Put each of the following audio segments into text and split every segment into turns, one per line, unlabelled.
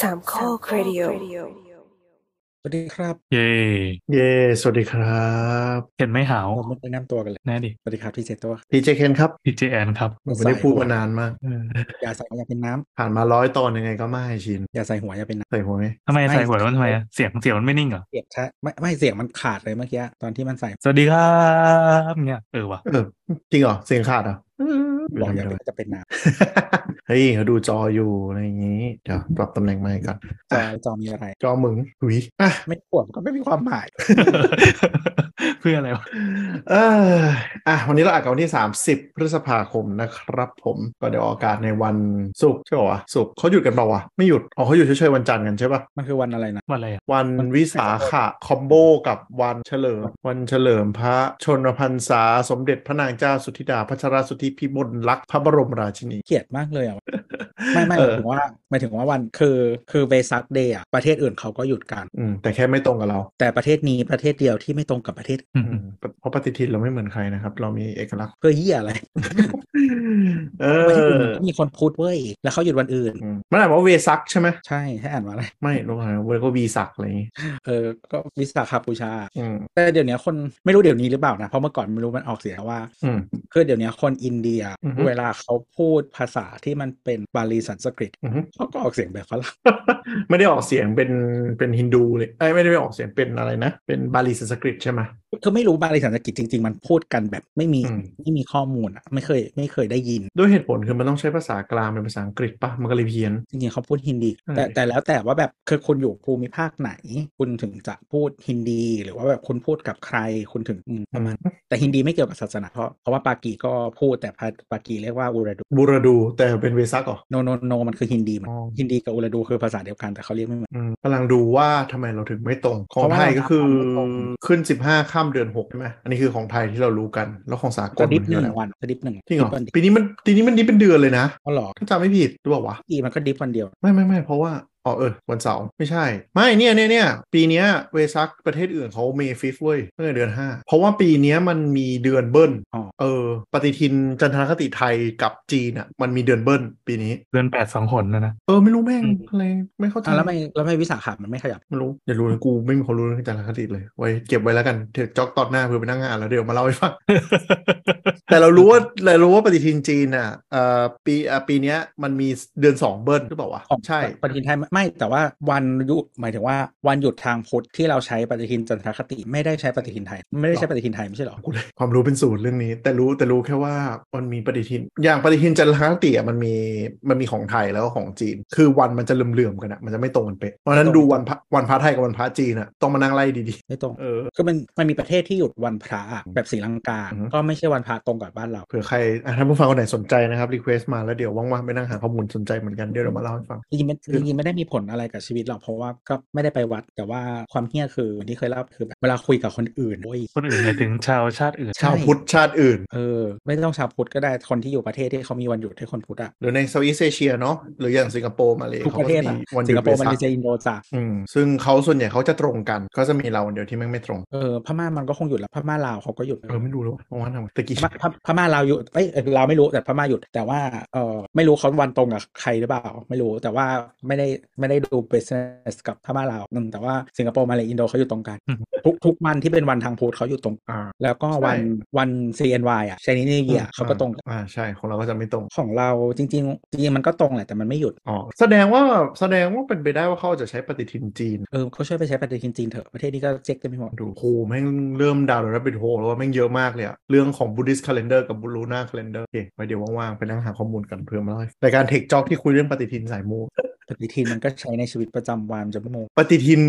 สามข้อครดิโอ
สวัสดีครับ
เย่
เย้ สวัสดีครับ
เห็นไหมหาว
ผมไม่ได้นำตัวกันเลย
แน่ดิ
สวัสดีครับพี่เจตัว
พีเจเคนครับ
พีเจแอนครับ
ผมไม่ได้พูดมานานมาก
เออ
อย่าใส่หัวอย่าเป็นน้
ผ่านมาร้อยตอนยังไงก็ไม่ให้ชิน
ำอย่าใส่หัวอย่าเป็นน้
ใส่หัวไหม
ทำไมใส่หัวมันทำไมอะเสียงเสียงมันไม่นิ่งเหรอ
ำเสียงชะไม่ไม่เสียงมันขาดเลยเมื่อกี้ตอนที่มันใส่
สวัสดีครับเนี่ยเออว่ะ
เออ จริงเหรอ เสียงขาดเหรอ่ะ
บอกอย่าเป็นจะเป็นน้
เฮ้ยเขาดูจออยู่อะไรอย่างนี้ เดี๋ยวปรับตำแหน่งใหม่ก่อน
ำจอจอมีอะไร
จอมึงหุยอ่ะ
ไม่ปวดมันก็ไม่มีความหมาย
เพื่ออะไรวะ
เอออ่ะ วันนี้เราอัดกันวันที่ 30 พฤษภาคมนะครับผมก็เดี๋ยวออกอากาศในวันศุกร์ใช่ปะวะศุกร์เขาหยุดกันเปล่าวะไม่หยุดอ๋อเขาหยุดเฉยๆวันจันทร์กันใช่ปะ
มันคือวันอะไรนะ
ว่าอะไรอะ
วัน
มัน
วิสาขะคอมโบกับวันเฉลิม วันเฉลิมพระชนมพรรษา สมเด็จพระนางเจ้าสุธิดา พัชรสุธิพิมลลักษณ์พระบรมราชินี
เกลียดมากเลยอ่ะไม่ไม่ห
เอ
มาย
อ
ถึงว่าหมายถึงว่าวันคือคือเวซักเดย์อ่ะประเทศอื่นเขาก็หยุดกัน
อืมแต่แค่ไม่ตรงกับเรา
แต่ประเทศนี้ประเทศเดียวที่ไม่ตรงกับประเทศ
อื
อื
ม
มเพราะปฏิทินเราไม่เหมือนใครนะครับ เรามีเอกลักษณ์
เพื่อเยี่ยอะไร
เอ
ประเทศอื่น
อ
มันก็มีคนพูดเว้ยแล้วเขาหยุดวันอื่น
อืมมันอ่านว่าเวซักใช่ไหม
ใช่ให้อ่านว่าอะไร
ไม่รู้ไงเวก็วีซักอะไรอย่างงี้
เออก็วิสาขบูชา
อืม
แต่เดี๋ยวนี้คนไม่รู้เดี๋ยวนี้หรือเปล่านะ เพราะเมื่อก่อนไม่รู้มันออกเสียงว่า
อืม
คือเดี๋ยวนี้คนอินเดีย
อือฮึ
เวลาเขาพูดภาษาที่มันเป็นบาลีสันสกฤต
อือฮึ
เขาก็ออกเสียงแบบฝรั่ง
ไม่ได้ออกเสียงเป็นเป็นฮินดูเลยเอ้ยไม่ได้ออกเสียงเป็นอะไรนะเป็นบาลีสันสกฤตใช่ไหม
คือไม่รู้บาลีสันสกฤตจริง ๆ มันพูดกันแบบไม่มี
อืม
ไม่มีข้อมูลอะไม่เคยไม่เคยได้ยิน
ด้วยเหตุผลคือมันต้องใช้ภาษากลางเป็นภาษาอังกฤษปะมันก็เลยเพี้ยน
จริงๆเขาพูดฮินดี
ใช่
แต่แต่แล้วแต่ว่าแบบคือคุณอยู่ภูมิภาคไหน คุณถึงจะพูดฮินดี หรือว่าแบบคุณพูดกับใครคุณถึงอืมประมาณแต่ฮินดีไม่เกี่ยวกับศาสนาเพราะเพราะว่าปากีก็พูดแต่ปาปากีเรียกว่าอูรดู
บูรดูแต่เป็นเวซักเหรอ
โนโนโนมันคือฮินดีมัน
อ๋อ
ฮินดีกับอูรดูคือภาษาเดียวกันแต่เขาเรียกไม่เหมือน
อืมกำลังดูว่าทำไมเราถึงไม่ตรง ของ
เพราะว่า
ไทยก็คือ
เราไม่ตรง
ขึ้น 15ข้ามเดือน6ใช่ไหมอันนี้คือของไทยที่เรารู้กัน แล้วของสาก
ก
ล
ระดิบห
มั
นึ่
น
ง
เยอะ
วันกระดิบหนึ่ง
จริงเหรอ
วันเดียว
ปีนี้มันปีนี้มันนี้เป็นเดือนเลยนะ
อ๋อเหรอ
ถ้าจำไม่ผิดหรือเปล่าวะ
อีมันก็ดิฟวันเดียว
ไม่ไม่ไม่เพราะว่าอ๋อเออวันเสาร์ไม่ใช่ ไม่เนี่ยเนี่ยเนี่ยปีเนี้ยเวซักประเทศอื่นเขาเมฟิฟเว้ยตั้งแต่เดือน 5 เพราะว่าปีเนี้ยมันมีเดือนเบิ้ล
อ๋อ
เออ ปฏิทินจันทรคติไทยกับจีนอ่ะมันมีเดือนเบิ้ลปีนี้
เดือนแปดสองหนนะนะ
เออไม่รู้แม่ง
อืม
อะไรไม่เข้าใจ
อ่ะแล้วไม่แล้วไม่วิสาขามันไม่ขยับ
ไม่รู้อย่ารู้นะกูไม่มีความรู้เรื่องจารคติเลย ไว้เก็บไว้แล้วกันเดี๋ยวจ็อกตอนหน้าเพื่อไปนั่งอ่านแล้วเดี๋ยวมาเล่าให้ฟัง แต่เรารู้ว่าเรารู้ว่าปฏิทินจีนอ่ะเอ่อปีอ่ะปีเนี้ยมันมีเดือนสองเบิ้ลหรือเปล่าวะ
ของ
ใช่
ปฏิทินไทยไม่แต่ว่าวันหยุดหมายถึงว่าวันหยุดทางพุทธที่เราใช้ปฏิทินจันทรคติไม่ได้ใช้ปฏิทินไทย ไม่ได้ใช้ปฏิทินไทยไม่ใช่เหรอ
กูเลยความรู้เป็นศูนย์เรื่องนี้ แต่รู้แต่รู้แค่ว่ามันมีปฏิทิน อย่างปฏิทินจันทรคติอ่ะมันมีมันมีของไทยแล้วก็ของจีน คือวันมันจะเหลื่อมๆกันอ่ะมันจะไม่ตรงกันเป๊ะเพราะฉะนั้น
ไม่ต
ดู
รง
วันพระวันพระไทยกับวันพระจีนอ่ะต้องมานั่งไล่ดี
ไม่ตรง
ๆเออ
คือมันมันมีประเทศที่หยุดวันพระอะแบบศรีลังกา
อือฮึ
ก็ไม่ใช่วันพระตรงกับบ้านเรา
เผื่อใครอ่ะถ้าผู้ฟังคนไหนสนใจนะครับรีเควสมาแล้วเดี๋ยวว่างๆไปนั่งหาข้อมูลสนใจเหมือนกันเดี๋ยวเรามาเล่าให้ฟัง
จริงๆไม่
คือ
จริงๆไม่ได้มีผลอะไรกับชีวิตหรอกเพราะว่าก็ไม่ได้ไปวัดแต่ว่าความเฮี้ยคือที่เคยเล่าคือแบบเวลาคุยกับคนอื่นโอ้ย
คนอื่นหมายถึงชาวชาติอื่น
ชาวพุทธชาติอื่น
เออ ไม่ต้องชาวพุทธก็ได้คนที่อยู่ประเทศที่เขามีวันหยุดให้คนพุทธอะ
หรือในเซาท์อีสเอเชียเนาะหรืออย่างสิงคโปร์มาเลย
ทุกประเทศ
ขา
อะ
วันห
สิ
ยุ
ง
ด
คโปร์มาเล
เว
เซียอินโดจ้ะ
อืมซึ่งเขาส่วนใหญ่เขาจะตรงกันก็จะมีเราคนเดียวที่แม่งไม่ตรง
เออพม่ามันก็คงหยุดแล้วพม่าลาวเขาก็หยุด
เออไม่รู้แล้วว่าเพราะว่าทำไมตะกี้
พม่าพม่าพม่าลาวหยุดเอ้ยเออลาวไม่รู้แต่พม่าหยุดแต่ว่าเออไม่รู้เขาวันตรงกับใครหรือเปล่า ไม่รู้แต่ว่าไม่ได้ไม่ได้ดู business กับพม่าลาวอืมแต่ว่าสิงคโปร์มาเลยอินโดเขาอยู่ตรงกัน
อืม
ทุกทุกวันที่เป็นวันทางพุธเขาอยู่ตรง
อ่า
แล้วก็วัน
ใช่
วัน CNY อ่ะ Chinese New Year เขาก็ตรงกัน
อ่าใช่ของเราก็จะไม่ตรง
ของเราจริง ๆ จริงๆมันก็ตรงแหละแต่มันไม่หยุด
อ๋อแสดงว่าแสดงว่าเป็นไปได้ว่าเขาจะใช้ปฏิทินจีน
เออเขาช่วยไปใช้ปฏิทินจีนเถอะประเทศนี้ก็เจ๊กเต็มไปหมด
ดูโหแม่งเริ่มดาวน์แล้วเป็นโฮแล้วว่าแม่งเยอะมากเลยอะเรื่องของ Buddhist calendar กับ Lunar calendar โอเคไว้เดี๋ยวว่างๆไปนั่งหาข้อมูลกันเพื่อมาเล่าให้ฟังรายการ Tech Talk ที่คุยเรื่องปฏิทินสายมู
ปฏิทินมันก็ใช้ในชีวิตประจำวันจะไม่โมง
ปฏิทิน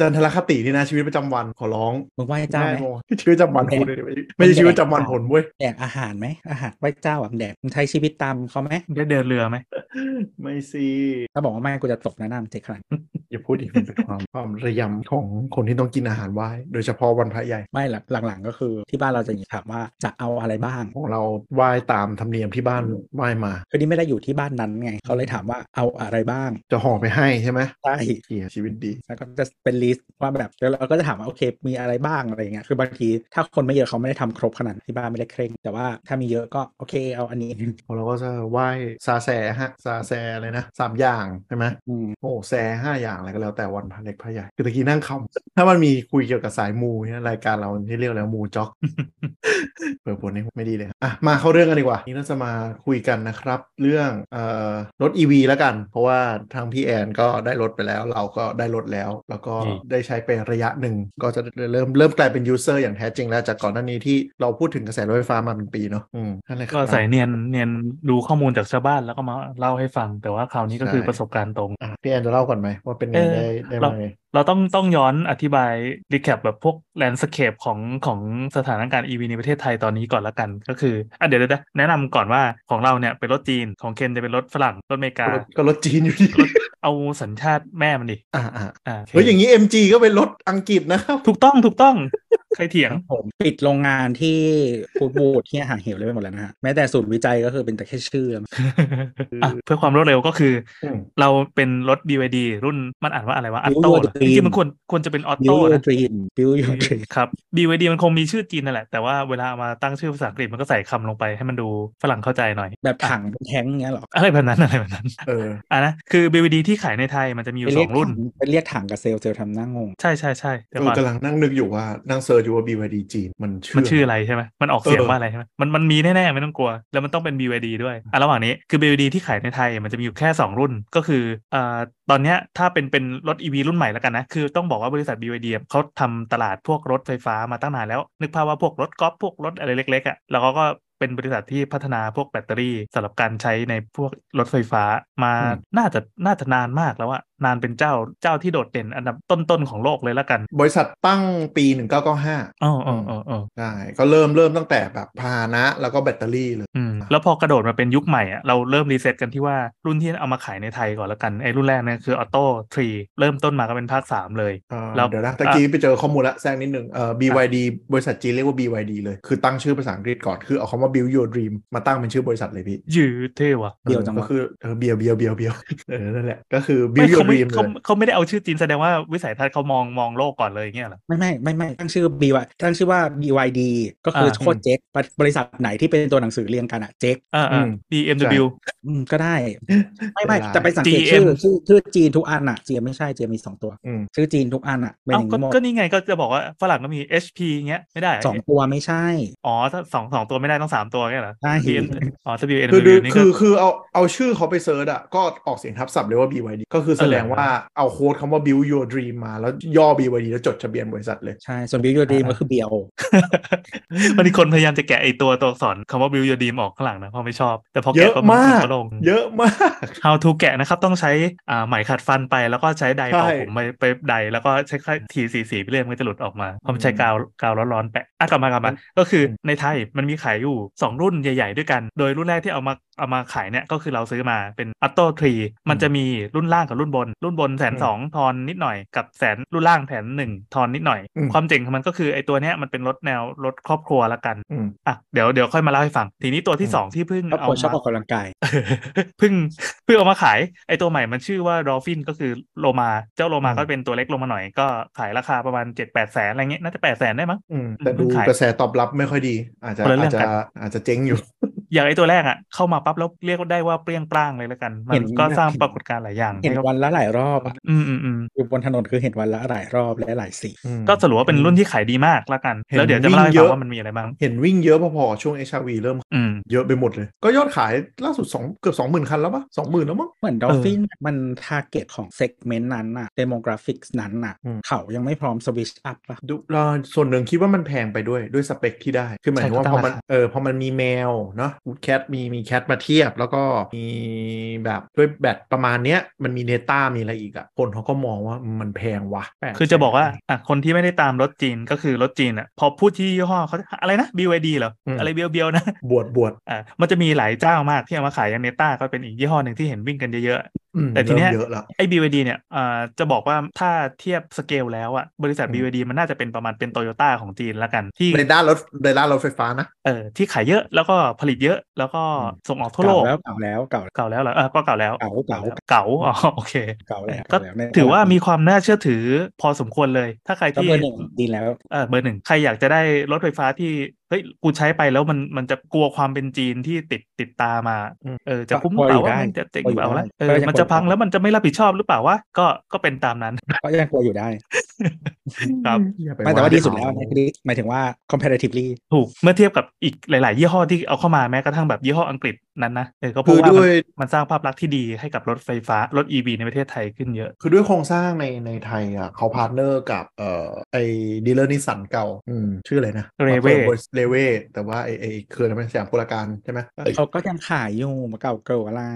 จันทรคตินี่นะชีวิตประจำวันขอร้อง
มึงไหว้เจ้าไหม
ด้โมชีวิตประจำวันคนเลยดิไม่ใช่ชีวิตประจำวันผลเว้ย
แดกอาหารไหมอาหารไหว้เจ้าอ่ะแดกมึงใช้ชีวิตตามเขาไหม
ได้เดินเรือไหม
ไม่สิ
ถ้าบอกว่าไม่กูจะตบหน้าหน้ามึงเจ๊กขนาดนั้น
อย่าพูดอีกมันเป็นความ ความระยำของคนที่ต้องกินอาหารไหว้โดยเฉพาะวันพระใหญ่
ไม่หลักหลังๆก็คือที่บ้านเราจะอย่างนี้ถามว่าจะเอาอะไรบ้าง
ของเราไหว้ตามธรรมเนียมที่บ้านไหว้มา
คือนี่ไม่ได้อยู่ที่บ้านนั้นไง เขาเลยถามว่าเอาอะไรบ้าง
จะห่อไปให้ใช่ไหม
ใช่
เหียชีวิตดี
แล้วก็จะเป็นลิสต์ว่าแบบแล้วเราก็จะถามว่าโอเค มีอะไรบ้างอะไรอย่างเงี้ยคือบางทีถ้าคนไม่เยอะเขาไม่ได้ทำครบขนาดนั้นที่บ้านไม่ได้เคร่ง แต่ว่าถ้ามีเยอะก็โอเคเอาอันนี้
ของเราก็จะไหว้ซาแซฮะซาแซอะไรนะสามอย่างใช่ไหม
อืม
โอ้แซห้าอย่างอะไรก็แล้วแต่วันพระเล็กพระใหญ่คือตะกี้นั่งคำถ้ามันมีคุยเกี่ยวกับสายมูเนี่ยรายการเราที่เรียกแล้วมูจ็อก เปิดผลนี่ไม่ดีเลยอ่ะมาเข้าเรื่องกันดีกว่านี่เราจะมาคุยกันนะครับ เรื่องเอ่อรถ EV แล้วกัน เพราะว่าทางพี่แอนก็ได้รถไปแล้ว เราก็ได้รถแล้ว แล้วก็
อืม
ได้ใช้ไประยะหนึ่งก็จะเริ่มเริ่มกลายเป็นยูเซอร์อย่างแท้จริงแล้วจากก่อนหน้านี้ที่เราพูดถึงกระแสรถไฟฟ้ามาเป็นปีเนาะอืมนั่นแหละค
ก็
รับ
ใส่เนียนเนียนดูข้อมูลจากชาวบ้านแล้วก็มาเล่าให้ฟัง แต่ว่าคราวนี้ก็คือ
ใช่
ประสบการณ์ตรง
อ่ะพี่แอนจะเล่าก่อนไหมว่าเป็นไง
เออ
ได้ได้
เรา
มาไง
เราต้องต้องย้อนอธิบายรีแคปแบบพวกแลนด์สเคปของของสถานการณ์ EV ในประเทศไทยตอนนี้ก่อนละกันก็คืออ่ะเดี๋ยวเดี๋ยวเดี๋ยวแนะนำก่อนว่าของเราเนี่ยเป็นรถจีนของเคนจะเป็นรถฝรั่งรถอเมริกา
ก็รถก็รถจีนอยู่ดี
รถ เอาสัญชาติแม่มันดิ
อ่าอ่า
อ่าโอเค
เฮ้ยอย่างนี้ MG ก็เป็นรถอังกฤษนะครับ
ถูกต้องถูกต้องใครเถียง
ผมปิดโรงงานที่พูดบูดที่อาหารเหวเลยไปหมดแล้วนะฮะแม้แต่ศูนย์วิจัยก็คือเป็นแต่แค่ชื่อแล้ว
อ่ะเพื่อความรวดเร็วก็คือ
อืม
เราเป็นรถ BYD รุ่นมันอ่านว่าอะไรวะอัตโต้
Build your
จ
dream
ริงๆมันควรควรจะเป็นออ
บิว
โต้
ยู
นะ
ดรีมบิวยูดรีม
ครับ BYD มันคงมีชื่อจีนนั่นแหละ แต่ว่าเวลาเอามาตั้งชื่อภาษาอังกฤษมันก็ใส่คำลงไปให้มันดูฝรั่งเข้าใจหน่อย
แบบถังเป็นแท้งเงี้ยเหรอ
อะไรแบบนั้นอะไร แบบนั้น
เออ
อ่ะนะคือ BYD ที่ขายในไทยมันจะมีอ
ไป
ยู่ส
เรี
อย
ก
งรุ่น
ถังไปเรียกถังกับเซลล์เซลล์ทำหน้างง
ใช่ใช่ใช่เดี๋ยว
เออ
ก่อน
กำลังนั่งนึกอยู่ว่านั่งเซิร์ชอยู่ว่า BYD จีนมันชื่อ
มันชื่ออะไรใช่ไหมมันออกเสียง
เออ
ว่าอะไรใช่ไหมมันมันมีแน่ๆไม่ต้องกลัว แล้วมันต้องเป็น BYD ด้วยอ่ะระหว่างนี้คือ BYD ที่ขายในไทยมันจะมีอยู่แค่สองรุ่นก็คือเอ่อตอนเนี้ยถ้าเป็นเป็นรถ EV รุ่นใหม่แล้วกันนะ คือต้องบอกว่าบริษัท BYD อ่ะเขาทำตลาดพวกรถไฟฟ้ามาตั้งนานแล้ว นึกภาพว่าพวกรถกอล์ฟพวกรถอะไรเล็กๆอ่ะแล้วเขาก็เป็นบริษัทที่พัฒนาพวกแบตเตอรี่สำหรับการใช้ในพวกรถไฟฟ้ามา
อืม
น่าจะน่าจะนานมากแล้วอะนานเป็นเจ้าเจ้าที่โดดเด่นอันดับต้นๆของโลกเลยละกัน
บริษัทตั้งปี 1995
อ๋ออ๋ออ๋ออ๋อ
ใช่ก็เริ่มเริ่มตั้งแต่แบบพาหนะแล้วก็แบตเตอรี่เลย
อืมแล้วพอกระโดดมาเป็นยุคใหม่อ่ะเราเริ่มรีเซ็ตกันที่ว่ารุ่นที่เอามาขายในไทยก่อนแล้วกันไอ้รุ่นแรกเนี่ยคือออโต้ทรีเริ่มต้นมาก็เป็นภาค 3 เลย
อ่า
แล้ว
เดี๋ยวนะตะกี้ไปเจอข้อมูลละแซงนิดนึงเอ่อ BYD บริษัทจีนเรียกว่า BYD เลยคือตั้งชื่อภาษาอังกฤษก่อนคือเอาคำว่า build your dream มาตั้งเป็นชื่อบริษัทเลยพี่
ยือเท่ว่ะ
เบียวจังวะ
ก็คือเออเบียวเบียวเบียวเบียวเออนั่นแหละก็คือ
ไม่
build
เขา
your
ไม่
dream เล
เขา
ย
เขาไม่ได้เอาชื่อจีนแสดงว่าวิสัยทัศน์เขามองมองโลกก่อนเลยอย่างเงี้ยเหรอ
ไม่ไม่ไม่ไม่ตั้งชื่อ BY ตั้งชื่อว่า BYD ก็คือ
อ่า
โคตรเจ๊กบริบริษัทไหนที่เป็นตัวหนังสือเรียงกันอะเจ๊ก
อ่า
อื
อ่า
ม
BMW
อืมก็ได้ ไม่ไม่
เวลา
แต่ไปสังเกต
GM
ชื่อชื่อชื่อจีนทุกอันอะจีนไม่ใช่จีนมีสองตัว
อืม
ชื่อจีนทุกอันอะเป็นอ
เอ้า
ย่างนี้หมด
ก็ก็นี่ไงก็จะบอกว่าฝรั่งก็มี HP เงี้ยไม่ได้เหร
สองตัวไม่ใช่
อ๋อถ้าสองสองตัวไม่ได้ต้องสามตัวเงี้ยเหรอ
ใช่
BM อ๋อ BMW
คือดู
นี่
คื
ก็
อคือเอาเอาชื่อเขาไปเซิร์ชอ่ะก็ออกเสียงทับศัพท์เลยว่า BYD ก็คือแสดงว่าเอาโค้ดคำว่า build your dream มาแล้วย่อ BYD แล้วจดทะเบียนบริษัทเลย
ใช่ ส่วนบิวยูดี
อ่า
ก็คือเบียว
มันมีคนพยายามจะแกะไอตัวตัวอักษรคำว่า build your dream ออกข้างหลังนะเพราะไม่ชอบแต่พอ
เย
แกะ
อะ
ก็มัน
มาก
ก็ลง
เยอะมาก
How to แกะนะครับต้องใช้อ่าไหมขัดฟันไปแล้วก็ใช้ไดร์
ใช่
เป่าผมไปไปไดร์แล้วก็ใช้ค่อยถีสีสีไปเรื่อยมันก็จะหลุดออกมาเพราะมันใช้กาวกาวร้อนๆแปะอ่ะกลับมากลับมาก็คือในไทยมันมีขายอยู่ 2 รุ่นใหญ่ๆด้วยกัน โดยรุ่นแรกที่เอามาเอามาขายเนี่ยก็คือเราซื้อมาเป็นอัตโตทรีมันจะมีรุ่นล่างกับรุ่นบน รุ่นบนแสนสองทอนนิดหน่อยกับแสนรุ่นล่างแสนหนึ่งทอนนิดหน่อย
อืม
ความเจ๋งของมันก็คือไอตัวเนี้ยมันเป็นรถแนวรถครอบครัวละกัน
อืม
อ่ะเดี๋ยวเดี๋ยวค่อยมาเล่าให้ฟังทีนี้ตัวที่
อืม
สองที่เพิ่ง
ก็
เอา
คนชอบอ
มา
อกกำลังกาย
เพิ่งเพิ่งเอามาขายไอตัวใหม่มันชื่อว่าดอฟฟินก็คือโลมาเจ้าโลมา
อืม
ก็เป็นตัวเล็กลงมาหน่อยก็ขายราคาประมาณ 7 8แสนอะไรเงี้ยน่าจะ8แสนได้มั้ง
อืมแต่
เพิ่
ดู
งขาย
กระแสตอบรับไม่ค่อยดี อาจจะ
คนละเรื่อ
อาจ
ง
จะ
กัน
อาจจะเจ๊งอยู่
อย่างไอตัวแรกอ่ะเข้ามาปั๊บแล้วเรียกได้ว่าเปรี้ยงปร้างเลยละกัน มั
เห็
น
น
ก็สร้าง
เห็น
ปรากฏการณ์หลายอย่าง
เห็น
ให้
วั
เขา
นละหลายรอบอะ
อืมอืมอืม
อยู่บนถนนคือเห็นวันละหลายรอบและหลายสี
อืม
ก็สรุปว่าเป็นรุ่นที่ขายดีมากละกัน
เห็น
แล้วเดี๋ยวจะมาเล่าให้
วิ่งเย
ฟัง
อะ
ว่ามันมีอะไรบ้าง
เห็นวิ่งเยอะพอๆ ช่วง HRV เริ่ม
อืม
เยอะไปหมดเลย ก็ยอดขายล่าสุดสองเกือบสองหมื่นคันแล้วปะสองหมื่นแล้วมั้ง
เหมือนดอฟฟินมันทาร์เก็ตของเซกเมนต์นั้นอะเดโมกราฟิกนั้นอะ
อืม
เขายังไม่พร้อมสวิชอัพปะ
ดูเราส่วนหนึ่งคิดว่ามันแพงไปด้วยด้วยสเปคที่ได้ คือหมายถึงว่า
ใช่ก็
พอ
ตั้ง
มัน
ราคา
เออพอมันมีแมวเนาะวูดแคทมีมีแคทมาเทียบ แล้วก็มีแบบด้วยแบตประมาณเนี้ยมันมีเนต้ามีอะไรอีกอะ่ะ คนเขาก็มองว่ามันแพงวะแปด
คือจะบอกว่าอ่ะคนที่ไม่ได้ตามรถจีนก็คือรถจีนอ่ะพอพูดที่ยี่ห้อเขาจะอะไรนะ BYD เหรออะไรเบียวๆนะ
บวชบวช
อ่ามันจะมีหลายเจ้ามากที่เอามาขายอย่างเนต้าก็เป็นอีกยี่ห้อหนึ่งที่เห็นวิ่งกันเยอะๆ
อืม
แต่ทีเนี้ย
เริ่มเยอะละ
ไอ้ BYD เนี่ยเอ่อจะบอกว่าถ้าเทียบสเกลแล้วอะบริษัท BYD มันน่าจะเป็นประมาณเป็นโตโยต้าของจีนละกันที่
ในด้านรถในด้านรถไฟฟ้านะ
เออที่ขายเยอะแล้วก็ผลิตเยอะแล้วก็ส่งออกทั่วโล
เก่าก แล้วเก่าแล้วเก่า
เก่าแล้วเหรอเออก็เก่าแล้ว
เก่าเก่า
เก่าอ๋อโอเค
เก่าแล้ว
ก็
เก่าแล้วใน
ถือว่ามีความน่าเชื่อถือพอสมควรเลย ถ้าใคร
ก็
ที่
เบอร์หนึ่งดีแล้ว
เออเบอร์หนึ่งใครอยากจะได้รถไฟฟ้าที่เฮ้ยกูใช้ไปแล้วมันมันจะกลัวความเป็นจีนที่ติดติดตามมา
อืม
เออจะคุ้ม
พอ
เป
อยู่
ล่าว่า
ได้
มันจะเจ๋ง
พออยู่
เปล่า
ได้
ละเอ
ก็
อ
ยัง
มัน
พอ
จะพัง
อยู่
แล้วมันจะไม่รับผิดชอบหรือเปล่าวะก็ก็เป็นตามนั้น
ก็ยังกลัวอยู่ได้
ครับ
อย่ป
ไม่แต่ว่าดีสุด
เขา
แล้วนะคือหมายถึงว่า comparatively
ถูกเมื่อเทียบกับอีกหลาย ๆ ยี่ห้อที่เอาเข้ามาแม้กระทั่งแบบยี่ห้ออังกฤษนั้นนะเออก็พ
คื
บ
อ
ว่า
ด้
มั
วย
นมันสร้างภาพลักษณ์ที่ดีให้กับรถไฟฟ้ารถ EV ในประเทศไทยขึ้นเยอะ
คือด้วยโครงสร้างในในไทยอ่ะเขาพาร์ทเนอร์กับเอ่อไอ้ดีลเลอร์นิสสันเก่าอืมชื่ออะไรนะ
Railway
เรเวแต่ว่าไอ้ไอ้เครืออะไรนะสยามกุลการใช่ไหม
เขาก็ยังขายอยู่มาเก่าเกิลา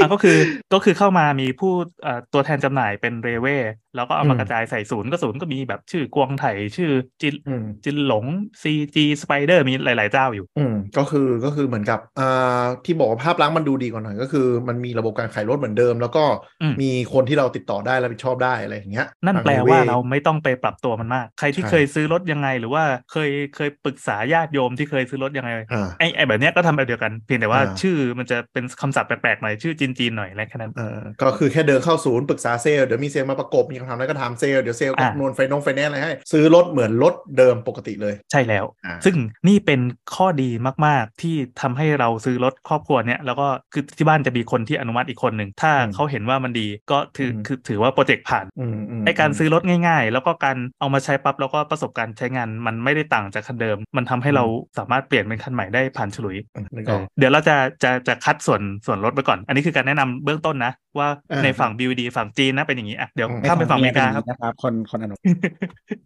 อ่ะก็คือก็คือเข้ามามีผู้เอ่อตัวแทนจำหน่ายเป็นเรเว่แล้วก็เอามากระจายใส่ศูนย์ก็ศูนย์ก็มีแบบชื่อกวงไถชื่อจิน
อืม
จินหลง CG Spider มีหลาย ๆ เจ้าอยู่
อืมก็คือก็คือเหมือนกับอ่าที่บอกว่าภาพลักษณ์มันดูดีกว่าหน่อยก็คือ มันมีระบบการขายรถเหมือนเดิม แล้วก็
อืม
มีคนที่เราติดต่อได้รับผิดชอบได้อะไรอย่างเงี้ย
นั่น
ทง
แปล
highway
ว่าเราไม่ต้องไปปรับตัวมันมาก ใครที่
ใช่
เคยซื้อรถยังไง หรือว่าเคยเคยปรึกษาญาติโยมที่เคยซื้อรถยังไง
อ่า
ไอ้ไอ้แบบเนี้ยก็ทำแบบเดียวกันเพียงแต่ว่า
อ่า
ชื่อมันจะเป็นคำศัพท์แปลก ๆ หน่อยชื่อจีน ๆ หน่อยอะไรแค่นั้น
เอ่อก็คือแค่เดินเข้าศูนย์ปรึกษาเซลล์เดี๋ยวมีเซลล์มาประกบมีคำถามอะไรก็ถามเซลล์เดี๋ยวเซลล์
อ่า
คำนวณไฟนองไฟแนนซ์อะไรให้ซื้อรถเหมือนรถเดิมปกติเลย
ใช่แล้ว
อ่า
ซึ่งนี่เป็นข้อดีมาก ๆ ที่ทำให้เราซื้อรถครอบครัวเนี่ยแล้วก็คือที่บ้านจะมีคนที่อนุมัติอีกคนหนึ่ง ถ้า
อืม
เขาเห็นว่ามันดีก็ถืออ
ม
คือถือว่าโปรเจกต์ผ่าน
อืมม
ไอการซื้อรถง่าย ๆ แล้วก็การเอามาใช้ปั๊บแล้วก็ประสบการณ์ใช้งาน มันไม่ได้ต่างจากคันเดิม มันทำให้เราสามารถเปลี่ยนเป็นคันใหม่ได้ผ่านฉลุย
นึก
เอ
ออ
อก เดี๋ยวเราจะจะจะคัดส่วนส่วนลดไปก่อน อันนี้คือการแนะนำเบื้องต้นนะ ว่า
อ่า
ในฝั่ง BVD ฝั่งจีนนะเป็นอย่างนี้อ่ะเดี๋ยว
อืม
ข้ามไปฝั่งอเมริกาครับ
นะครับคนคนอนุ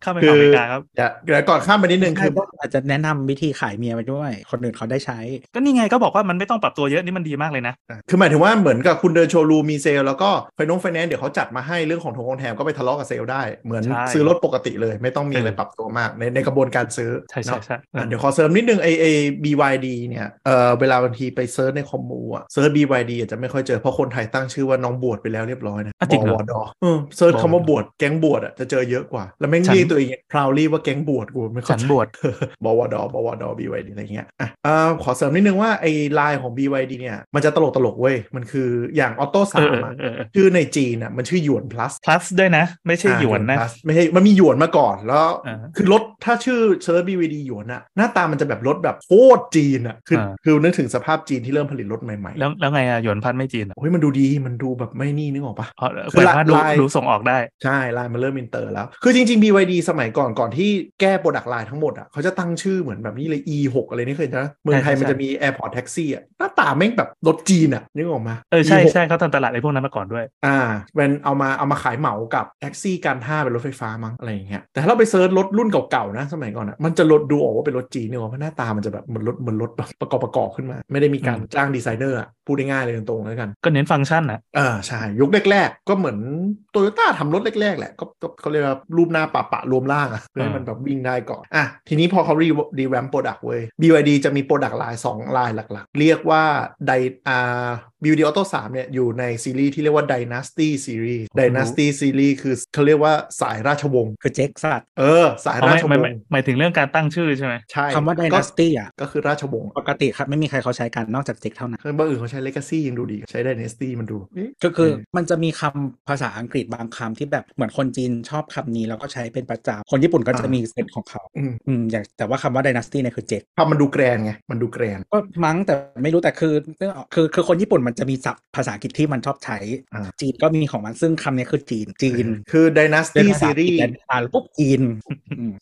ข้ามไปฝั่งอเมริกาครับ
เดี๋ยวเดี๋ยวก่อนข้ามไปนิดนึง
ใช่
คือ
ก็อาจจะแนะนำวิธีขายเมียไปด้วย คนอื่นเขาได้ใช้
ก็นี่ไงก็บอกว่ามันไม่ต้องปรับตัวเยอะนี่มันดีมากเลยนะ
อ่ะคือหมายถึงว่าเหมือนกับคุณเดินโชว์รูมมีเซลล์แล้วก็ไฟนองไฟแนนซ์เดี๋ยวเขาจัดมาให้เรื่องของทงของแถมก็ไปทะเลาะกับเซลล์ได้ เหมือน
ใช่
ซื้อรถปกติเลย ไม่ต้องมี
เอออ
อะไรปรับตัวมากในในกระบวนการซื้อ
ใช่ใช่
เนาะ
ใช่
อ่ะเดี๋ยวขอเสริมนิดนึงไอไอ BYD เนี่ยเออเวลาบางทีไปเซิร์ชในคอมมูอ่ะเซิร์ช BYD อาจจะไม่ค่อยเจอเพราะคนไทยตั้งชื่อว่าน้องบวชไปแล้วเรียบร้อยนะ
อ่ะจริงเหรอ
วดอเออเซิร์ชคำว่าบวชแก๊งบวชอ่ะจะเจอเยอะกว่า แล้วแม่ง
ฉัน
เรียกตัวเองพราวลี่ว่าแก๊งบวชกูไม่เข้า
ฉัน
ใจ
บวช
บวดบวดบีวดีอะไรเงี้ยอ่ะเอ่อขอเสริมนิดนึงว่าไอ้ไลน์ของ BYD เนี่ย มันจะตลกตลกๆเว้ย มันคืออย่างออโต้สา
เออ
ม
เออ
อะ
เออเออ
ชื่อในจีนอ่ะมันชื่อหยวน plus
plus ด้วยนะ ไม่ใช่หยวนนะ
อ่า plus ไม่ใช่มันมีหยวนมาก่อนแล้ว
อ่า
คือรถถ้าชื่อเซิร์ช BYD หยวนอ่ะ หน้าตามันจะแบบรถแบบโคตรจีนอ่ะคืออา คือนึกถึงสภาพจีนที่เริ่มผลิตรถใหม่ๆ
แล้วแล้วไงอ่ะหยวนพันไม่จีนเหรอ
โอ้ยมันดูดีมันดูแบบไม่นี่นึกออกปะ
อ๋อ
คื
แป
อ
ล
ลาย
ว่ารู้
ลาย
รู้ส่งออกได้
ใช่ไลน์มันเริ่มอินเตอร์แล้ว คือจริง ๆ BYD สมัยก่อนก่อนที่แก้โปรดักต์ไลน์ทั้งหมดอ่ะเขาจะตั้งชื่อเหมือนแบบนี้เลย E6 อะไรนี่เคยเห็นนะเมืองไทย
ใช่ใช่
มันจะมี Airport Taxi อ่ะหน้าตาแม่งแบบรถจีนอ่ะนึกออกมา
เออใช่
E6
ใช่เขาทำตลาดไอ้พวกนั้นมาก่อนด้วย
อ่าเป็นเอามาเอามาขายเหมากับแท็กซี่การท่าเป็นรถไฟฟ้ามั้งอะไรอย่างเงี้ยแต่ถ้าเราไปเซิร์ชรถรุ่นเก่าๆนะสมัยก่อนอ่ะมันจะลดดูออกว่าเป็นรถจีนเนี่ยว่าเพราะหน้าตามันจะแบบเหมือนรถเหมือนรถแบบประกอบประกอบๆขึ้นมา ไม่ได้มีการ
อืม
จ้างดีไซเนอร์อะพูดง่ายๆเลยตรงๆแล้วกัน
ก็เน้นฟังก์ชันนะ
เออใช่ ยุคแรก ๆ ก็เหมือนโตโยต้าทำรถแรก ๆ แหละ ก็ก็เขาเรียกว่ารูปหน้าปะปะรวมล่างอะเพื่อให้มันแบบวิ่งได้ก่อน อ่ะ ทีนี้พอเขารีดีแวมโปรดักต์เว้ย BYD จะมีโปรดักต์ลายสองลายหลัก ๆ เรียกว่าไดอาร์ BYD Auto 3 เนี่ย อยู่ในซีรีส์ที่เรียกว่า Dynasty Series Dynasty Series คือเขาเรียกว่าสายราชวงศ์
คือเจ๊กสัตว์
เออ สาย
อ๋อ
รา
ไม่
ชว
ไม่
ง
ไม่
ศ์
หมายถึงเรื่องการตั้งชื่อใช่ไหม
ใช่
คำว่า
ก็
dynasty อ่ะ
ก็คือราชวงศ์
ปกติครับไม่มีใครเขาใช้กันนอกจากเจ๊กเท่านั้น
คือบางอื่นเขาใช้ Legacy ยังดูดีใช้ Dynasty มันดูเอ๊ะ
ก็คือ
เออ
มันจะมีคำภาษาอังกฤษบางคำที่แบบเหมือนคนจีนชอบคำนี้แล้วก็ใช้เป็นประจำคนญี่ปุ่นก็จะมีเซนของเขา
อืม
อืมอย่างแต่ว่าคำว่า dynasty เนี่ยคือเจ๊ก
คำมันดูแกรนด์ไงมันดูแกรนด์
ก็มั้งแต่ไม่รู้แต่คือเรื่องคือคือคนญี่ปุ่นมันจะมีศัพท์ภาษาอังกฤษที่มันชอบใช้
อ่า
จีนก็มีของมันซึ่งคำเนี้ยคือจีนจีน
คือ Dynasty
ภาษาอังกฤ
Series
แลนด์อ่านปุ๊บจีนอืม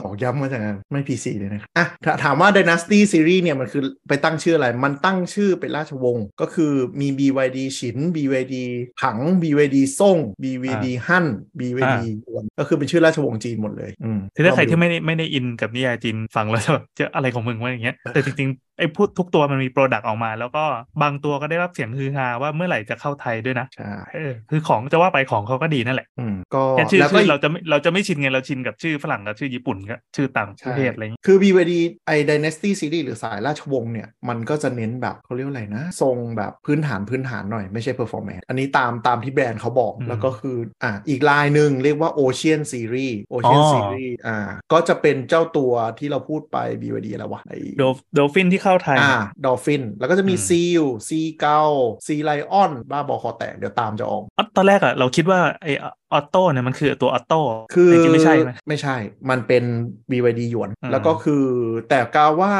ต่อย้ำมาจากงานไม่ PC เลยนะครับอ่ะถถามว่า Dynasty Series เนี่ยมันคือไปตั้งชื่ออะไร มันตั้งชื่อเป็นราชวงศ์ก็คือมี BYD ฉิน BYD ผัง BYD ซ่ง BYD หั่น BYD อวนก็คือเป็นชื่อราชวงศ์จีนหมดเลยอืม
คือถ้าใคร
ลอง ดู
ที่ไม่ได้ไม่ได้อินกับนิยายจีนฟังแล้วจะแบบเจออะไรของมึงวะอย่างเงี้ยแต่จริงๆไอ อ้พูดทุกตัวมันมีโปรดักต์ออกมา แล้วก็บางตัวก็ได้รับเสียงฮือฮาว่าเมื่อไหร่จะเข้าไทยด้วยนะ
ใช่
เออคือของจะว่าไปของเขาก็ดีนั่นแหละ
อืมก็
แค่ชื่อ
แล้วก็
ชื่อ
อีก
เราจะไม่เราจะไม่ชินไงเราชินกับชื่อฝรั่งกับชื่อญี่ปุ่นกับชื่อต่างประเทศอะไรอย่างเงี้ย
คือ BYD ไอ้ Dynasty Series หรือสายราชวงศ์เนี่ย มันก็จะเน้นแบบเขาเรียกว่าอะไรนะ ทรงแบบพื้นฐานพื้นฐานหน่อยไม่ใช่ performance อันนี้ตามตามที่แบรนด์เขาบอก
อืม
แล้วก็คืออ่าอีกลายหนึ่งเรียกว่า Ocean Series Ocean
อ๋อ
Series อ่าก็จะเป็นเจ้าตัวที่เราพูดไป BYD แล้ววะไอ้
โดฟโดฟินที่เข้าไทย
อ่าดอลฟิน แล้วก็จะมี
อืม
ซีลซีเกาซีไลออน บ้าบอคอแตกเดี๋ยวตามจะออก
อ๋อตอนแรกอะเราคิดว่าไอออโต้เนี่ยมันคือตัวออโต้
คือ
จริงๆไม่ใช่ไหม
ไม่ใช่ มันเป็น BYD หยวน
อ่า
แล้วก็คือ แต่กาว่า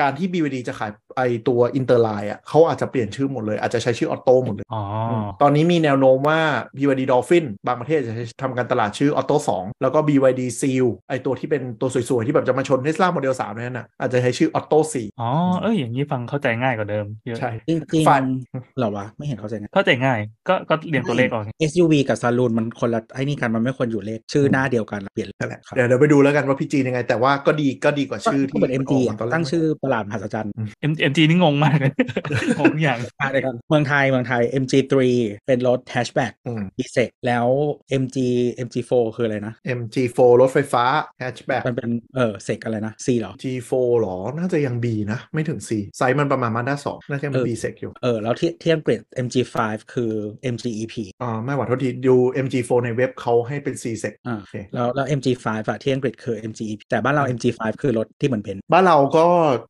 การที่ BYD จะขายไอตัวอินเตอร์ไลน์อ่ะเขาอาจจะเปลี่ยนชื่อหมดเลย อาจจะใช้ชื่อออโต้หมดเลย
อ๋ออ
ตอนนี้มีแนวโน้มว่า BYD Dolphin บางประเทศจะใช้ทำการตลาดชื่อ Auto 2 แล้วก็ BYD Seal ไอตัวที่เป็นตัวสวยๆ ที่แบบจะมาชน Tesla Model 3นั่นน่ะอาจจะใช้ชื่อ Auto
อ๋อเอ้ยอย่างนี้ฟังเข้าใจง่ายกว่าเดิมเย
4
อะ
ใช่
จริง
ฝ่าย
ๆเหรอวะไม่เห็นเข้าใจนะ
เข้าใจง่าย ก็ก็เรียงตัวเลขออก
SUV กับซาลูนมันคนละไอ้นี่กันมันไม่ควรอยู่เลขชื่อหน้าเดียวกันเปลี่ยน
นั่นแหละ
ครับ
เดี๋ยวเดี๋ยวไปดูแล้วกันว่าพี่จีนยังไง แต่ว่าก็ดีก็ดีกว่าชื่อ
ก็
ที่
เหมือน MG
ก
อะ
มาตอนแรก
ตั้งชื่อประหลาดมหัศจรรย์
เอ็มเอ็มจีนี่งงมากเลย งงทุกอย่าง
อ่ะเดี๋ยวกันเมืองไทยเมืองไทย MG3 เป็นรถแฮชแบ็ก
อืม
ดีเซกแล้ว MG MG4 คืออะไรนะ
MG4 รถไฟฟ้า hatchback
มันเป็นเออเซกอะไรนะ C เหรอ
G4 หรอ น่าจะยัง B นะ ไม่ถึง C ไซส์มันประมาณมาด้าสองน่าจะมัน
เออ
B เซกอยู่
เออแล้วที่ที่อังกฤษ MG5 คือ MG EP
อ่าไม่หวัดเท่าทีดู MG4 ในเว็บเขาให้เป็น C เซก
อ่าแล้วแล้ว MG5 อะที่อังกฤษคือ MG EP แต่บ้านเรา MG5 คือรถที่เหมือนเป็นซ์
บ้านเราก็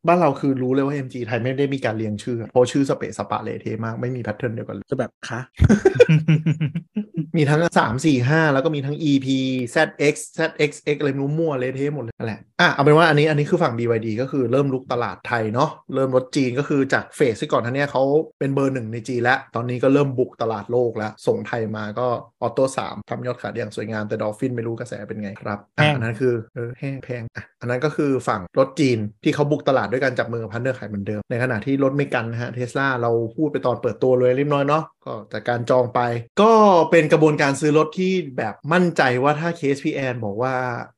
บ้านเราคือรู้เลยว่า MG ไทยไม่ได้มีการเรียงชื่อ เพราะชื่อสเปะสปะเละเทะมาก ไม่มีแพทเทิร์นเดียวกันเลย
ก็แบบคะ
มีทั้ง 3 4 5 แล้วก็มีทั้ง EP ZX ZXX อะไรไม่รู้มั่วเละเทะหมดเลยนั่นแหละอ่ะเอาเป็นว่าอันนี้อันนี้คือฝั่ง BYD ก็คือเริ่มลุกตลาดไทยเนาะเริ่มรถจีนก็คือจากเฟสที่ก่อนท่านเนี้ยเขาเป็นเบอร์หนึ่งในจีนแล้วตอนนี้ก็เริ่มบุกตลาดโลกแล้ว ส่งไทยมาก็ออโต้สามทำยอดขายได้อย่างสวยงามแต่ดอลฟินไม่รู้กระแสเป็นไงครับอ่ะ
แห้ง
อันนั้นคือเออแห้งแพงอ่ะอันนั้นก็คือฝั่งรถจีนที่เขาบุกตลาดด้วยการจับมือกับพันเดอร์ขายเหมือนเดิม ในขณะที่รถไม่กันนะฮะเทสลาเราพูดไปตอนเปิดตัวเลยเรียบร้อยเนาะก็จากการจองไป ก็เป็นกระบวนการซื้อรถที่แบบมั่นใจว่าถ้าเคสพีแอนบอกว่า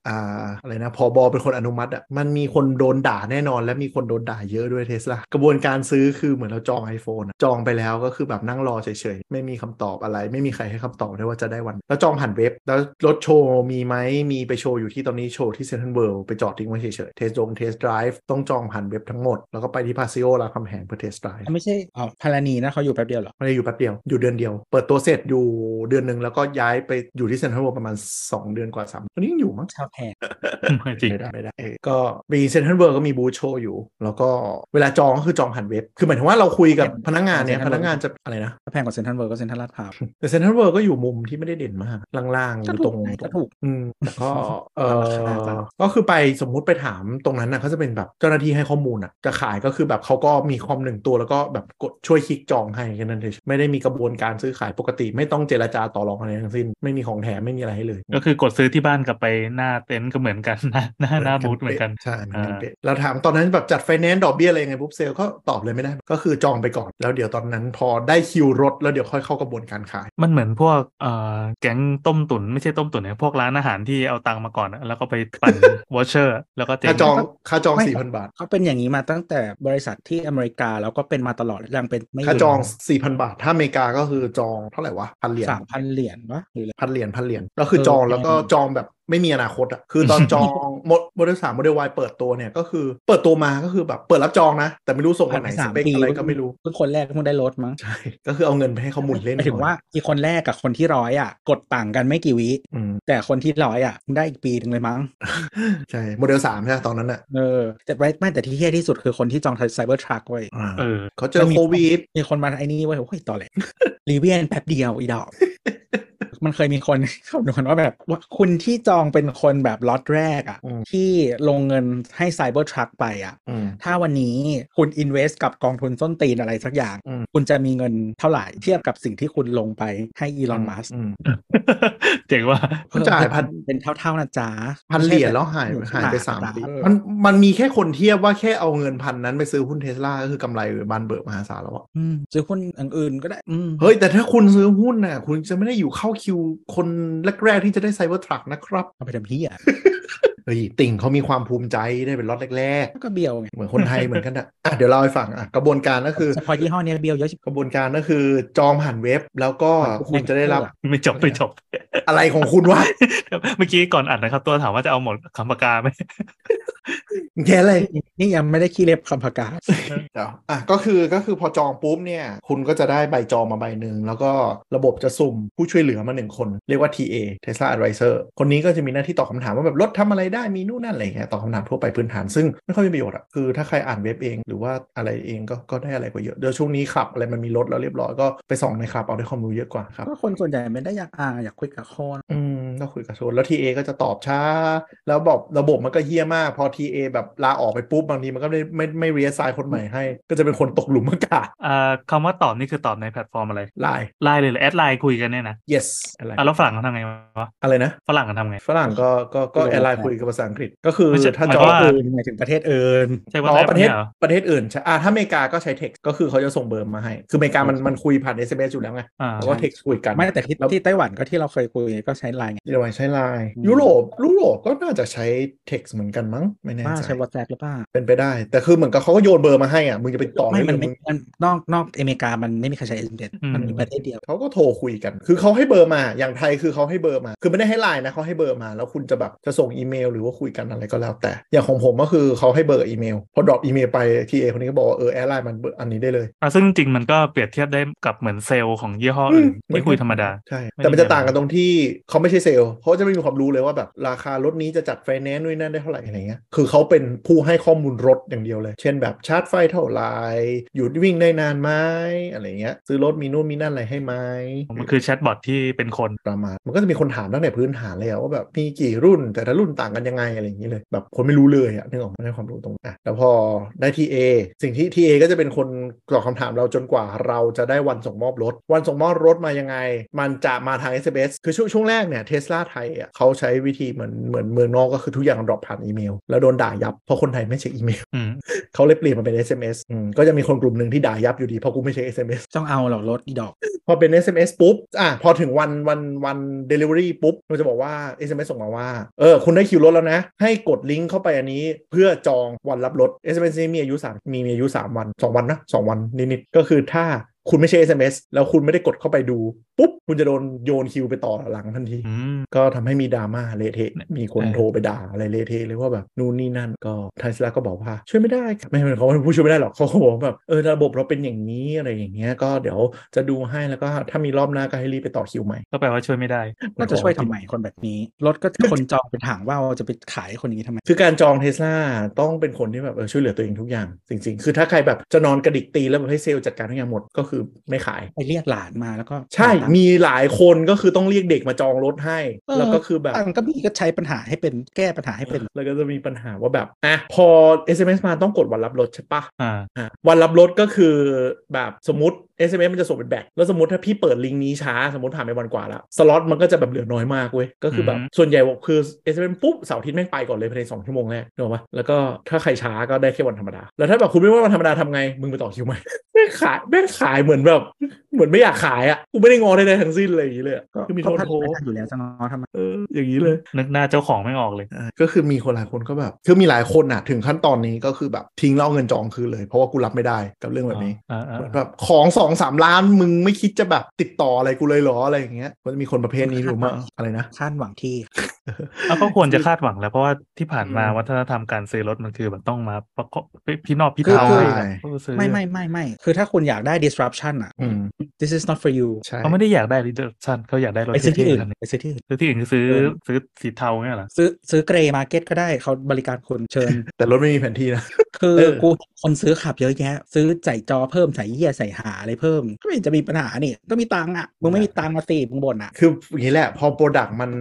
อ่าอะไรนะพอบอเป็นคนอนุมัติอ่ะมันมีคนโดนด่าแน่นอน และมีคนโดนด่าเยอะด้วยเทสลากระบวนการซื้อคือเหมือนเราจอง iPhone อะจองไปแล้วก็คือแบบนั่งรอเฉยๆ ไม่มีคำตอบอะไร ไม่มีใครให้คำตอบได้ว่าจะได้วัน แล้วจองผ่านเว็บ แล้วรถโชว์มีไหมมีไปโชว์อยู่ที่ตอนนี้โชว์ที่เซ็นทรัลเวิลด์ไปจอดทิ้งไว้เฉยๆเทสดงเทสไดรฟ์ต้องจองผ่านเว็บทั้งหมด แล้วก็ไปที่พาซิโอรามคำแหงเพื่อเทสไดรฟ์
ไม่ใช่อ๋อพารานีนะเขาอยู่แป๊บเดียวเหรอ
ไม่ได้อยู่แป๊บเดียวอยู่เดือนเดียว เปิดตัวเสร็จอยู่เดือนหนึ่งแล้วก็ย้ายไปอยู่ที่เซ็นทรัลเวิลด์ประมาณสองเดือนกว่าสามตอนนี้ยังอยู่มั้ง
ชาวแพง
จริง
ไม่ได้ไม่ได้เออก็มีเซ็นทรัลเวิร์ก็มีบูธโชว์อยู่ แล้วก็เวลาจองก็คือจองผ่านเว็บ คือหมายถึงว่าเราคุยกับพนักงานเนี่ย พนักงานจะอะไรนะ
ถ้าแพงกว่าเซ็นทรัลเวิร์ก็เซ็นทรัลลาดพร้าว
แต่เซ็นทรัลเวิร์ก็อยู่มุมที่ไม่ได้เด่นมาก ล่างๆหรือตรง
ไง
ตร
ก็
ง
ถูก
อืมแต่ก็ เอ
ราคา
อ
ต่าง
ก็คือไปสมมุติไปถามตรงนั้นนะเขาจะเป็นแบบเจ้าหน้าที่ให้ข้อมูลอ่ะ จะขายก็คือแบบเขาก็มีคอมหนึ่งตัวแล้วก็แบบกดช่วยคลิกจองให้แค่นั้นเฉยไม่ได้มีกระบวนการซื้อขายปกติไม่ต้องเจรจาต่อรองอะไรทั้งสิ้น ไม่มีของแถมไม่มีอะไรให้เลย
ก็คือกดซื้อที่บ้านกลับไปหน้าเต็นท์ก็เหมือนกัน หน้าหน้าหน้าบูธเหมือนกัน
ใช่เหมือนกัน
อ่า
เป๊ะเราถามตอนนั้นแบบจัดไฟแนนซ์ดอกเบี้ยอะไรยังไงปุ๊บเซลล์ก็ตอบเลยไม่ได้ ก็คือจองไปก่อนแล้วเดี๋ยวตอนนั้นพอได้คิวรถแล้วเดี๋ยวค่อยเข้ากระบวนการขาย
มันเหมือนพวกเอ่อแก๊งต้มตุ๋นไม่ใช่ต้มตุ๋นเนี่ยพวกร้านอาหารที่เอาตังค์มาก่อนอะแล้วก็ไปปั่น วอเชอร์ แล้วก็เจ๊
ค่าจอง
ไม่
ค่าจอง
ไม่
4,000 บาท
เขาเป็นอย่างนี้มาตั้งแต่บริษัทที่อเมริกาแล้วก็เป็นมาตลอดยังเป็นไม่หยุด
ค่าจอง 4,000 บาท ถ้าอเมริกาก็คือจองเท่าไหร่วะพันเหรียญ
สามพันเหรียญวะหรืออะไร
พันเหรียญพันเหรียญก็คือจอง
เออ
แล้วก็จองแบบไม่มีอนาคตอ่ะคือตอนจอง มดโมเดลสามโมเดลวายเปิดตัวเนี่ยก็คือเปิดตัวมาก็คือแบบเปิดรับจองนะ แต่ไม่รู้ส่งวันไหนสเปคอะไรก็ไม่รู้
เพิ่งคนแรกเพิ่งได้รถมั้ง
ใช่ก็คือเอาเงินไปให้เขาหมุนเล่น
หมายถึงว่าอีคนแรกกับคนที่ร้อยอ่ะ กดต่างกันไม่กี่วิ
อืม
แต่คนที่ร้อยอ่ะได้อีกปีหนึ่งเลยมั้ง
ใช่โมเดลสามใช่ไหมตอนนั้นอ่ะ
เออแต่ไม่ไม่แต่ที่เฮี้ยที่สุดคือคนที่จองไซเบอร์ทรัคไว้ย
อ่า
เออ
เขาเจอ
มันมี
โควิด
มีคนมาไอ้นี่ไว้ยโอ้ยต่อแหละ รีเวียนแป๊บเดียวอีดอก มันเคยมีคน คำนวณว่าแบบว่าคุณที่จองเป็นคนแบบล็อตแรกอ่ะ
อืม
ที่ลงเงินให้ไซเบอร์ทรัคไปอ่ะ
อืม
ถ้าวันนี้คุณอินเวสกับกองทุนส้นตีนอะไรสักอย่าง
อืม
คุณจะมีเงินเท่าไหร่เทียบกับสิ่งที่คุณลงไปให้อีลอนมัส
อืม
เจ๋งว่า
คุณจ่ายพัน
เป็นเท่าๆนะจ๊ะ
พันเหรียญแล้วหายหายไปสามปีมันมันมีแค่คนเทียบว่าแค่เอาเงินพันนั้นไปซื้อหุ้นเทสลาก็คือกำไรบานเบิกมหาศาลแล้วอะ
อืมซื้อหุ้นอันอื่นก็ได้อืม
เฮ้ย แต่ถ้าคุณซื้อหุ้นน่ะ คุณจะไม่ได้อยู่เข้าคิวคนแรกๆที่จะได้ไซเบอร์ทรัคนะครับ
เอาไปทำเฮีย
เฮ้ย ติ่งเขามีความภูมิใจได้เป็นล็อตแรก
ก็เบียวไง
ๆ เหมือนคนไทยเหมือนกัน อะอ่ะเดี๋ยวเราให้ฟังอ่ะกระบวนการก็คือ
เฉพาะยี่ห้อเนี้ยเบียวเยอะชิบ
กระบวนการก็คือจองผ่านเว็บแล้วก็คุณจะได้รับ
ไม่จบไม่จบ
อะไรของคุณวะ
เมื่อกี้ก่อนอัดนะครับ ตัวถามว่าจะเอาหมดคำปากกาไหม
แกอะไร
นี่ยังไม่ได้ขี้เล็บคำพากาศ
เดี๋ยวอ่ะก็คือก็คือพอจองปุ๊บเนี่ยคุณก็จะได้ใบจองมาใบหนึ่งแล้วก็ระบบจะสุ่มผู้ช่วยเหลือมาหนึ่งคน เรียกว่า TA Tesla Advisor คนนี้ก็จะมีหน้าที่ตอบคำถามว่าแบบรถทำอะไรได้มีนู่นนั่นอะไรอย่างเงี้ยตอบคำถามทั่วไปพื้นฐานซึ่งไม่ค่อยมีประโยชน์อ่ะคือถ้าใครอ่านเว็บเองหรือว่าอะไรเองก็ก็ได้อะไรกว่าเยอะเดี๋ยวช่วงนี้ขับอะไรมันมีรถแล้วเรียบร้อยก็ไปส่องในขับเอาได้ความรู้เยอะกว่าครับ
ก็คนส่วนใหญ่ไม่ได้อยากอ่านอยากคุยกับคน
อืมก็คุยกับโชนแล้วทีเอก็จะตอบช้า แล้วบอกระบบมันก็เฮี้ยมาก พอทีเอแบบลาออกไปปุ๊บบางทีมันก็ไม่ไม่ไม่เรียสายคนใหม่ให้ ก็จะเป็นคนตกหลุมอากาศ
อ่าคำว่าตอบนี่คือตอบในแพลตฟอร์มอะไร
ลาย
ไลน์เลยเหรอแอดไลน์คุยกันเนี่ยนะ
yes อะไร
อ่ะแล้วฝรั่งเขาทำไงวะ
อะไรนะ
ฝรั่งเขาทำไง
ฝรั่งก็ก็ก็
คุย
แอ
กับ
ร์ไลน์
ใคร
คุยกับภาษาอังกฤษก็คือ
ไม่ใช่
ถ้า
หมาย
จ
ค
อ
วามว่า
อื่นหมายถึงประเทศอื่น
ใช่
อ๋
ว่า
อประเทศ
นี่ยหอ
ประเทศอื่นใช่อ่าถ้าอเมริกาก็ใช้เท็กก็คือเขาจะส่งเบอร์มาให้ คืออเมริกามันมันคุยผ่าน SMS อยู่แล้วไง
อ่า
แล้วก็เท็กคุยกัน
ไม่แต่ที่
แล้ว
ที่ไต้หวันก็ที่เราเคยคุยก็ใช้ไลน์ไง
เยอรมันใช้ไลน์
อืม
ยุโรปยุโรปก็น่าจะใช้เท็กเหมือนกันมั้งไม่แน่
ว่า
ใจ
ใช้วอทแอปหรือเปล่า
เป็นไปได้ แต่คือเหมือนกับเขาก็โยนเบอร์มาให้อ่ะ มึงจะไปต่อ
ไม่มัน
ด้
ไม่
ยังง
มันนอกนอกอเมริกามันไม่มีใครใช้เอสเอ็มเอสมันมีประเทศเดียว
เขาก็โทรคุยกัน คือเขาให้เบอร์มา อย่างไทยคือเขาให้เบอร์มา คือไม่ได้ให้ไลน์นะเขาให้เบอร์มา แล้วคุณจะแบบจะส่งอีเมลหรือว่าคุยกันอะไรก็แล้วแต่ อย่างของผมก็คือเขาให้เบอร์อีเมล พอดรอปอีเมลไปทีเอคนนี้ก็บอกว่าเออแอร์ไลน์มันเบอร์อันนี้ได้เลย
อ่ะซึ่งจริงๆมันก็เปรียบเทียบได้กับเหมือนเซลล์ของยี่ห้ออื่น
อื
ที่คุยธรรมดา
ใช่ แต่มันจะต่างกันตรงที่เขาไม่ใช่เซลล์เขาจะไม่มีความรู้เลยว่าแบบราคารถนี้จะจัดไฟแนนซ์นู่นนั่นได้เท่าไหร่อะไรเงี้ย คือเขาเป็นผู้ให้ข้อมูลรถอย่างเดียวเลย เช่นแบบชาร์จไฟเท่าไหร่หยุดวิ่งได้นานไหมอะไรเงี้ย ซื้อรถมีนู่นมีนั่นอะไรให้ไหม
มันคือแชทบอทที่เป็นคน
ประมาณมันก็จะมีคนถามตั้งแต่พื้นฐานเลยอะว่าแบบมีกี่รุ่นแต่ละรุ่นต่างกันยังไงอะไรอย่างนี้เลย แบบคนไม่รู้เลยอะนึกออกไหมไม่ได้ความรู้ตรงนั้นอะแล้วพอได้ทีเอสิ่งที่ทีเอก็จะเป็นคนตอบคำถามเราจนกว่าเราจะได้วันส่งมอบรถ วันส่งมอบรถมายังไง มันจะมาทาง SMS คือช่วงช่วงแรกเนี่ยเทสลาไทยอะเขาใช้วิธีเหมือนเหมือนเมืองนอกก็คือทุกอย่างดรอปผ่านอีเมล แล้วโดนด่ายับเพราะคนไทยไม่เช็คอีเมล
อืม
เขาเลยเปลี่ยนมาเป็น SMS อืมก็จะมีคนกลุ่มหนึ่งที่ด่ายับอยู่ดีเพราะกูไม่เช็ค SMS
ต้องเอาเหรอรถอีดอก
พอเป็น SMS ปุ๊บ อ่ะ พอถึงวันวันวัน delivery ปุ๊บ มันจะบอกว่า SMS ส่งมาว่า เออ คุณได้คิวรถแล้วนะ ให้กดลิงก์เข้าไปอันนี้เพื่อจองวันรับรถ SMS นี้มีอายุ 3 มีมีอายุ 3 วัน 2 วันนะ 2 วันนิดๆก็คือถ้าคุณไม่ใช่ SMS แล้วคุณไม่ได้กดเข้าไปดู ปุ๊บ คุณจะโดนโยนคิวไปต่อหลังทันที
อืม
ก็ทำให้มีดราม่าเละเทะ มีคน
เออ
โทรไปด่าอะไรเละเทะเลยว่าแบบนู่นนี่นั่นก็ไทสลาก็บอกว่าช่วยไม่ได้ครับไม่เป็นเขาผู้ช่วยไม่ได้หรอกเขาก็บอกว่าแบบเออระบบเราเป็นอย่างนี้อะไรอย่างเงี้ยก็เดี๋ยวจะดูให้แล้วก็ถ้ามีรอบหน้าก็ให้รีบไปต่อคิวใหม่
ก็แปลว่าช่วยไม่ได้
ก็จะช่วยทำไมคนแบบนี้ รถก็คนจองเป็นถางว่าวจะไปขายคนอย่างนี้ทำไม
คือการจองเทสลาต้องเป็นคนที่แบบเออช่วยเหลือตัวเองทุกอย่างจริงๆ คือถ้าใครแบบจะนอนกระดิกตีนแล้วแบบให้เซลล์จัดการทุกอย่างหมดก็คือไม่ขาย
ไปเรียกหลานมาแล้วก็
ใช่มีหลายคนก็คือต้องเรียกเด็กมาจองรถให้ แล้วก็คือแบบ
อันก็มีก็ใช้ปัญหาให้เป็นแก้ปัญหาให้เป็น
แล้วก็จะมีปัญหาว่าแบบอ่ะพอ SMS มาต้องกดวันรับรถใช่ปะ
อ่า
อ่ะวันรับรถก็คือแบบสมมติ SMS มันจะส่งเป็นแบตแล้วสมมติถ้าพี่เปิดลิงก์นี้ช้า สมมติผ่านไปวันกว่าแล้ว สล็อตมันก็จะแบบเหลือน้อยมากเว้ย ก็คือแบบ
อืม
ส่วนใหญ่คือ SMS ปุ๊บเสาร์อาทิตย์แม่งไปก่อนเลยภายใน2ชั่วโมงแรกนึกออกปะแล้วก็ถ้าใครช้าก็ได้แค่วันธรรมดา แล้วถ้าแบบคุณไม่ว่าวันธรรมดาทำไง มึงไปต่อ คิวไหม แม่งขายแม่งขายเหมือนแบบเหมือนไม่อยากขายอ่ะกูไม่ได้งอใดๆทั้งสิ้นเลยอย่างนี้เลยอะ
ก็
คือมี
ก็
โทษ
พัฒ
โทษ
นาอยู่แล้วจะน้อทำไม
เอออย่างนี้เลย
นึกหน้าเจ้าของไม่ออกเลย
อ่าก็คือมีคนหลายคนก็แบบ คือมีหลายคนอ่ะ ถึงขั้นตอนนี้ก็คือแบบทิ้งแล้วเอาเงินจองคืนเลย เพราะว่ากูรับไม่ได้กับเรื่องแบบนี้
อ่าอ่า
เหมือน
อ่า
แบบของสองสามล้านมึงไม่คิดจะแบบติดต่ออะไรกูเลยเหรออะไรอย่างเงี้ยก็จะมีคนประเภทนี้อยู่ มากอะไรนะ
คาดหวังที่
เอาก็ควรจะคาดหวังแล้ว เพราะว่าที่ผ่านมา
อืม
วัฒนธรรมการซื้อรถมันคือแบบต้องมาประกอบพี่นอบพี่
คือ
เทา
ใช่
ผู้ซื้อ
ไม่ไม่ไม่ไม่คือถ้าคุณอยากได้ disruption อ่ะ
อืม
this is not for you
ใช่
เขาไม่ได้อยากได้ริดชันเขาอยากได้รถ
ไปซื้อที่อื่น
เท่ๆ
ไปซื้อที่อื่น
ซื้อที่อื่นคือซื้อ
เออ
ซื้อสีเทาเนี่ยเหรอ
ซื้อซื้อเกรย์มาร์เก็ตก็ได้เขาบริการคนเชิญ
แต่รถไม่มีแผนที่นะ
คือ
เออ
กูคนซื้อขับเยอะแยะ ซื้อใส่จอเพิ่มใส่เยี่ยใส่หาอะไรเพิ่ม ก็ไม่เห็นจะมีปัญหานี่ต้องมีตังค์อ่ะมึงไม่มีตังค์มาสิมึงบ่นอ่ะ
คืออย่างนี้แหละ พอโปรดักต์มัน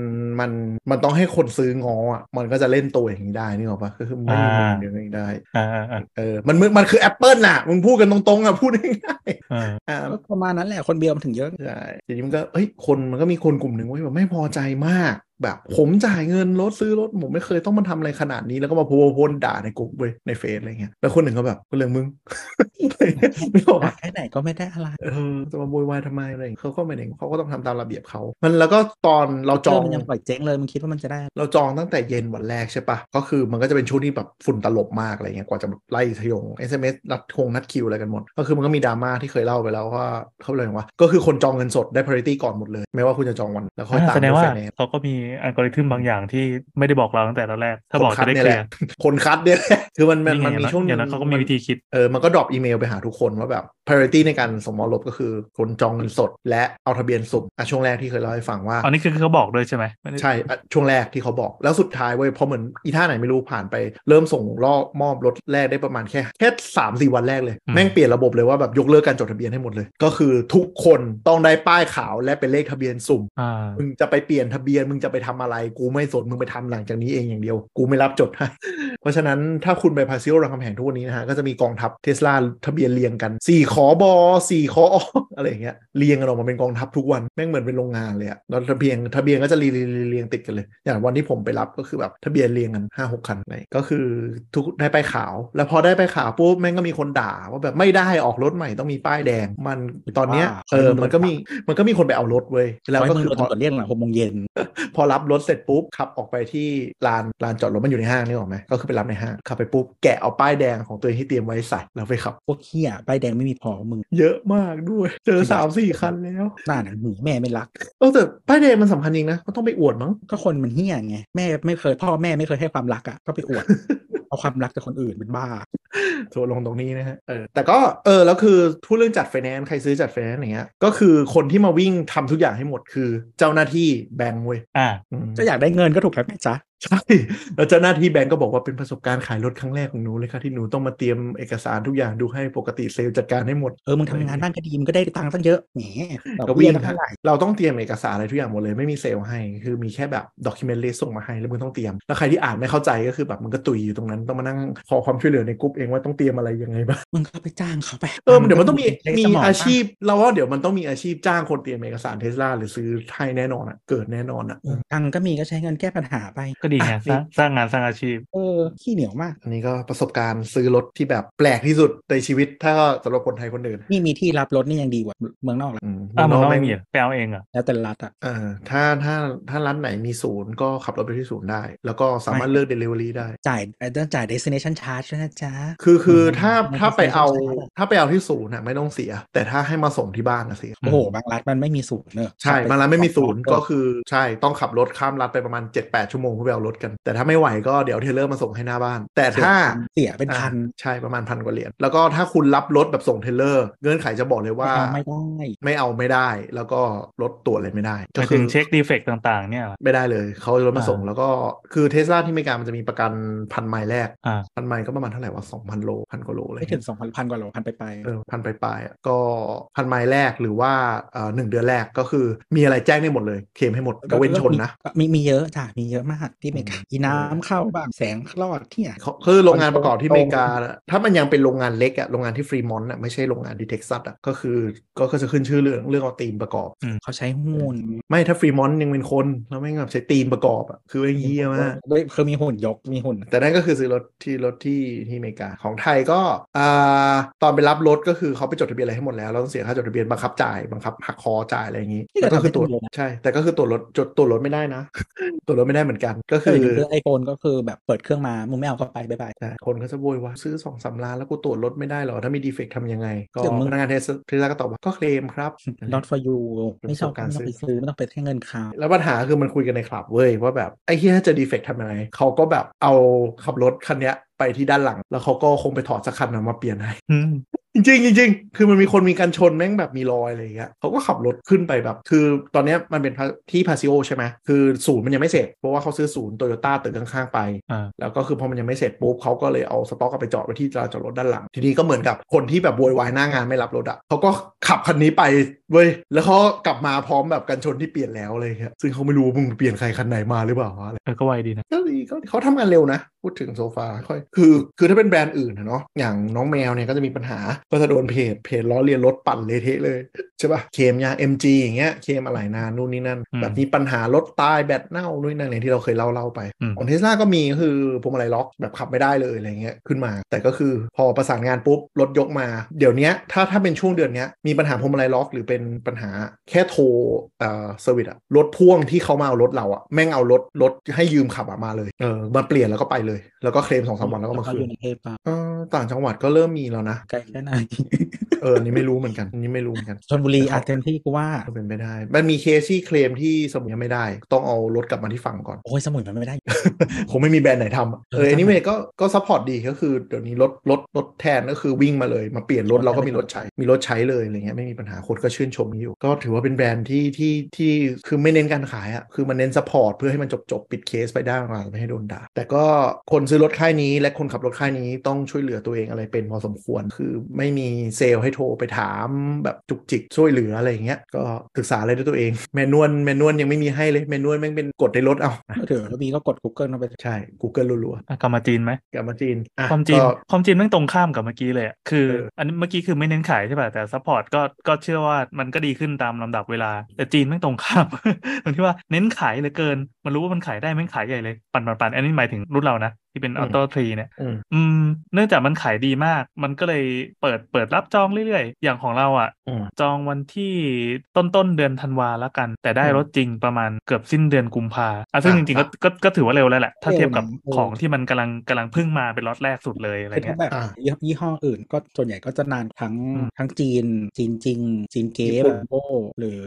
มันมันต้องให้คนซื้องออ่ะมันก็จะเล่นตัวอย่างนี้ได้นี่หรอกปะก็คือไม่มี
อ่า
เงินเดือนไม่ได้
อ่าอ่าอ่า
เออมันมึงมันคือ Apple น่ะมึงพูดกันตรงๆอ่ะ พูดง่าย
เออ
ๆอ่า
ก็ประมาณนั้นแหละคนเบียร์มันถึงเยอะ
ใช่ทีนี้มันก็เอ้ยคนมันก็มีคนกลุ่มหนึ่งเว้ยแบบไม่พอใจมาก แบบผมจ่ายเงินรถซื้อรถผมไม่เคยต้องมาทำอะไรขนาดนี้แล้วก็มาโพสต์โพสต์ด่าในกลุ่มเว้ยในเฟซอะไรเงี้ยแล้วคนหนึ่งก็แบบก็เรื่องมึ ง อะไรเงี้ยไม่บอกว่า
แค่ไหนก็ไม่ได้อะไร
เออจะมาโวยวายทำไมอะไรเงี้ยเขาก็ไม่เด้เขาก็ต้องทำตามระเบียบเขามันแล้วก็ตอนเราจอง
มันยังปล่อยเจ๊งเลยมึงคิดว่ามันจะได้อะไร
เราจองตั้งแต่เย็นวันแรกใช่ปะก็คือมันก็จะเป็นช่วงที่แบบฝุ่นตลบมากอะไรเงี้ย กว่าจะไล่ทยง SMS รัดคงนัดคิวอะไรกันหมด ก็คือมันก็มีดราม่าที่เคยเล่าไปแล้วว่าเขาเลยกว่า ก็คือคนจองเงินสดได้ parity ก่อนหมดเลย ไม่ว่าคุณจะจองวันแล้วค่อยตาม
แสดง
ด้วย
ว่า
finance
เขาก็มีอัลกอริทึมบางอย่างที่ไม่ได้บอกเราตั้งแต่ตอนแรก ถ้าบอก
คนคั
จะ
ด
ได้เค
เนี่ยแห
ลีย
ละ
ร์
คนคัดเนี่ย แหละคือมันมันมัน
ไง
มีช่วงห
อย่าง
นึ่
นั้นเขาก็มีวิธีคิด
เออมันก็ดรอปอีเมลไปหาทุกคนว่าแบบ parity ในการสมรลบก็คือคนจองเงินสด และเอาทะเบียนสุ่มอ่ะช่วงแรกที่เคยเล่าให้ฟังว่า
อันนี้คือเขาบอกด้วยใช่ไหมไม่ได้
ใช่อ่ะช่วงแรกที่เขาบอกแล้วสุดท้ายเว้ยพอเหมือนอีท่าไหนไม่รู้ผ่านไป เริ่มส่งรอบมอบรถแรกได้ประมาณแค่แค่สามสี่วันแรกเลย แม่งเปลี่ยนระบบเลยว่าแบบยกเลิกการจดทะเบียนให้หมดเลย ก็คือทุกคนต้องได้ป้ายขาวและเป็นเลขทะเบียนสุ่ม
อ่า
มึงจะไปเปลี่ยนทะเบียนมึงจะไปทำอะไร กูไม่สนมึงไปทำหลังจากนี้เองอย่างเดียว กูไม่รับจดให้ เพราะฉะนั้นถ้าคุณไปพาซิโอรังคำแหงทุกวันนี้นะฮะก็จะมีกองทัพเทสลาทะเบียนเรียงกัน4ขอบอ4ขออ อะไรอย่างเงี้ยเรียงกันออกมาเป็นกองทัพทุกวันแม่งเหมือนเป็นโรงงานเลยอะแล้วทะเบียนทะเบียนก็จะเรียงเรียงเรียงเรียงติดกันเลย อย่างวันที่ผมไปรับก็คือแบบทะเบียนเรียงกัน5 6คันเลยก็คือทุกได้ป้ายขาว แล้วพอได้ป้ายขาวปุ๊บแม่งก็มีคนด่าว่าแบบไม่ได้ออกรถใหม่ต้องมีป้ายแดง มันตอนเนี้ยเออมันก็มีมันก็มีคนไปเอารถเว้ยแล้วก็คือ
โดน
พอ
ตำรวจเรียกหลังหกโมงเย็น
พอรับรถเสร็จปุ๊บขับออกไปที่ลานลานจอดรถมันอยู่ในห้างนี่หรอกไหมก็คือไปรับในห้างขับไปปุ๊บแกะเอาป้ายแดงของตัวเองที่เตรียมไว้ใส่แล้วไปขับ
พวกเขี้ยป้ายแดงไม่มีพอมึง
เยอะมากด้วย เจอสามสี่คันแล้ว
หน้าหนังหนีแม่ไม่รัก
เออแต่ป้ายแดงมันสำคัญจริงนะก็ต้องไปอวดมั้ง
ก็คนมันเฮี้ยไงแม่ไม่เคยพ่อแม่ไม่เคยให้ความรักอ่ะก็ไปอวด เอาความรักจากคนอื่นเป็นบ้า
โทรลงตรงนี้นะฮะเออแต่ก็เออแล้วคือพูดเรื่องจัดไฟแนนซ์ใครซื้อจัดไฟแนนซ์อย่างเงี้ยก็คือคนที่มาวิ่งทำทุกอย่างให้หมดคือเจ้าหน้าที่แบงค์เว้ย
อ่า
อืม
ก็อยากได้เงินก็ถูกแล้วไงจ๊ะ
ใช่แล้วเจ้าหน้าที่แบงก์ก็บอกว่าเป็นประสบการณ์ขายรถครั้งแรกของหนูเลยค่ะที่หนูต้องมาเตรียมเอกสารทุกอย่างดูให้ปกติเซลล์จัดการให้หมด
เออมึงทำงานบ้างก็ดีมึงก็ได้ตังค์ตั้งเยอะแหมด
ก็
อกเบี้
วิ่
ย
ง
ตั้งเท่าไหร่
เราต้องเตรียมเอกสารอะไรทุกอย่างหมดเลยไม่มีเซลล์ให้ คือมีแค่แบบด็อกิเมนต์เลส่งมาให้แล้วมึงต้องเตรียม แล้วใครที่อ่านไม่เข้าใจก็คือแบบมึงก็ตุยอยู่ตรงนั้นต้องมานั่งขอความช่วยเหลือในกลุ่มเองว่าต้องเตรียมอะไรยังไงบ้าง
มึงก็ไปจ้างเขาไป
เออเดี๋ยวมันต้องมี
ใช้
มี
สง
อาชีพเราว่าเดี๋ยวมันต้องมีอาชีพจ้างคนเตรียมเอกสารเทสลาหรือซื้อให้แน่นอนอ่ะเกิดแน่นอนอ่ะ
เออตังค์ก็มีก็ใช้เงินแก้ปัญหาไป
ก็ดีไง
อ่ะ
สร้างสร้างงานสร้างอาชีพ
เออขี้เหนียวมาก
อันนี้ก็ประสบการณ์ซื้อรถที่แบบแปลกที่สุดในชีวิตถ้าสำหรับคนไทยคนอื่น
นี่มีที่รับรถนี่ยังดีกว่าเมืองนอกละ
อืม
อ้าวมัน
ง
ต้อง
แง
มีเหรอไปเอาเองเหรอ่ะ
แล้วแต่รัฐอ่ะ
เอ่อถ้าถ้าถ้าร้านไหนมีศูนย์ก็ขับรถไปที่ศูนย์ได้ แล้วก็สามารถ
ไม่
เลือก Delivery ได้
จ่ายเอ่อต้องจ่าย destination charge ด้วยนะจ๊ะ
คือคือ
มัน
ถ้า
มัน
ถ้าไปเอา
ใช้ได้
ถ้าไปเอาที่ศูนย์น่ะไม่ต้องเสีย แต่ถ้าให้มาส่งที่บ้านนะเสีย
โอ้โหบางรัฐมันไม่มีศูนย์เนอะ
ใช่
ขับป
มาแล้วไม่มีศูนย์
สง
ก็คือใช่ต้องขับรถข้ามรัฐไปประมาณ 7-8 ชั่วโมงเพื่อไปเอารถกัน แต่ถ้าไม่ไหวก็เดี๋ยวเทรลเลอร์มาส่งให้หน้าบ้าน แต่ถ้า
เสียเป็นพัน
อ่าใช่ประมาณพันกว่าเหรียญแล้วก็ถ้าคุณรับรถแบบส่งเทรลเลอร์เงื่อนไขจะบอกเลยว่า
ไม่ได้
ไม่เอาไม่ได้ แล้วก็รถตรวจอะไรไม่ได้
ไป
ก็
ถึ
อ
งเช็คดีเฟกต์ต่างๆ เนี่ยเหรอ
ไม่ได้เลยเขารถมาส่ง
อ่า
แล้วก็คือเทสลาที่อเมริกามันจะมีประกันพันไมล์แรก
อ่า
พันไมล์ก็ประมาณเท่าไหร่วะสองพันโลพันกว่าโลเลย
ไม่ถึงสองพันพันกว่าโลพันไปไปๆ
เออพันปลายๆอ่ะก็พันไมล์แรกหรือว่าเอ่อหนึ่งเดือนแรกก็คือมีอะไรแจ้งได้หมดเลยเคลมให้หมดยกเว้นชนนะ
ก็มีมีเยอะจ้ะมีเยอะมากที่อเมริกา
อืม
อีน้ำเข้าบ้างแสงรอดที่ไหน
เขาคือโรงงานประกอบที่
ตรง
อเมริกาน่ะถ้ามันยังเป็นโรงงานเล็กอะโรงงานที่ฟรีมอนต์อะไม่ใช่โรงงานที่เท็กซัสอะก็คือก็ก็จะขึ้นชื่อเรื่องเรื่องเอาตีมประกอบ
เขาใช้หุ่น
ไม่ถ้าฟรีมอนต์ยังเป็นคนแล้วไม่งแบบใช้ตีมประกอบอะคือเรื่องเยี่ยมาก
ด้วยคือมีหุ่นยกมีหุ่น
แต่นั่นก็คือซื้อรถที่รถที่ที่อเมริกาของไทยก็อ่าตอนไปรับรถก็คือเขาไปจดทะเบียนอะไรให้หมดแล้วเราต้องเสียค่าจดทะเบียนบังคับจ่ายบังคับหักคอจ่ายอะไรอย่างนี้
นี่ก็
แต่ก็
ทำ
คื
ให้
ตรวจ
ตำรวจนะ
ใช่ แต่ก็คือตรวจรถจดตรวจรถไม่ได้นะ ตรวจรถไม่ได้เหมือนกันก็
คื
คือ อ
ไอโฟนก็คือแบบเปิดเครื่องมามึงไม่เอาเข้าไปบ๊ายบาย
ใช่คนเขาจะโวยว่าซื้อสองสามล้านแล้วกูตรวจรถไม่ได้หรอ ถ้ามีดีเฟกต์ทำยังไง ก็
เดี๋ยวมึง
พนักงานเทสเทสลาก็ตอบว่าก็เคลมครับ
not for you ไม่ชอบ
ประสบการณ์
ไม่ต้องไปซื้อไม่ต้องไปให้เงินเขา
แล้วปัญหาคือมันคุยกันในคลับเว้ยว่าแบบไอ้เฮียถ้าเจะดีเฟกต์ทำยังไงเขาก็แบบเอาขับรถคันเนี้ยไปที่ด้านหลัง แล้วเขาก็คงไปถอดสักคันนะมาเปลี่ยนให้
อืม
จริงๆจริงๆคือมันมีคนมีการชนแม่งแบบมีรอยอะไรอย่างเงี้ยเขาก็ขับรถขึ้นไปแบบ คือตอนเนี้ยมันเป็นพาที่พาซิโอใช่ไหมคือศูนย์มันยังไม่เสร็จ เพราะว่าเขาซื้อศูนย์โตโยต้าตึกข้างๆไป
อ่า
แล้วก็คือพอมันยังไม่เสร็จปุ๊บเขาก็เลยเอาสต็อกเอาไปจอดไว้ที่ลานจอดรถด้านหลัง ทีนี้ก็เหมือนกับคนที่แบบโวยวายหน้างานไม่รับรถอ่ะเขาก็ขับคันนี้ไปเว้ยแล้วเขากลับมาพร้อมแบบกันชนที่เปลี่ยนแล้วอะไรอย่างเลยครับซึ่งเขาไม่รู้ว่ามึงไปเปลี่ยนใครคันไหนมาหรือเปล่าวะอะไร
เออก็ไวดีนะ
ก็ดีก็เขาทำงานเร็วนะ พูดถึงโซฟาค่อยคือ คือถ้าเป็นแบรนด์อื่นนะเนาะอย่างน้องแมวเนี่ยก็จะมีปัญหาก็จะโดนเพจ เพจล้อเลียนรถปั่นเละเทะเลยใช่ปะเคลมยา MG อย่างเงี้ยเคลมอะไรนานนู่นนี่นั่น
อืม
แบบมีปัญหารถตายแบตเน่านู่นนนั่นอย่างที่เราเคยเล่าเล่าไป
อืม
ของเทสลาก็มีก็คือพวงมาลัยล็อกแบบขับไม่ได้เลยอะไรเงี้ยขึ้นมา แต่ก็คือพอประสานงานปุ๊บรถยกมา เดี๋ยวเนี้ยถ้าถ้าเป็นช่วงเดือนเนี้ยมีปัญหาพวงมาลัยล็อกหรือเป็นปัญหาแค่โทรเอ่อเซอร์วิสอะรถพ่วงที่เขามาเอารถเราอะแม่งเอารถรถให้ยืมขับอะมาเลยเออมาเปลี่ยนแล้วก็ไปเลย แล้วก็เคลมสองสามวันแล้วก็มา
เขา
คื
อยู่
น
ในเทพป่ะ
เออต่างจังหวัดก็เริ่มมีแล้วนะ
ไกลแค่ไหน
เอออันนี้ไม่รู้เหมือนกันอันนี้ไม่รู้เหมือนกัน
ชนบุรี
แต่เขา
อาจเต็มที่กูว่า
ก็เป็นไปได้ มันมีเคสที่เคลมที่สมุยยังไม่ได้ ต้องเอารถกลับมาที่ฝั่งก่อน
โอ้ยสมุยมันไม่ได้
คงไม่มีแบรนด์ไหนทำอะเอ
เอ
อ
อ
อันนี้เมก็ก็ซัพพอร์ตดีก็คือเดี๋ยวนี้รถรถรถแทนก็คือวิ่งมาเลย มาเปลี่ยนรถเราก็มีรถใช้ มีรถใช้เลยอะไรเงี้ยไม่มีปัญหาคนก็ชื่นชมนี้อยู่ ก็ถือว่าเป็นแบรนด์ที่ที่ที่คือไม่เน้นการขายอะคือมันเน้นซัพพอร์ตเพื่อให้มันจบจบๆปิดเคสไปได้มาไม่ให้โดนด่าแต่ก็คนซื้อรถค่ายนี้และคนขับรถค่ายนี้ต้องช่วยเหลือตัวเองอะไรเป็นพอสมควร คือไม่มีเซลล์ให้โทรไปถามแบบจุกจิกช่วยเหลืออะไรอย่างเงี้ยก็ศึกษาอะไรด้วยตัวเองแมนนวลแมนนวลยังไม่มีให้เลยแมนนวลแม่งเป็นกดในรถเอาอะ
ก็ถือว่าบีก็กด Google เข้าไป
ใช่ Google รัวๆ
อ่ะกลับมาจีนไหม
กลับมาจีนอ่ะ
ความจริง
ก็
ความจริงแม่งตรงข้ามกับเมื่อกี้เลยอะคือ
เอออั
อันนี้เมื่อกี้คือไม่เน้นขายใช่ป่ะแต่ซัพพอร์ตก็ก็เชื่อว่ามันก็ดีขึ้นตามลำดับเวลา แต่จีนแม่งตรงข้าม ตรงที่ว่าเน้นขายเหลือเกิน มันรู้ว่ามันขายได้แม่งขายใหญ่เลยปั่นปั่นปั่นอันนี้หมายถึงรุ่นเรานะ ที่เป็นออโต้ทรีเนี่ย
อืม
อืมเนื่องจากมันขายดีมาก มันก็เลยเปิดเปิดรับจองเรื่อยๆ อย่างของเราอ่ะ
อืม
จองวันที่ต้นต้นเดือนธันวาแล้วกัน แต่ได้
อืม
รถจริงประมาณเกือบสิ้นเดือนกุมภาอ่ะซึ่ง
อ่ะ
จริงๆก็
อ่ะ
ก็ก็ถือว่าเร็วแล้วแหละ ถ้าเทียบกับ
เร็วนะเออ
ของที่มันกำลังกำลังเพิ่งมาเป็นล็อตแรกสุดเลยอะไร
คือ
เงี้
ถ้าย แบบ
อ่า
ยี่ห้อยี่ห้ออื่นก็ส่วนใหญ่ก็จะนานทั้ง
อืม
ทั้งจีน จีนจริง จีนเก๊
ญี่ปุ่น
ลัมโบหรือ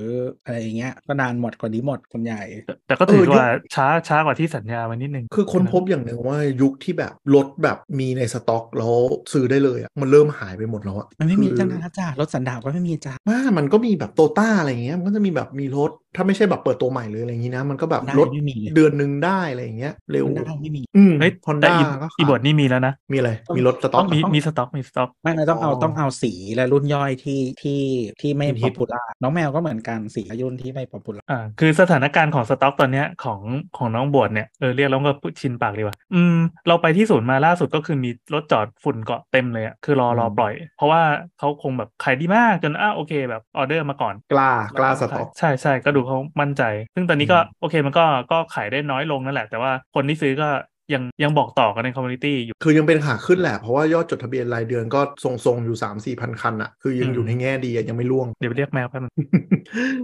อะไรอย่างเงี้ย ก็นานหมดกว่านี้หมดคนใหญ่
แต่แต่ก็ถือ
เออยุค
ว่าช้าช้ากว่าที่สัญญาไว้นิดนึง
คือค้นพบอย่างหนึ่งว่ายุคที่แบบรถแบบมีในสต็อกแล้วซื้อได้เลยอ่ะมันเริ่มหายไปหมดแล้วอ่ะ
มันไม่มี
คือ
จังนะจ้ารถสันดาปก็ไม่มีจ้า
ว่ามันก็มีแบบโตต้าอะไรอย่างเงี้ยมันก็จะมีแบบมีรถ ถ้าไม่ใช่แบบเปิดตัวใหม่เลยอะไรอย่างงี้นะ มันก็แบบ
ได้
รถ
ไม่มีเลย
เดือนหนึ่งได้อะไรอย่างเงี้ยเร็ว
มันได้ไม่มี
อืม
เฮ้ย
ฮอน
แต่
ด้า
อี
ก็ขาย
อีบอร์ดนี่มีแล้วนะ
มีอะไร
ต้อง
มีรถสต็อก
มี
ต้อง
มีสต็อกมีสต็อก
ไม่ไม่ต้องเอา
อ๋อ
ต้องเอาสีและรุ่นย่อยที่ที่ที่ไม่
ฮิตฮิ
ป๊อ
ต
ปปูล่าน้องแมวก็เหมือนกันสีและรุ่นที่ไม่ป๊อปปูล่า
อ่าคือสถานการณ์ของสต็อกตอนเนี้ยของของน้องบวชเนี่ยเออเรียกแล้วก็พูดชินปากดีกว่าอืมเราไปที่ศูนย์มาล่าสุดก็คือมีรถจอดฝุ่นเกาะเต็มเลยอะคือรอรอปล่อย เพราะว่าเขาคงแบบขายดีมากจนอ้าวโอเคแบบออเดอร์มาก่อน
กล้ากล้าสต็อก
ใช่ใช่ก็ดูเขามั่นใจ ซึ่งตอนนี้ก็
อืม
โอเคมันก็ก็ขายได้น้อยลงนั่นแหละ แต่ว่าคนที่ซื้อก็ยังยังบอกต่อกันในคอมมูนิตี้อยู่
คือยังเป็นขาขึ้นแหละเพราะว่ายอดจดทะเบียนรายเดือนก็ทรงๆอยู่3 4พันคันอ่ะคือยัง
อืม
อยู่ในแง่ดีอะยังไม่ร่วง
เดี๋ยวไปเรียกแมวแป๊บนึง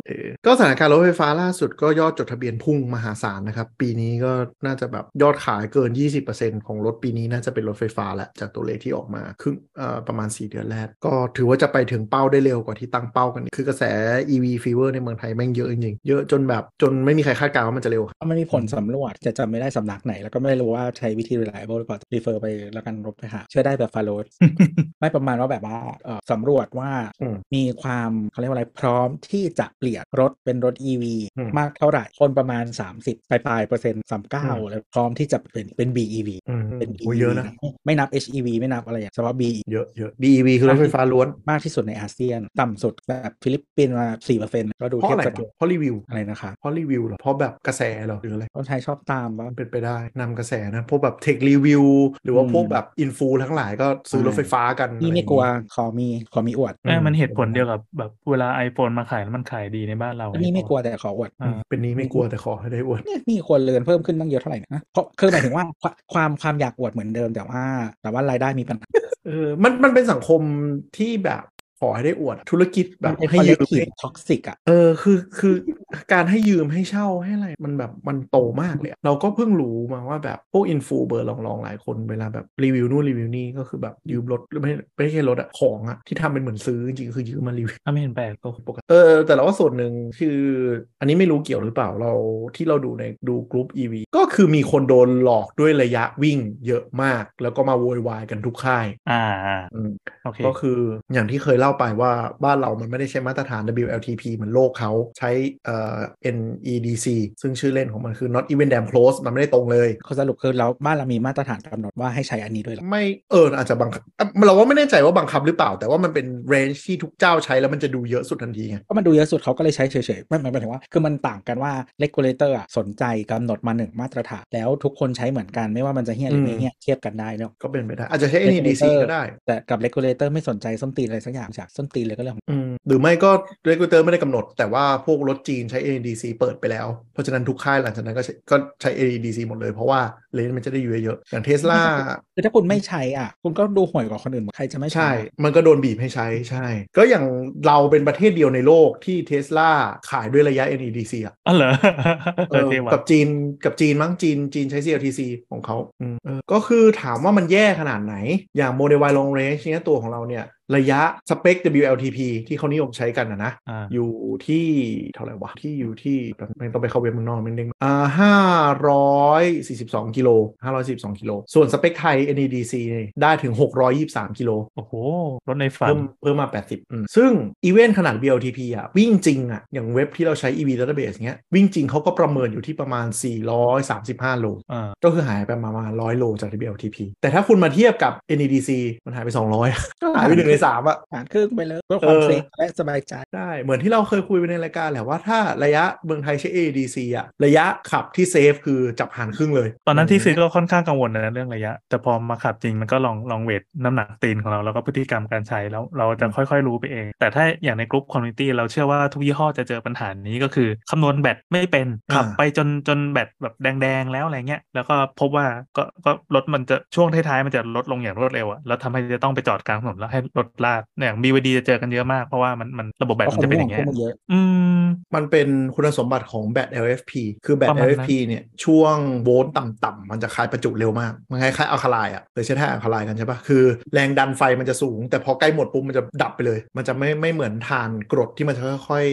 เออก็สถานการณ์รถไฟฟ้าล่าสุดก็ยอดจดทะเบียนพุ่งมหาศาลนะครับ ปีนี้ก็น่าจะแบบยอดขายเกิน 20%ของรถปีนี้น่าจะเป็นรถไฟฟ้าแหละจากตัวเลขที่ออกมาครึ่งเอ่อประมาณ 4 เดือนแรก ก็ถือว่าจะไปถึงเป้าได้เร็วกว่าที่ตั้งเป้ากัน คือกระแส EV fever ในเมืองไทยแม่งเยอะจริงๆเยอะจนแบบจนไม่มีใครคาดการณ์ว่ามันจะเร็ว
เพราะมันมีผลสำรวจจะจำไม่ได้สำนักไหน แล้วก็ไม่รู้ว่าใช้วิธี reliable หรือเปล่า refer ไปแล้วกันรบไปหาเชื่อได้แบบฟาโรส ไม่ประมาณว่าแบบว่าเอ่อสำรวจว่า
อืม
มีความเขาเรียกว่าอะไรพร้อมที่จะเปลี่ยนรถเป็นรถ EV
อืม
มากเท่าไหร่ คนประมาณ 30ปลายปลายๆเปอร์เซ็นต์สามเก้า
อืม
แล้วพร้อมที่จะเป็นเป็น BEV เป็น
โอ้ย
BEV
เยอะนะ
ไม่นับ HEV ไม่นับอะไรอย่างเฉพาะ BEV
เยอะเยอะ BEV คือรถไฟฟ้าล้วน
มากที่สุดในอาเซียน ต่ำสุดแบบฟิลิปปินส์มาสี่เปอร์เซ็นต์ก็ดู
เพราะ
เทียบ
อะไร
กับ
เพราะรีวิว
อะไรนะคะ
เพราะรีวิวเหรอเพราะแบบกระแสเหรอหรืออะไร
คนไทยชอบตามว่า
มันเป็นไปได้นำกระแสนะ พวกแบบเทครีวิว หรือว่า
อืม
พวกแบบอินฟูทั้งหลายก็ซื้อรถไฟฟ้ากัน
นี่
อะรอ
ไม่
ย่าง
กลัว
งี้
ขอมีขอมีอวด
เออมันเหตุผล
อืม
เดียวกับแบบเวลา iPhone มาขายแล้วมันขายดีในบ้านเรา
นี่ไม่กลัวแต่ขออวด
อ่า
เป็นนี้ไม่กลัวแต่ขอให้ได้อว ด
เนี่ยมีคนเรือนเพิ่มขึ้นตั้งเยอะเท่าไหร่นะเพราะคือหมายถึงว่าความความความอยากอวดเหมือนเดิมแต่ว่า แต่ว่ารายได้มีปัญหา
เออ มันมันเป็นสังคมที่แบบขอให้ได้อวด ธุรกิจแบ
มัน
บ
เป็น
ให้
คอลเล
ยื
ก
ม
ทีฟ
ให้
ท็อกซิกอ่ะ
เออคือคือการให้ยืมให้เช่าให้อะไรมันแบบมันโตมากเลยอะเราก็เพิ่งรู้มาว่าแบบพวกอินฟูเบอร์ลองๆหลายคนเวลาแบบรีวิวนู่นรีวิวนี่ก็คือแบบยืมรถหรือไม่ไม่ใช่รถอะของอะที่ทำเป็นเหมือนซื้อจริงๆคือยืมมารีวิว
ถ้าไม่เห็นแปลกก็
ปกติเออแต่เราว่าส่วนหนึ่งคืออันนี้ไม่รู้เกี่ยวหรือเปล่าเราที่เราดูในดูกรุ๊ป EV ก็คือมีคนโดนหลอกด้วยระยะวิ่งเยอะมาก แล้วก็มาโวยวายกันทุกค่าย
อ่าอ่า
อืม
โอเค
ก็คืออย่างที่เคยเล่าไปว่าบ้านเรามันไม่ได้ใช้มาตรฐาน WLTP เหมือนโลกเขาใช้เอ่อ NEDC ซึ่งชื่อเล่นของมันคือ not even damn close มันไม่ได้ตรงเลย
เขาสรุปคือเราบ้านเรามีมาตรฐานกำหนดว่าให้ใช้อันนี้ด้วยเหรอ
ไม่เอออาจจะบังคับอ่ะเราว่าไม่แน่ใจว่าบังคับหรือเปล่า แต่ว่ามันเป็น range ที่ทุกเจ้าใช้แล้วมันจะดูเยอะสุดทันทีไง
ก็มันดูเยอะสุดเขาก็เลยใช้เฉยๆไม่หมายถึงว่าคือมันต่างกันว่าเลกูเลเตอร์สนใจกำหนดมาหนึ่งมาตรฐานแล้วทุกคนใช้เหมือนกันไม่ว่ามันจะเฮี้ยหรือไม่เฮี้ยเทียบกันได้เนาะ
ก็เป็นไปได้อาจจะใช้
Regulator
NEDC ก็ได้
แต่กับเลกูเลเตอร์ไม่สนใจส้มตีนอะไรสักอย่างใช้ จากส้นตีนเลยก็เรื่องของ
อืมหรือไม่ก็เรกูเตอร์ไม่ได้กำหนด แต่ว่าพวกรถจีนใช้ ADC เปิดไปแล้ว เพราะฉะนั้นทุกค่ายหลังจากนั้นก็ใช้ก็ใช้ ADC หมดเลยเพราะว่าเลนส์มันจะได้อยู่เยอะๆอย่างเทสลา
คือถ้าคุณไม่ใช้อ่ะ คุณก็ดูห่วยกว่าคนอื่นหมดใครจะไม่
ใช่
ใช้
มันก็โดนบีบให้ใช้ใช่ ก็อย่างเราเป็นประเทศเดียวในโลกที่เทสลาขายด้วยระยะ NEDC อ่ะ
อ๋อเหรอ เอ
เอ
อ
อ
เท่ว่ะ
กับจีนกับจีนมั้งจีนจีนใช้ CLTC ของเขาอืมเออก็คือถามว่ามันแย่ขนาดไหน อย่างโมเดล Y long range เนี้ยตัวของเราเนี่ยระยะสเปค WLTP ที่เขานิยมใช้กันนะนะ
อ่า
อยู่ที่เท่าไหร่วะ ที่อยู่ที่ไม่ต้องไปเข้าเว็บเมึงนอกไม่เด้งอ่าห้าร้อยสี่สิบสองกิโลห้าร้อยสิบสองกิโล ส่วนสเปคไทย NEDC เนี่ยได้ถึงหกร้อยยี่สามกิโล
โอ้โหรถในฝัน
เพิ่มเพิ่มมา 80อืมซึ่งอีเวนต์ขนาด BLTP อ่ะ วิ่งจริงอ่ะ อย่างเว็บที่เราใช้ EV Database เงี้ย วิ่งจริงเขาก็ประเมินอยู่ที่ประมาณ 435 โล
อ่า
ก็คือหายไปประมาณ 100 โลจาก BLTP แต่ถ้าคุณมาเทียบกับ NEDC มันหายไป 200 หายไปหนึ่งในสามอ่ะ
ผ่านครึ่งไปเลยเพื่อความ
เออ
เซฟและสบายใจ
ได้เหมือนที่เราเคยคุยไปในรายการแหละว่าถ้าระยะเมืองไทยใช้ ADC อะระยะขับที่เซฟคือจับหารครึ่งเลย
ตอนนั้นที่ซื้อก็ค่อนข้างกังวลนะเรื่องระยะ แต่พอมาขับจริงมันก็ลองลองเวทน้ำหนักตีนของเราแล้วก็พฤติกรรมการใช้แล้วเราจะค่อยๆรู้ไปเอง แต่ถ้าอย่างในกลุ่มคอมมูนิตี้เราเชื่อว่าทุกยี่ห้อจะเจอปัญหานี้ก็คือคำนวณแบตไม่เป็นขับไปจนจนแบตแบบแดงๆแล้วอะไรเงี้ยแล้วก็พบว่าก็ก็รถมันจะช่วงท้ายๆมันจะลดลงอย่างรวดเร็วอะแล้วทำให้จะต้องไปจอดกลางถนนแล้วให้รถลากเนี่ยบีวดีจะเจอกันเยอะมากเพราะว่ามันมันระบบแบตมันจะเป็นอย่างเงี้ย
เพราะของพวกมันเยอะ
อืม
มันเป็นคุณสมบัติของแบต LFP คือแบต
ประมาณนั้น
LFP เนี่ยช่วงโวลต์ต่ำๆมันจะคายประจุเร็วมาก มันคล้ายๆอัลคาไลน์อะเคยใช้ท่าอัลคาไลน์กันใช่ปะคือแรงดันไฟมันจะสูง แต่พอใกล้หมดปุ๊บมันจะดับไปเลย มันจะไม่ไม่เหมือนทานกรดที่มันจะค่อย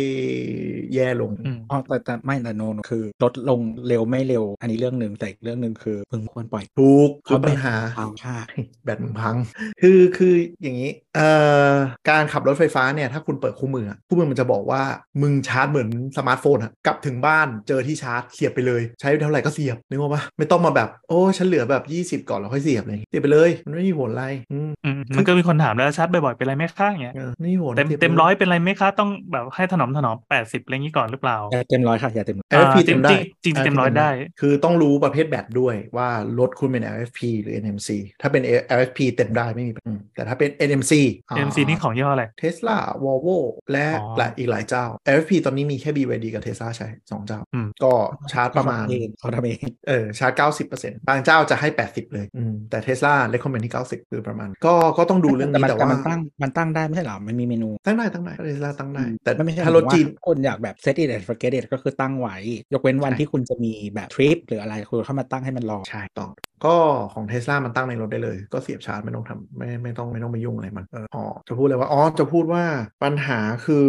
ๆแย่ลง
อืม
อ๋อแต่แต่ไม่แต่โนโนคือลดลงเร็วไม่เร็ว อันนี้เรื่องหนึ่งแต่อีกเรื่องหนึ่งคือพึงควรปล่อย
ทุกคือปัญหา
ความค่า
แบตมันพัง คือคืออย่างนี้ เอ่อ การขับรถไฟฟ้าเนี่ย ถ้าคุณเปิดคู่มืออะคู่มือมันจะบอกว่า มึงชาร์จเหมือนสมาร์ทโฟนอะกลับถึงบ้านเจอที่ชาร์จเสียบไปเลย ใช้เท่าไหร่ก็เสียบ นึกออกปะไม่ต้องมาแบบ โอ้ฉันเหลือแบบ 20 ก่อนแล้วค่อยเสียบเลยเสียบไปเลย มันไม่มีผลอะไรอืม
อืมมันก็มีคนถามแล้วชาร์จบ่อยๆเป็นไรไหมคะอย่างเงี้ย
เออไม่มีผล
เต็ม
สียบไปล
เต็มร้อยเป็นไรไหมคะต้องแบบให้ถนอมถนอมแปดสิบอะไรงี้ก่อนหรือเปล่า
อย่าเต็มร้อยค่ะอย่าเต็มร้อย
อ่า LFP
อ่า
เต็มได้
จริงๆจริงๆเต็มร้อยได้
คือต้องรู้ประเภทแบตด้วยว่ารถคุณเป็น LFP หรือ NMC ถ้าเป็น LFP เต็มได้ไม่มีปัญหาแต่ถ้าเป็น NMC อ่า
เอ็มซีนี่ของยี่ห้ออะไร
เทสลา วอลโวและ
อ๋อ
หลายอีกหลายเจ้า LFP ตอนนี้มีแค่ BYD กับเทสลาใช้ 2 เจ้า
อืม
ก็ชาร์จประมาณ
เองเขาทำเอง
เออ ชาร์จ 90%บางเจ้าจะให้ 80 เลยอืมแต่เทสลาเลคคอมเมนที่ 90 คือประมาณ ก็ก็ต้องดูเรื่อง
แต่
นี้
มัน
แต่
แต่
ว่า
มันตั้งมันตั้งได้ไม่ใช่เหรอมันมีเมนู
ตั้งได้ตั้งได้เทสลาตั้งได้ แต่
มันไม่ใช่
ถ้ารถ
หมย
จีน
ถึงว่คนอยากแบบ set it and forget it ก็คือตั้งไว้ ยกเว้นวัน
ใช่
ที่คุณจะมีแบบทริปหรืออะไรคุณเข้ามาตั้งให้มันรอ
ใช่ต้องก็ของเทสลามันตั้งในรถได้เลย ก็เสียบชาร์จไม่ต้องทำไม่ไม่ต้องไม่ต้องไปยุ่งอะไรมันเอออ๋อจะพูดเลยว่าอ๋อจะพูดว่าปัญหาคือ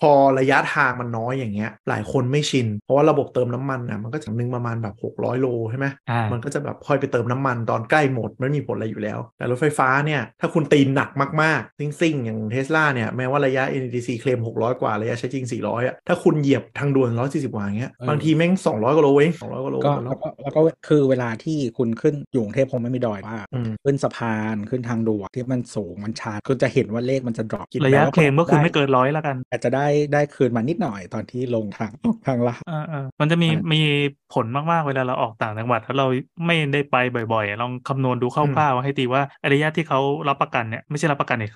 พอระยะทางมันน้อยอย่างเงี้ย หลายคนไม่ชิน เพราะว่าระบบเติมน้ำมันอ่ะมันก็จะนึงประมาณแบบ 600 โลใช่ไหม
อ่า
มันก็จะแบบค่อยไปเติมน้ำมันตอนใกล้หมดไม่มีผลอะไรอยู่แล้ว แต่รถไฟฟ้าเนี่ย ถ้าคุณตีนหนักมากๆ ซิ่งๆ อย่างเทสลาเนี่ย แม้ว่าระยะ NEDC เคลม 600 กว่า ระยะใช้จริง 400อ่ะถ้าคุณเหยียบทางด่วน 140 กว่าอย่างเงี้ย
เออ
บางทีแม่ง 200กว่าโลเอง200กว่าโล
ก็
บนร
แล้ว
ถ
ก็แล้วก็คือเวลาที่คุณขึ้นอยู่กรุงเทพคงไม่มีดอยว่า
อืม
ขึ้นสะพานขึ้นทางด่วนที่มันสูงมันชาคุณจะเห็นว่าเลขมันจะดรอป
ระยะเคลมก็คือไม่
น
เกินร้อยแล้วกัน
อาจจะได้ได้คืนมานิดหน่อยตอนที่ลงทางทางลาด
อ่าอ่ามันจะมี
ใช่
มีผลมากๆเวลาเราออกต่างจังหวัด แล้วเราไม่ได้ไปบ่อยๆ ลองคำนวณดูคร่าวๆให้ตีว่าระยะที่เขารับประกันเนี่ยไม่ใช่รับประกันเนี่ย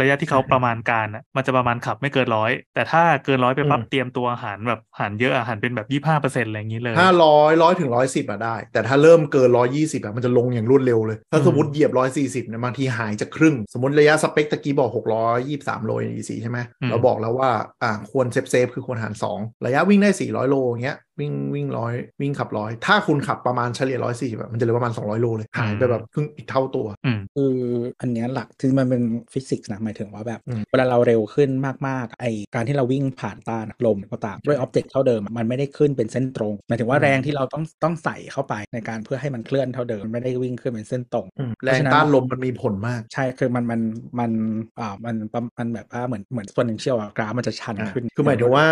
ระยะที่เขาประมาณการน่ะมันจะประมาณขับไม่เกินร้อยแต่ถ้าเกินร้อยไปปั๊บ
อืม
เตรียมตัวหารแบบหารเยอะอาหารเป็นแบบยี่ห้าเปอร์เซ็นต์อะไรอย่างนี้เลย
ถ้าร้อยร้อยถึงร้อยสิบอะได้ แต่ถ้าเริ่มเกินร้อยยี่สิบอะมันจะลงอย่างรวดเร็วเลย ถ้า
อืม
สมมติเหยียบร้อยสี่สิบเนี่ยบางทีหายจากครึ่ง สมมติระยะสเปกตะกี้บอกหกร้อยยี่สามโลอย่างสี่ใช่ไหมเราบอกแล้วว่าอ่าควรเซฟเซฟคือควรหารสองระยะวิ่งได้สี่ร้อยโลอย่างเงี้ยวิ่งวิ่งร้อยวิ่งขับร้อยถ้าคุณขับประมาณเฉลี่ยร้อยสี่มันจะเหลือประมาณสองร้อยโลเลยหายไปแบบครึ่งอีกเท่าตัว
อืม
คืออันเนี้ยหลักที่มันเป็นฟิสิกส์นะหมายถึงว่าแบบ
อืม
เวลาเราเร็วขึ้นมากๆไอการที่เราวิ่งผ่านต้านลมก็ตามด้วยอ็อบเจกต์เท่าเดิมอะมันไม่ได้ขึ้นเป็นเส้นตรงหมายถึงว่าแรงที่เราต้องต้องใส่เข้าไปในการเพื่อให้มันเคลื่อนเท่าเดิมมันไม่ได้วิ่งขึ้นเป็นเส้นตรง
แรงต้านลมมันมีผลมาก
ใช่คือมันมันมันอ่ามันประมันแบบว่าเหมือนเหมือนส่วนหนึ่งเชี่ยวอะกราฟมันจะชัน
อ่ะ
ขึ้น
คือหมายถึงว่า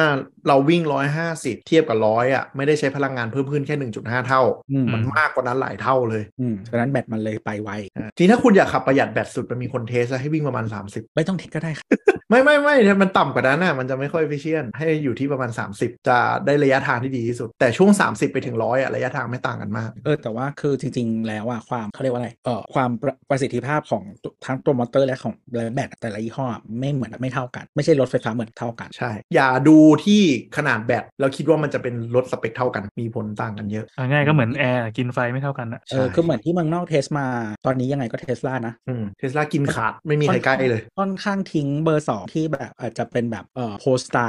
เราวิ่ง 150 เทียบกับ 100 อ่ะ อ่ะไม่ได้ใช้พลังงานเพิ่มขึ้นแค่ 1.5 เท่า
อืม
มันมากกว่านั้นหลายเท่าเลย
อืมฉะนั้นแบตมันเลยไปไว
อ่ะทีนี้ถ้าคุณอยากขับประหยัดแบตสุดมันมีคนเทสแล้วให้วิ่งประมาณ 30
ไม่ต้องเทคก็ได้ค่ะ
ไม่ไม่ไม่ถ้ามันต่ำกว่านั้นน่ะมันจะไม่ค่อยเฟชเชียนให้อยู่ที่ประมาณ 30 จะได้ระยะทางที่ดีที่สุด แต่ช่วง 30 ไปถึงร้อยอ่ะระยะทางไม่ต่างกันมาก
เออแต่ว่าคือจริง ๆ แล้วอะความเขาเรียกว่าอะไรเออความประประสิทธิภาพของตัวทั้งตัวมอเตอร์และของและแบตแต่ละยี่ห้อไม่เหมือนไม่เท่ากัน ไม่ใช่รถไฟฟ้าเหมือนเท่ากัน
ใช่ อย่าดูที่ขนาดแบตแล้วคิดว่ามันจะเป็นรถสเปคเท่ากันมีผลต่างกันเยอะ
เอาง่ายก็เหมือนแอร์กินไฟไม่เท่ากันอะ
เออคือเหมือนที่เมืองนอกเทสมาตอนนี้ยังไงก็เทสลานะ
เทสลากินขาดไม่มีใครใกล้เลย
ค่อนข้างทิ้งเบอร์ 2 ที่แบบอาจจะเป็นแบบเอ่อโพสตา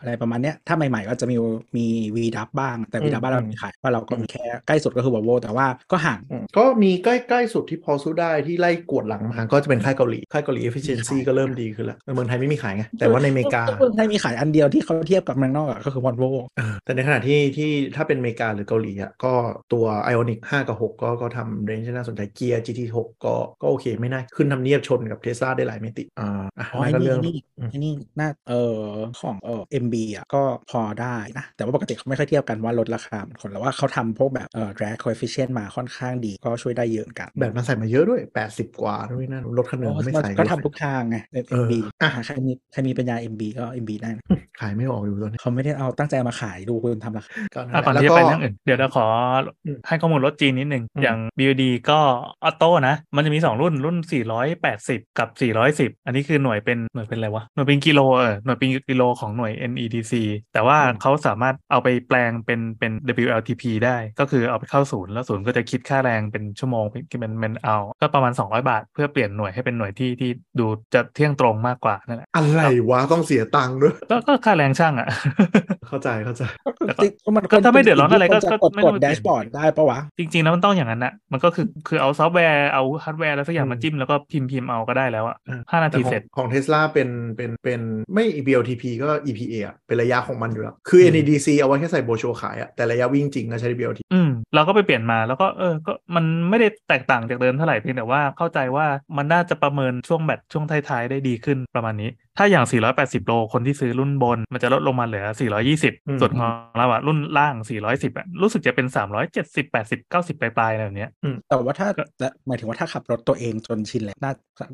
อะไรประมาณเนี้ย ถ้าใหม่ๆก็จะมีมีวีดับบ้าง แต่
อืม
วีดับบ้านเราไม่มีขายเพราะเราก็มีแค่ใกล้สุดก็คือวอลโวแต่ว่าก็ห่าง
ก็มีใกล้ๆสุดที่พอสู้ได้ที่ไล่กวดหลังมาก็จะเป็นค่ายเกาหลี ค่ายเกาหลี efficiency ก็เริ่มดีขึ้นแล้วเมืองไทยไม่มีขายไง แต่ว่าในอเมริกา
เมืองไทยมีขายอันเดียวที่เขาเทียบกับเมืองนอกอะก็คือวอลโว
แต่ในขณะที่ที่ถ้าเป็นอเมริกาหรือเกาหลีอ่ะก็ตัว Ionic 5 กับ 6 ก็ก็ทำเรนจ์น่าสนใจเกียร์ GT 6ก็ก็โอเค ไม่น่าขึ้นทำเนียบชนกับเทสลาได้หลายมิติอ่าอ่ะ
อ๋อ
นั่
ไอ้
น
นี่
ก็เรื่อง
ไอ้นี่
อืม
ไอ้นี่น่าเออของเออเอ็มบีอะก็พอได้นะ แต่ว่าปกติเขาไม่ค่อยเทียบกันว่าลดราคามันคนแล้วว่าเขาทำพวกแบบเอ่อ drag coefficient มาค่อนข้างดีก็ช่วยได้เยอะเหมือนกัน
แบบมันใส่มาเยอะด้วย 80 กว่าด้วยนั่นรถคันหนึ่งไม่ใส่
ก็ทำทุกทางไงเอ็มบี
อ่ะ
ใครมีใครมีปัญญาเอ็มบีก็เอ็มบีได้นะ
ขายไม่ออกอยู่ตอนนี้
เขาไม่ได้เอาตั้งใจมาขายดูคุณทำราคา
ก็นั่นแห
อ่ะ
ละ
ก่อนที่จะ
แล้วก็
ไปเรื่องอื่นเดี๋ยวเราขออ
ม
ให้ข้อมูลรถจีนนิดหนึ่ง
อืม
อย่าง BYD ก็ออโต้นะ มันจะมี 2 รุ่นรุ่น 480 กับ 410 อันนี้คือหน่วยเป็นหน่วยเป็นอะไรวะ หน่วยเป็นกิโลเออหน่วยเป็นกิโลของหน่วย NEDC แต่ว่าเขาสามารถเอาไปแปลงเป็นเป็น WLTP ได้ ก็คือเอาไปเข้าศูนย์แล้วศูนย์ก็จะคิดค่าแรงเป็นชั่วโมงเป็นเป็นเป็นเอา ก็ประมาณ 200 บาท เพื่อเปลี่ยนหน่วยให้เป็นหน่วยที่ที่ดูจะเที่ยงตรงมากกว่านั่นแหละ
อะไรวะต้องเสียตังค์ด้วย
ก็ก็ค่าแรงช่างอ่ะ
เข้าใจเข้าใจ
แต่ก็
จริงๆมัน
ก็ถ้าไม่เดือดร้อนอะไรก็
ควจ
ก็
กด
ไม่
ก
ต้
ด
องไป
แด
เปลี่ยน
ชบอร์ดได้ปะวะ
จริงๆ แล้วมันต้องอย่างนั้นน่ะ มันก็คือคือเอาซอฟต์แวร์เอาฮาร์ดแวร์แล้วสักอย่าง
อืม
มาจิ้มแล้วก็พิมพ์พิมพ์เอาก็ได้แล้วอะห้านา
แต่
ที
ขอ
เส
ง
ร็จ
ของเทสลาเป็นเป็นเป็นไม่ BLTP ก็ EPA อะเป็นระยะของมันอยู่แล้ว คือ
อืม
NEDC เอาไว้แค่ใส่โบรชัวร์ขายอะแต่ระยะวิ่งจริงก็ใช้ BLTP
อืมเราก็ไปเปลี่ยนมาแล้วก็เออก็มันไม่ได้แตกต่างจากเดิมเท่าไหร่เพียงแต่ว่าเข้าใจว่ามันน่าจะประเมินช่วงแบตช่วงท้ายๆ ได้ดีขึ้นประมาณนี้ ถ้าอย่าง 480 โลคนที่ซื้อรุ่นบน มันจะลดลงมาเหลือ
อืม
420 ส่วนของเราอะรุ่นล่าง 410อะรู้สึกจะเป็น 370 80 90 ปลายๆอะไรแบบเนี้ย
แต่ว่าถ้า
ก็
และหมายถึงว่าถ้าขับรถตัวเองจนชินแล้วน่า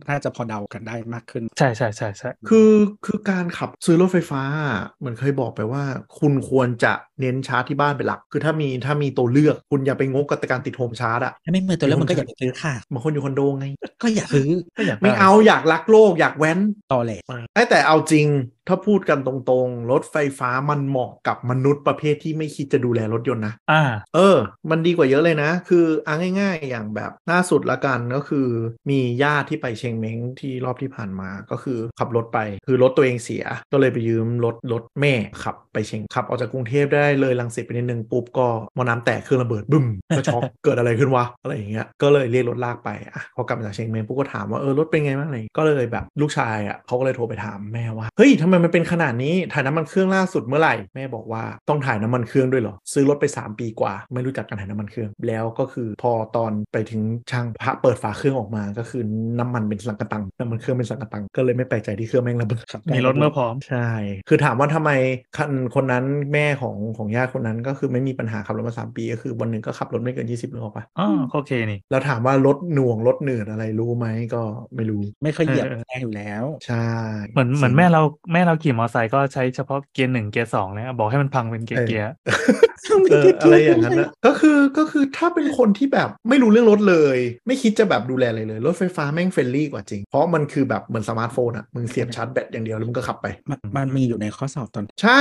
น่าจะพอเดากันได้มากขึ้น
ใช่ใช่ใช่ใช่
คือคือการขับซื้อรถไฟฟ้าอะเหมือนเคยบอกไปว่า คุณควรจะเน้นชาร์จที่บ้านเป็นหลัก คือถ้ามีถ้ามีตัวเลือกคุณอย่าไปงกกับการติดโฮมชาร์จอะ
ถ้าไม่เหมือนตัวแล้วมันก็อย่าไปซื้อค่ะ
บางคนอยู่คอนโดไง
ก็อย่าซื้อ
ไม่เอาอยากรักโลกอยากแว้น
ต่อแหละ
ไอ้แต่เอาจริงถ้าพูดกันตรงๆ รถไฟฟ้ามันเหมาะกับมนุษย์ประเภทที่ไม่คิดจะดูแลรถยนต์นะ
อ่า
เออ มันดีกว่าเยอะเลยนะ คือเอาง่าย ๆ อย่างแบบล่าสุดละกันก็คือมีญาติที่ไปเชียงเม้งที่รอบที่ผ่านมาก็คือขับรถไป คือรถตัวเองเสีย ก็เลยไปยืมรถรถแม่ขับไปเชียงขับออกจากกรุงเทพได้เลยลังสิตไปนิดนึงปุ๊บก็มอน้ำแตกเครื่องระเบิดบึ้มก็ช็อก เกิดอะไรขึ้นวะอะไรอย่างเงี้ยก็เลยเรียกรถลากไปอ่ะพอกลับมาจากเชียงเม้งปุ๊บก็ถามว่าเออรถเป็นไงบ้างอะไรอย่างเงี้ยก็เลยแบบลูกชายอ่ะเขาก็เลยโทรไปถามแม่ว่าเฮ้ยทำไมมันเป็นขนาดนี้ถ่ายน้ำมันเครื่องล่าสุดเมื่อไหร่แม่บอกว่าต้องถ่ายน้ำมันเครื่องด้วยเหรอซื้อรถไป 3 ปีกว่า ไม่รู้จักการถ่ายน้ำมันเครื่อง แล้วก็คือพอตอนไปถึงช่างพระเปิดฝาเครื่องออกมาก็คือน้ำมันเป็นสังกะตังน้ำมันเครื่องเป็นสังกะตังก็เลยไม่แปลกใจที่เครื่องแม่งระเบิด
ขับ
มีรถเมื่อพร้อม
ใช่ คือถามว่าทำไมคันคนนั้นแม่ของของญาติคนนั้นก็คือไม่มีปัญหาขับรถมาสามปี ก็คือวันหนึ่งก็ขับรถไม่เกิน 20นึกออกปะ
อ๋อโอเคนี่
แล้วถามว่ารถหน่วงรถเหนืดอะไรรู้ไหมก็ไม่รู้
ไม่เคยเหยียบ
เออ
แรงอยู่แล้ว
ใช่
เหมือนเหมือนแม่เราแม่เราขี่มอเตอร์ไซค์ก็ใช้เฉพาะเกียร์หนึ่งเกียร์สองเนี่ยบอกให้มันพังเป็นเกียร์เกียร์
เอ ออะไรอย่างนั้นนะก็คือก็คือถ้าเป็นคนที่แบบไม่รู้เรื่องรถเลย ไม่คิดจะแบบดูแลอะไรเลย รถไฟฟ้าแม่งเฟรนลี่กว่าจริง เพราะมันคือแบบเหมือนสมาร์ทโฟนอ่ะมึงเสียบชาร์จแบตอย่างเดียวแล้วมึงก็ขับไป
มันมันมีอยู่ในข้อสอบตอน
ใช่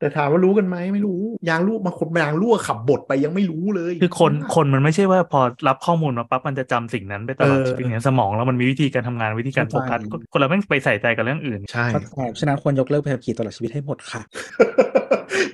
แต่ถามว่ารู้กันไหมไม่รู้ยางรั่วบางคนยางรั่วขับบดไปยังไม่รู้เลย
คือ คนคนมันไม่ใช่ว่าพอรับข้อมูลมาปั๊บมันจะจำสิ่งนั้นไปตลอด
เออ
ชีวิตเนี่ยสมองแล้วมันมีวิธีการทำงานวิธีการโฟกัส
เข้าใจ
คนเราไม่งไปใส่ใจกับเรื่องอื่น
ใช่
ข้อสอบฉะนั้นควรยกเลิกใบขับขี่ตลอดชีวิตให้หมดค่ะ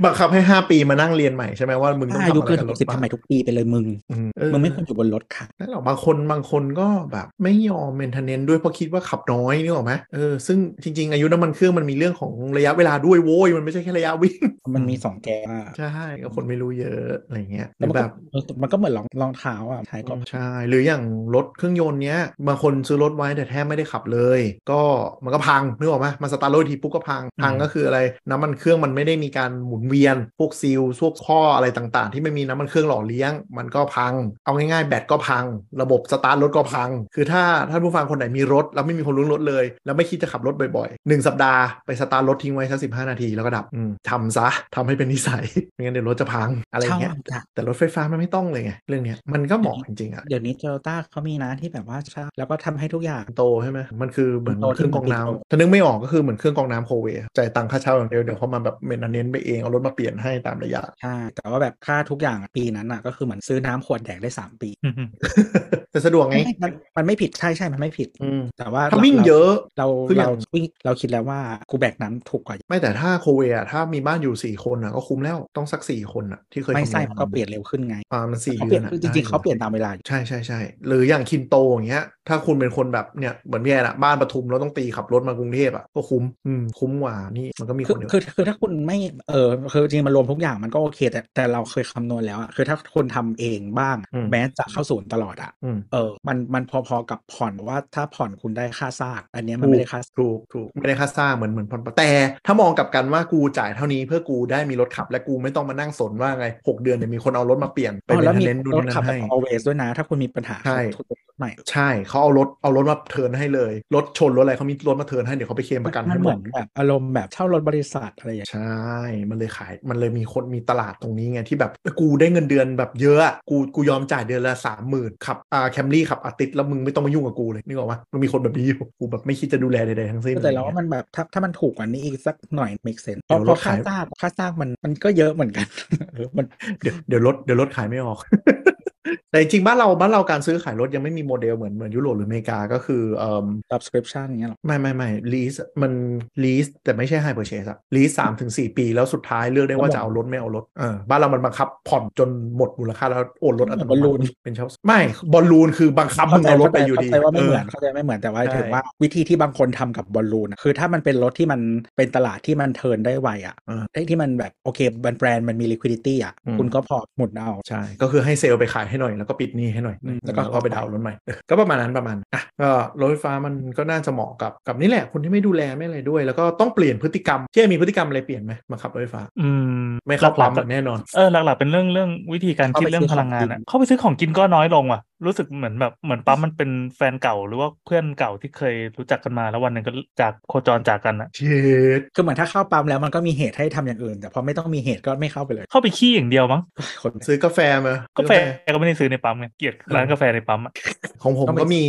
บังคับให้ 5 ปีมานั่งเรียนใหม่ใช่ไหมว่ามึงต้อง
ถ้า
ทำ
อายุ
อะไร
เกิน
กับ
ห
ร
ก
ถ
สิบ
บ้า
ทำ
ง
ไมทุกปีไปเลยมึง
อืเ
มึงไม่ควรอยู่บนรถค่ะ
นั่นหรอกบางคนบางคนก็แบบไม่ยอมเมนเทนเนนด้วยเพราะคิดว่าขับน้อยนึกออกไหมเออซึ่งจริง ๆ อายุน้ำมันเครื่องมันมีเรื่องของระยะเวลาด้วยโว้ยมันไม่ใช่แค่ระยะวิ่ง
มันมีสองแกนอะ
ใช่ก็คนไม่รู้เยอะอะไรเงี้ยห
แล้
รื
ว
อ
มัน
แบ
ก็
บ
เออมันก็เหมือนรองรองเท้าอ่ะท้ายก็
ใช่หรืออย่างรถเครื่องยนต์เนี้ยบางคนซื้อรถไว้แต่แทบไม่ได้ขับเลย ก็มันก็พังนึกออกไหมมันสตาร์ทรถอีกทีปุ๊บก็พังพัง
อืม
ก็คืออะไรน้ำมันเครื่องมันไม่ได้มีการ หมุนเวียน พวกซีลพวกข้ออะไรต่างๆ ที่ไม่มีน้ำมันเครื่องหล่อเลี้ยง มันก็พัง เอาง่ายๆ แบตก็พัง ระบบสตาร์ทรถก็พัง คือถ้าท่านผู้ฟังคนไหนมีรถ แล้วไม่มีคนรู้รถเลย แล้วไม่คิดจะขับรถบ่อยๆหนึ่งสัปดาห์ไปสตาร์ทรถทิ้งไว้สักสินาทีแล้วก็ดับอืมทำซะทำให้เป็นนิสัยไม่งั้นเดี๋ยวรถจะพังอะไรอย่างเงี้ย
เช่าต่าง
แต่รถไฟฟ้ามันไม่ต้องเลยไงเรื่องเนี้ยมันก็เหมาะจริงๆอ่ะ
เดี๋ยวนี้โตโยต้าเขามีนะที่แบบว่าเช่าแล้วก็ทำให้ทุกอย่าง
โตใช่ไหมมันคือเหมือน
โต
เครื่องกรอง
ที่มันติดโต
น้ำถ้านึกไม่ออกก็คือเหมือนเครื่องกรองน้ำโคเวอะจ่ายตังค่าเช่าอย่างเดียวเดี๋ยวเขามาแบบเมนเน้นไปเองเอารถมาเปลี่ยนให้ตามระยะ
ใช่แต่ว่าแบบค่าทุกอย่างอะปีนั้นอ่ะก็คือเหมือนซื้อน้ำขวดแดกได้ 3 ปี
อืม
แต่สะดวก ไง
ไม่มันมันไม่ผิดใช่ใช่มันไม่ผิด
อืม
แต่ว่า
ถ้าวิ่ง
รา
เยอะ
เรา
คืออย่าง
เราวิ่งเราคิดแล้วว่ากูแบกน้ำถูกกว่า
ไม่แต่ถ้าโคเวอะถ้ามีบ้านอยู่สี่คนอ่ะก็คุ้มแล้วต้องสักสี่คนอ่ะที่เคย
ไม่
คำวณ
ใช่มันก็เปลี่ยนเร็วขึ้นไง
อ่ามันสี่
เขาเป
เดื
ลี่
อย
น
นอะ
จริงๆเขาเปลี่ยน
ได้อ
ตามเวลาอยู่
ใช่ใช่ใช่หรืออย่างคินโตอย่างเงี้ย ถ้าคุณเป็นคนแบบเนี่ยเหมือนพี่แอนอะบ้านปทุมแล้วต้องตีขับรถมากรุงเทพอะก็คุ้มอืมคุ้มกว่านี่มันก็มี
คื
ค
อน
เดียว
คือคือถ้าคุณไม่เออคือจริงๆมันรวมทุกอย่างมันก็โอเค แต่แต่เราเคยคำนวณแล้วอะคือถ้าคนทำเองบ้างอะแม้จะเข้าศูนย์ตลอดอ่ะ
อืม
เออมันมันพอๆกับผ่อนว่าถ้าผ่อนคุณได้ค่าซาก อันเนี้ยมันไม่ได้ค่าซาก
ถูกถูกไม่ได้ค่าสร้างเหมือนเหมือนพอนแต่ถ้ามองกลับกันว่ากูจ่ายเท่านี้เพื่อกูได้มีรถขับ และกูไม่ต้องมานั่งสนว่าไงหกเดือนเนี่ยมีคนเอารถมาเปลี่ยนไป
อ๋อ
เป็
แล้ว
น
มี
เน้นดูน
รถ
น
ขับ
นั่น
แบ
ให้
บ always ด้วยนะ ถ้าคุณมีปัญหา
ใช่
ทุกรถใหม่
ใช่เขาเอารถเอารถมาเทิร์นให้เลยรถชนรถอะไรเขามีรถมาเทิร์นให้เดี๋ยวเขาไปเคลมประกัน
มั
ให้
น
ห
เห
ม
มือ
ด
นแบบอารมณ์แบบเช่ารถบริษัทอะไรอย่างเงี้ย
ใช่ มันเลยขายมันเลยมีคนมีตลาดตรงนี้ไงที่แบบกูได้เงินเดือนแบบเยอะอะกูกูยอมจ่ายเดือนละสามหมื่นขับอ่าแคมรี่ขับอาติสแล้วมึงไม่ต้องมายุ่งกับกูเลยนึกออกปะมันมีคนแบบนี้อยู่กูแบบไม่คิดจะดูแลใดๆทั้งสิ้น
แต่เรา
อะไร
ว่า
เงี้ย
มันแบบถ้าถ้ามันถูกกว่านี้อีกสักหน่อย make sense เพราะ
เดี๋ยว
เพราะ
รถ
ค่า
ขาย
ซากค่าซากมันมันก็เยอะเหมือนกัน เออมัน
เดี๋ยวเดี๋ยวรถเดี๋ยวรถขายไม่ออก แต่จริงๆบ้านเราบ้านเราการซื้อขายรถยังไม่มีโมเดลเหมือนเหมือนยุโรปหรืออเมริกาก็คือเอ่ม
subscription อย่างเงี้ยหรอ
ไม่ไม่ไม่ลีสมันลีสแต่ไม่ใช่ high purchase อะลีสสามถึงสี่ปีแล้วสุดท้ายเลือกได้ว่าจะเอารถไม่เอารถเออบ้านเรามันบังคับผ่อนจนหมดมูลค่าแล้วโอนรถอัตโน
บอลลู
มัติ
น
เป็นเช่าไม่บอลลูนคือบังคับมึงเอารถไปอยู่ดี
เข้าใจว่าไม่เหมือน
เออ
เข้าใจไม่เหมือนแต่ว่า
ใช่
ถึงว่าวิธีที่บางคนทำกับบอลลูนอะคือถ้ามันเป็นรถที่มันเป็นตลาดที่มันเทิร์นได้ไวอ่ะ
อ่า
ไอ้ที่มันแบบโอเคมันแบรนด์มันมี liquidity อ่ะ
อืม
คุณก็พอหมุนเอา
ใช่ ก็คือให้เซลล์ไปขายให้หน่อยแล้วก็ปิดหนี้ให้หน่อย
อืม
แล้วก็
แล้วก็
เอาไปดาวน์รถใหม่เออก็ประมาณนั้นประมาณอ่ะก็รถไฟฟ้ามันก็น่าจะเหมาะกับกับนี่แหละคนที่ไม่ดูแลไม่อะไรด้วย แล้วก็ต้องเปลี่ยนพฤติกรรมที่มีพฤติกรรมอะไรเปลี่ยนไหมมาขับรถไฟฟ้า
อืม
ไม่เข้าปั๊ม
หลั
อะ
กๆ
แน่นอน
เออหลักๆเป็นเรื่องเรื่องวิธีการคิดเรื่องพลังงานอ่ะเข้าไปซื้อของกินก็น้อยลงว่ะ รู้สึกเหมือนแบบเหมือนปั๊มมันเป็นแฟนเก่าหรือว่าเพื่อนเก่าที่เคยรู้จักกันมาแล้ววันหนึ่งก็จากโคจรจากกันอ่ะ
เชิด
คือเหมือนถ้าเข้าปั๊มแล้วมันก็มีเหตุให้ทำอย่างอื่น แต่พอไม่ต้องมีเหตุก็ไม่เข้าไปเลย
เข้าไปขี้อย่างเดียวมั้ง
คน
ซื้อกาแฟมา
กาแฟก็ไม่ได้ซื้อในปั๊มไงเกลียดร้านกาแฟในปั๊มอ่ะ
ของผมก็มี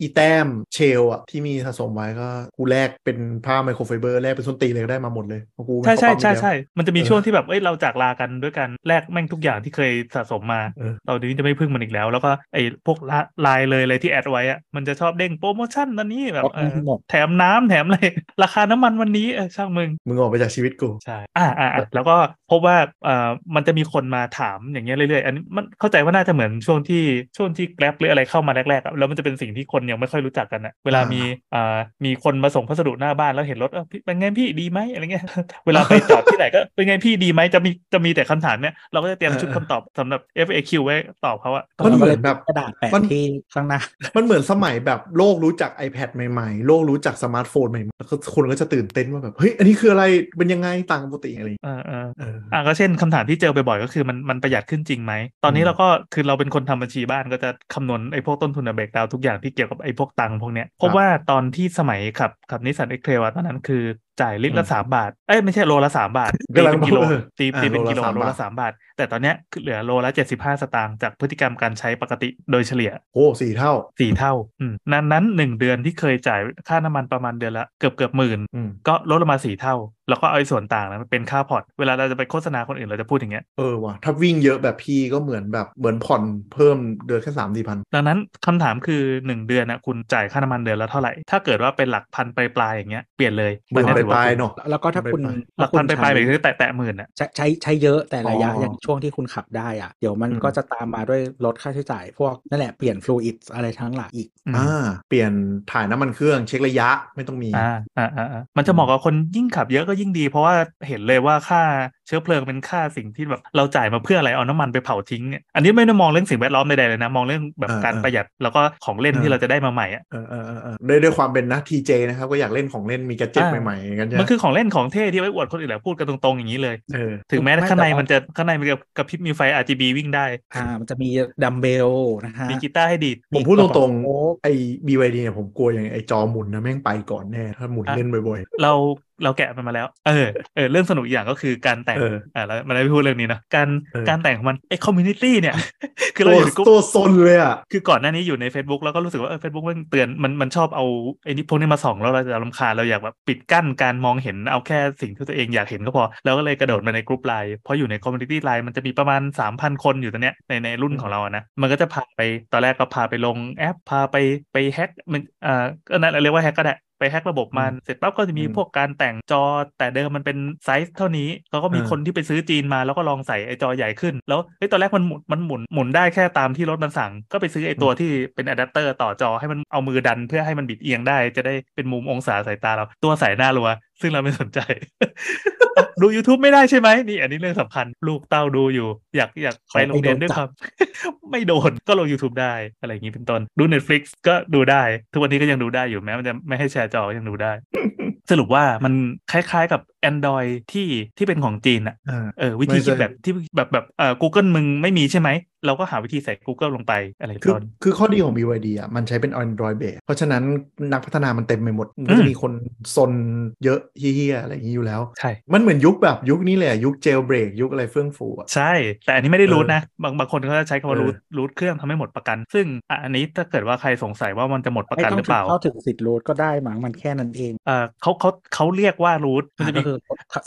อีแต้มเชลอะที่มีสะสมไว้ก็กูแลกเป็นผ้าไมโครไฟเบอร์แลกเป็นส้นตีนเลยก็ได้มาหมดเลยเพราะกูไม่
ใช่
เข้า
ใช่
ปั๊ม
ใช่
อยู่แล้ว
ใช่มันจะมี
เออ
ช่วงที่แบบเอ้ยเราจากลากันด้วยกันแลกแม่งทุกอย่างที่เคยสะสมมา
เออ
เราเดี๋ยวนี้จะไม่พึ่งมันอีกแล้ว แล้วก็ไอ้พวกละไลน์เลยอะไรที่แอดไว้อะมันจะชอบเด้งโปรโมชั่นนั่นนี่แบบ
ก็
เออ
ไม่หมด
แถมน้ำแถมอะไร ราคาน้ำมันวันนี้เออช่างมึง
มึงออกไปจากชีวิตกู
ใช่ อ่าอ่าอ่ะแล้วก็พบว่าเอ่อมันจะมีคนมาถามอย่างเงี้ยเรื่อยๆ อันนี้มันเข้าใจว่าน่าจะเหมือนช่วงที่ช่วงที่ Grab หรืออะไรเข้ามาแรกๆอะแล้วมันจะเป็นสิ่งที่คนยังไม่ค่อยรู้จักกันอะเวลา
อ่ามี
มีเอ่อมีคนมาส่งพัสดุหน้าบ้านแล้วเห็นรถเออพี่เป็นไงพี่ดีไหมอะไรเงี้ย เวลาไปจอดที่ไหนก็เป็นไงพี่ดีไหมจะมีจะมีแต่คำถามเนี้ยเราก็จะเตรียมชุด
เออ
คำ
เออ
ตอบสำหรับ FAQ ไว้ตอบเขาอะ
มันเหมือนแบบ
กระดาษแปะ
มัน
ที่ข้างหน้า
มันเหมือนสมัยแบบโลกรู้จัก iPad ใหม่ๆ โลกรู้จักสมาร์ทโฟนใหม่ๆแล้วก็คนก็จะตื่นเต้นว่าแบบ เฮ้ย อันนี้คืออะไรเป็นยังไงต่างปกติอะไรอย่างเงี้ย
เออเออ
เออ
อ่ะก็เช่นคำถามที่เจอบ่อยๆก็คือมันมันประหยัดขึ้นจริงไหม ตอนนี้
อืม
เราก็คือเราเป็นคนทำบัญชีบ้านก็จะคำนวณไอ้พวกต้นทุนอะเบรกดาวทุกอย่างที่เกี่ยวกับไอ้พวกตังค์พวกเนี้ยเพราะว่าตอนที่สมัยขับขับนิสสันเอ็กเทลตอนนั้นคือจ่ายลิตรละสามบาท เอ้ยไม่ใช่โลละสาม บาทตีเป็นกิโล
ออ
ตีตีเป็น
อ่ะ
กิโล
สาม
โล
บาท
ละสามบาท แต่ตอนเนี้ยคือเหลือโลละเจ็ดสิบห้าสตางค์จากพฤติกรรมการใช้ปกติโดยเฉลี่ย
โอ้สี่เท่า
สี่เท่าอืมนั้นนั้นหนึ่งเดือนที่เคยจ่ายค่าน้ำมันประมาณเดือนละเกือบเกือบหมื่น
อืม
ก็ลดลงมาสี่เท่า แล้วก็เอาไอ้ส่วนต่างนั้นมาเป็นค่าพอร์ตเวลาเราจะไปโฆษณาคนอื่นเราจะพูดอย่างเงี้ย
เออว่ะถ้าวิ่งเยอะแบบพี่ก็เหมือนแบบเหมือนผ่อนเพิ่มเดือนแค่สามสี่พัน
ดังนั้นคำถามคือหนึ่งเดือนนะคุณจ่ายค่าน้ำมันเดือนละเท่าไหร่ ถ้าเกิดว่าเป็นหลักพันปลายๆอย่างเงี้ยเปลี่ยนเลย
หมื่น
แต่
ไป
เยถือว่
ปลาย
คุ้ม
ๆเนาะ
แล้วก็ถ้าคุณ
ไม่ไป
หลักพันป
ถ้าคุณ
ลายๆห
ใช้
มายถึงแตะแตะหมื่นอ่ะ
ใช้ใช้ใช้เยอะแต่ระยะ
อ๋ออ
อย่างช่วงที่คุณขับได้อ่ะ เดี๋ยวมัน
อืม
ก็จะตามมาด้วยลดค่าใช้จ่าย พวกนั่นแหละเปลี่ยนฟลูอิดอะไรทั้งหลายอีก
อืม
อ่าเปลี่ยนถ่ายน้ำมันเครื่องเช็คระยะไม่ต้องมี
อ่าอ่าอ่าอ่ามันจะเหมาะกับคนยิ่งขับเยอะก็ ยิ่งดี เพราะว่าเห็นเลยว่าค่าเชื้อเพลิงเป็นค่าสิ่งที่แบบเราจ่ายมาเพื่ออะไรเอาน้ำมันไปเผาทิ้งเนี่ยอันนี้ไม่ได้มองเรื่องสิ่งแวดล้อมใดๆเลยนะ มองเรื่องแบบ
อ่า
การ
อ่า
ประหยัดแล้วก็ของเล่น
อ่า
ที่เราจะได้มาใหม่อะ
เออเออเออเออด้วยด้วยความเป็นนะทีเจนะครับก็อยากเล่นของเล่นมีแกดเจิต
อ่า
ใหม่ๆอย่างนั้นใช่
มัน
ไหม
คือของเล่นของเท่ที่ไว้อวดคนอื่นแหละพูดกันตรงๆอย่างนี้เลย
เออ
ถึงแม้
ไม่
ข้างใน
แต่ว่ามั
มันจะข้างในมันจะกระพริบมีไฟ RGB วิ่งได้
อ่ามันจะมีดัมเบลนะฮะ
มีกีตาร์ให้ดีด
ผมพูดตรง
โอ้
ๆ ไอ้ BYD เนี่ยผมกลัวอย่างไอ้จอหมุนนะแม่งไปก่อนแน่ ถ้าหมุน
อ่ะ
เล่นบ่อย
เราเราแกะมันมาแล้ว เออเออเรื่องสนุกอีกอย่างก็คือการแต่ง
เออ
อ่าแล้วมันไม่พูดเรื่องนี้เนอะการ
เออ
การแต่งของมันไอ้คอมมูนิตี้เนี่ย
ๆ
คือเราอยู่ในก
ตั
ลุ่ม
วตัวซนเลยอ่ะ
คือก่อนหน้านี้อยู่ใน Facebook แล้วก็รู้สึกว่าเฟซบุ๊กมันเตือนมันมันชอบเอาไอ้นี่พวกนี้มาส่องแล้วเราจะรำคาญเราอยากแบบปิดกั้นการมองเห็นเอาแค่สิ่งที่ตัวเองอยากเห็นก็พอ แล้วก็เลยกระโดดมาในกลุ่มไลน์เพราะอยู่ในคอมมูนิตี้ไลน์มันจะมีประมาณ 3,000 คนอยู่ตอนเนี้ยในในรุ่นของเราอะนะ มันก็จะพาไปตอนแรกก็พาไปลงแอปพาไปไปแฮกมันเอ่อก็นั่นแหละเรียกว่าแฮกก็ได้ไปแฮกระบบมันเสร็จปั๊บก็จะมี
อืม
พวกการแต่งจอแต่เดิมมันเป็นไซส์เท่านี้เขาก็มี
อ่า
คน ที่ไปซื้อจีนมาแล้วก็ลองใส่ไอจอใหญ่ขึ้น แล้วเฮ้ยตอนแรกมันหมุนมันหมุนหมุนได้แค่ตามที่รถมันสั่ง ก็ไปซื้อไอตัวที่เป็นอะแดปเตอร์ต่อจอให้มันเอามือดันเพื่อให้มันบิดเอียงได้ จะได้เป็นมุมองศาสายตาเรา ตัวสายหน้ารัว ซึ่งเราไม่สนใจ ดู YouTube ไม่ได้ใช่ไหมนี่ อันนี้เรื่องสำคัญลูกเต้าดูอยู่ อยากอยากไปโรงเรียนด้วยความ ไม่ โดนก็ลง YouTube ได้อะไรอย่างนี้เป็นต้นดู Netflix ก็ดูได้ ทุกวันนี้ก็ยังดูได้อยู่แม้มันจะไม่ให้แชร์จอก็ยังดูได้ สรุปว่ามันคล้ายๆกับ Android ที่ที่เป็นของจีนอะ
อ่า
เออวิธีคิด
ไม่ใช่
แบบที่แบบแบบเอ่อ Google มึงไม่มีใช่ไหม เราก็หาวิธีใส่ Google ลงไปอะไร
คือ
ตอน
คือข้อดีของ BYD อ่ะมันใช้เป็น Android base เพราะฉะนั้นนักพัฒนามันเต็มไปหมดมันก็
อื
จะ
ม
มีคนซนเยอะเฮี้ยๆอะไรอย่างนี้อยู่แล้ว
ใช่
มันเหมือนยุคแบบยุคนี้เลยอะยุคเจลเบรกยุคอะไรเฟื่องฟูอ่ะ
ใช่ แต่อันนี้ไม่ได้
เออ
รูทนะ บางบางคนเขาจะใช้คำว่า
เออ
รูทรูทเครื่องทำให้หมดประกัน ซึ่งอ่ะอันนี้ถ้าเกิดว่าใครสงสัยว่ามันจะหมดประ
ไม่
กัน
ต้อ
ห
ง
รือเปล่า
เข้าถึงสิทธิ์รูทก็ได้มั้งมันแค่นั้นเอง
เออเขาเขาเขาเรียกว่ารูทมันจะมี
ก็คือ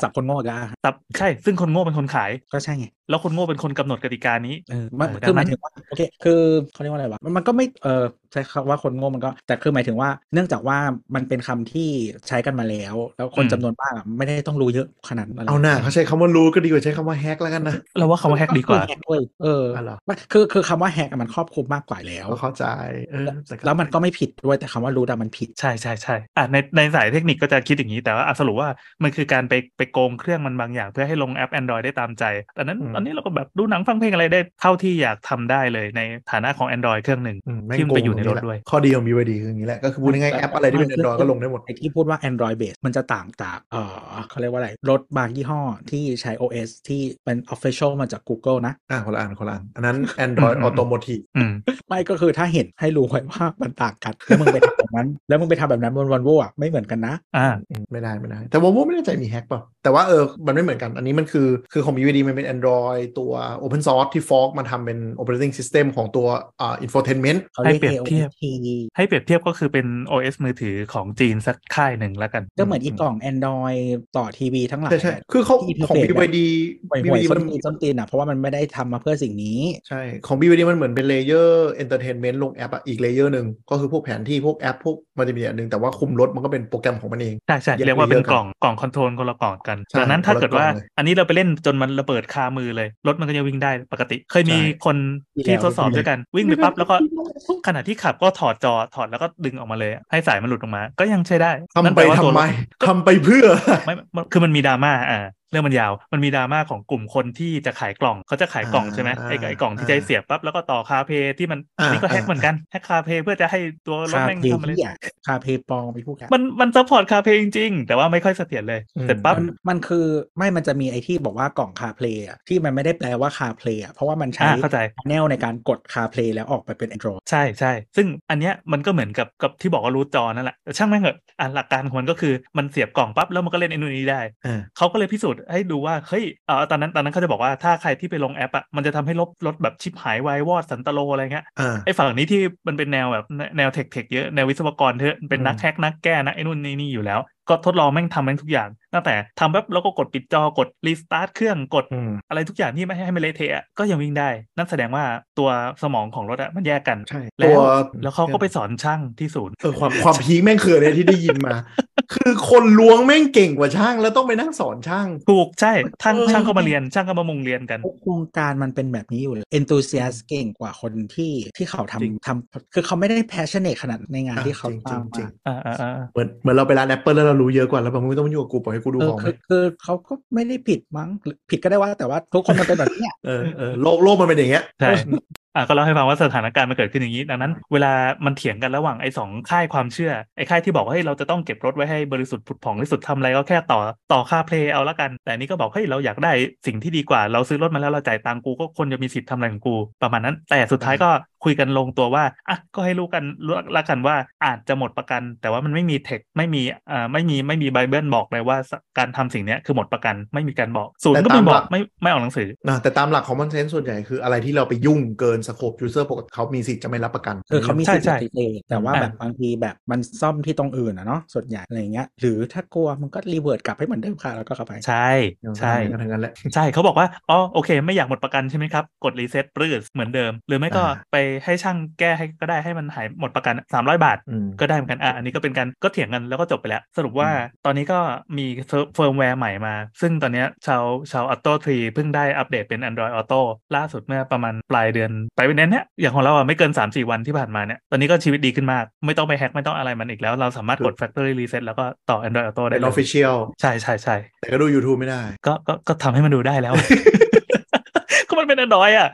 สับคนโง่กับอาหาร
ตับใช่ ซึ่งคนโง่เป็นคนขาย
ก็ใช่ไง
แล้วคนโง่เป็นคนกำหนดกติกานี้
เออมัน
เออดั
คือง หมา
นั้
ย
น
ถึงว่าโอเคคือเขาเรียกว่าอะไรวะมันมันก็ไม่เออใช้คำว่าคนโง่มันก็ แต่คือหมายถึงว่า เนื่องจากว่ามันเป็นคำที่ใช้กันมาแล้ว แล้วคนจำนวนมากอะไม่ได้ต้องรู้เยอะขนาด
เอาหน้าเขาใช้คำว่ารู้ก็ดีกว่าใช้คำว่าแฮกแล้วกันนะ
เราว่าคำว่าแฮกดีกว่า
แฮกด้วยเออ
อเหรอ
ไม่คือคือคำว่าแฮกอะมันครอบคลุมมากกว่าแล้ว
เราเข้าใจเออต่
แล้วมันก็ไม่ผิดด้วยแต่คำว่ารู้ดะมันผิด
ใช่ใช่ใช่อ่ะในในสายเทคนิคก็จะคิดอย่างนี้แต่ว่าอ่ะสรุปว่ามันคือการไปไปโกงเครื่องมันบางอย่าง เพื่อให้ลงแอป Android ได้ตามใจอันนั้น
อืม
อันนี้เราก็แบบดูหนังฟังเพลงอะไรได้เท่าที่อยากทำได้เลยในฐานะของ Android เครื่องหนึ่ง
อืมแม่ง
ที่มันไป
โกง
อยู่ในรถ
ตงแหละ
ด้วย
ข้อดีของ BYD คืออย่างนี้แหละก็คือพูดง่ายๆแอปอะไรที่เป็น Android ก็ลงได้หมด
ไอที่พูดว่า Android base มันจะต่างจากเออเขาเรียกว่าอะไร รถบางยี่ห้อที่ใช้ OS ที่เป็น official มาจาก Google นะ
อ่าคนละอันคนละอันอันนั้น Android
อืมอืม
Automotive
อืม
ไม่ก็คือถ้าเห็นให้รู้ไว้ว่ามันต่างกัน แล้วมึงไปทำแบบนั้น แล้วมึงไปทำแบบนั้นบนวันโวอ่ะไม่เหมือนกันนะ
อ่า
ไม่ได้ไม่ได้ แต่วอลโวไม่แน่ใจมีแฮกเปล่า แต่ว่าเออ มันไม่เหมือนกัน อันนี้มันคือ คือของ BYD มันเป็น Android ตัว Open Source ที่ฟอกมาทำเป็น Operating System ของตัวอ่า Infotainment
เขาเรียก
ให้เปรียบเทียบ
AOT
ให้เปรียบเทียบก็คือเป็น OS มือถือของจีนสักค่ายหนึ่งแล้วกัน
ก็เหมือนอีกกล่อง Android ต่อทีวีทั้งหลาย
ใช่ใช่คือเขา
ที่
ของ
เปลี่ยนแบบ
BYD
ห่วย
BYD
ๆส้
มัน น
ตีนส้นตีนอ่ะเพราะว่ามันไม่ได้ทำมาเพื่อสิ่งนี้
ใช่ ของ BYD มันเหมือนเป็นเลเยอร์ Entertainment ลงแอปอ่ะอีกเลเยอร์หนึ่งก็คือพวกแผนที่พวกแอปพวกมันจะมีอันหนึ่งแต่ว่าคุมรถมันก็เป็นโปรแกรมของมันเอง
ใช่ใช่
แยก
เรียกว่า
ไป
เป็
เย
น
อะ
กล่องกล่องคอนโทรลคนละกล่องกัน
ใช่
ดังนั้นถ้าเกิดว่า
คนละกล่องเลย
อันนี้เราไปเล่นจนมันระเบิดคามือเลย รถมันก็ยังวิ่งได้ปกติ เคยมี
ใช่
คน
มีแล้ว
ที่ทดสอบด้วยกันวิ่งไปปั๊บแล้ว ก็ขณะที่ขับก็ถอดจอถอดแล้วก็ดึงออกมาเลย ให้สายมันหลุดออกมา ก็ยังใช้ได้นั่น
ทำ
แป
ไป
ลว่าตัว
ทำไม
รถ
ทำไปเพื่อ
ไม่มันคือมันมีดราม่า อ่า เรื่องมันยาว มันมีดราม่าของกลุ่มคนที่จะขายกล่อง เขาจะขายกล่อง
อ่า
ใช่ไหมไอ้ไอ้กล่องที่
อ่า
ใจเสียบปั๊บ แล้วก็ต่อคาเพย์ที่มันอั
อ่า
นนี้ก็แฮก
อ่า
เหมือนกัน แฮกคาเพย์เพื่อจะให้ตัวรถ
คา
แม่ง
เพย์
ทำอะไร
เหี้ยคาเพย์ปลองไปพูดกัน
มันมันซัพพอร์ตคาเพย์จริงๆ แต่ว่าไม่ค่อยเสถียรเลย
อืม
เสร็จปั๊บ
มันมันคือไม่มันจะมีไอที่บอกว่ากล่องคาเพลย์ที่มันไม่ได้แปลว่าคาเพลย์เพราะว่ามันใช้
อ่าเข้าใจ
แนวในการกดคาเพลย์แล้วออกไปเป็น Android
ใช่ใช่ ซึ่งอันเนี้ยมันก็เหมือนกับกับที่บอกว่ารูทจอนั่นแหละแต่ช่างแม่งเหอะอ่ะหลักการของมันก็คือมันเสียบกล่องปั๊บแล้วมันก็เล่นไอ้นู่นนี่ได้
อ่า
เขาก็เลยพิสูจน์ให้ดูว่า เฮ้ยเออตอนนั้นตอนนั้นเขาจะบอกว่าถ้าใครที่ไปลงแอปอ่ะมันจะทำให้ลบรถแบบชิปหายวายวอดสันตโลอะไรเงี้ย
อ่า
ไอ้ฝั่งนี้ที่มันเป็นแนวแบบแนวเทคเทคเยอะ แนววิศวกรเถอะเป็น
อืม
นักแฮกนักแก้นักไอ้นู่นนี่นี่อยู่แล้ว ก็ทดลองแม่งทำแม่งทุกอย่าง ตั้งแต่ทำแป๊บแล้วก็กดปิดจอกดรีสตาร์ทเครื่องกด
อืม
อะไรทุกอย่างที่ไม่ให้ให้มันเละเทะอะก็ยังวิ่งได้ นั่นแสดงว่าตัวสมองของรถอะมันแยกกัน
ใช่
แล้ว
ตัว
แล้วเขาก็ไปสอนช่างที่ศูนย์
เออความความพีคแม่งคืออะไรที่ได้ยินมา คือคนล้วงแม่งเก่งกว่าช่าง แล้วต้องไปนั่งสอนช่าง
ถูกใช่ช่าง
เออ
ช่างก็มาเรียนช่างก็มามุงเรียนกัน
ทุกวงการมันเป็นแบบนี้อยู่เลย enthusiast เก่งกว่าคนที่ที่เขา
จริง
ทำทำคือเขาไม่ได้ passionate ขนาดในงาน
อ่ะ
ที่เขา
จริงจริง
ทำ
จริง
อะ
อ่าอ่าอ่า
เหมือนเหมือนเราไปร้านแอปเปิลแล้วเรารู้เยอะกว่าแล้วแบบมึงไม่ต้องมาอยู่กับกูปล่อยให้กูดู
เอ
ข
อ
องไหม
คือคือเขาก็ไม่ได้ผิดมั้งหรือผิดก็ได้ว่าแต่ว่าทุกคนมันเป็นแบบเนี้ย
เออเออโลกโลกมันเป็นอย่างเงี้ย
ใช่อ่าก็เล่าให้ฟังว่าสถานการณ์มันเกิดขึ้นอย่างนี้ ดังนั้น เวลามันเถียงกันระหว่างไอ้สองค่ายความเชื่อไอ้ค่ายที่บอกว่าเฮ้ยเราจะต้องเก็บรถไว้ให้บริสุทธิ์ผุดผ่องที่สุดทำอะไรก็แค่ต่อต่อค่าเพลย์เอาละกัน แต่อันนี้ก็บอกเฮ้ยเราอยากได้สิ่งที่ดีกว่า เราซื้อรถมาแล้วเราจ่ายตังค์กูก็ควรจะมีสิทธิ์ทำอะไรของกู ประมาณนั้น แต่สุดท้ายก็คุยกันลงตัวว่าอ่ะก็ให้รู้กันรู้ละกันว่าอาจจะหมดประกัน แต่ว่ามันไม่มีเทคไม่มีอ่าไม่มีไม่มีไบเบิลบอกเลยว่าการทำสิ่งเนี้ยคือหมดประกันไม่มีการบอกศูนย์ก็ไม่บอกไม่ไม่ออกหนังสือ
นะแต่ตามหลัก common sense ส่วนใหญ่คืออะไรที่เราไปยุ่งเกินสโคป user ปกติเขามีสิทธิ์จะไม่รับประกัน
คือเขามี
ใช่
สิทธิ์
ใช่
ปฏิเสธแต่ว่า
อ่า
แบบบางทีแบบมันซ่อมที่ตรงอื่นอะเนาะส่วนใหญ่อะไรเงี้ยหรือถ้ากลัวมันก็รีเวิร์ดกลับให้เหมือนเดิมค่ะแล้วก็กลับไป
ใช่ใช่
กันทั้งนั้นแหละ
ใช่เขาบอกว่า อ๋อ โอเค ไม่อยากหมดประกันใช่ไหมครับ กดรีเซ็ตปรืดเหมือนเดิม หรือไม่ก็
อ่า
ไปให้ช่างแก้ให้ก็ได้ให้มันหายหมดประกัน 300 บาท
อืม
ก็ได้เหมือนกัน อ่ะ อันนี้ก็เป็นการก็เถียงกันแล้วก็จบไปแล้ว สรุปว่าตอนนี้ก็มีเฟิร์มแวร์ใหม่มา ซึ่งตอนเนี้ยชาวชาว Auto 3 เพิ่งได้อัปเดตเป็น Android Auto ล่าสุดเมื่อประมาณปลายเดือนไปเดือนเนี้ยอย่างของเราอ่ะไม่เกิน 3-4 วันที่ผ่านมาเนี่ย ตอนนี้ก็ชีวิตดีขึ้นมาก ไม่ต้องไปแฮ็กไม่ต้องอะไรมันอีกแล้ว เราสามารถกด factory reset แล้วก็ต่อ Android Auto ได้
เป็น
เลย
official
ใช่ใช่ใช่
แต่ก็ดู YouTube ไม่ได้
ก็ก็ก็ทำให้มันดูได้แล้ว ก็มันเป็นอันดอยอ่ะ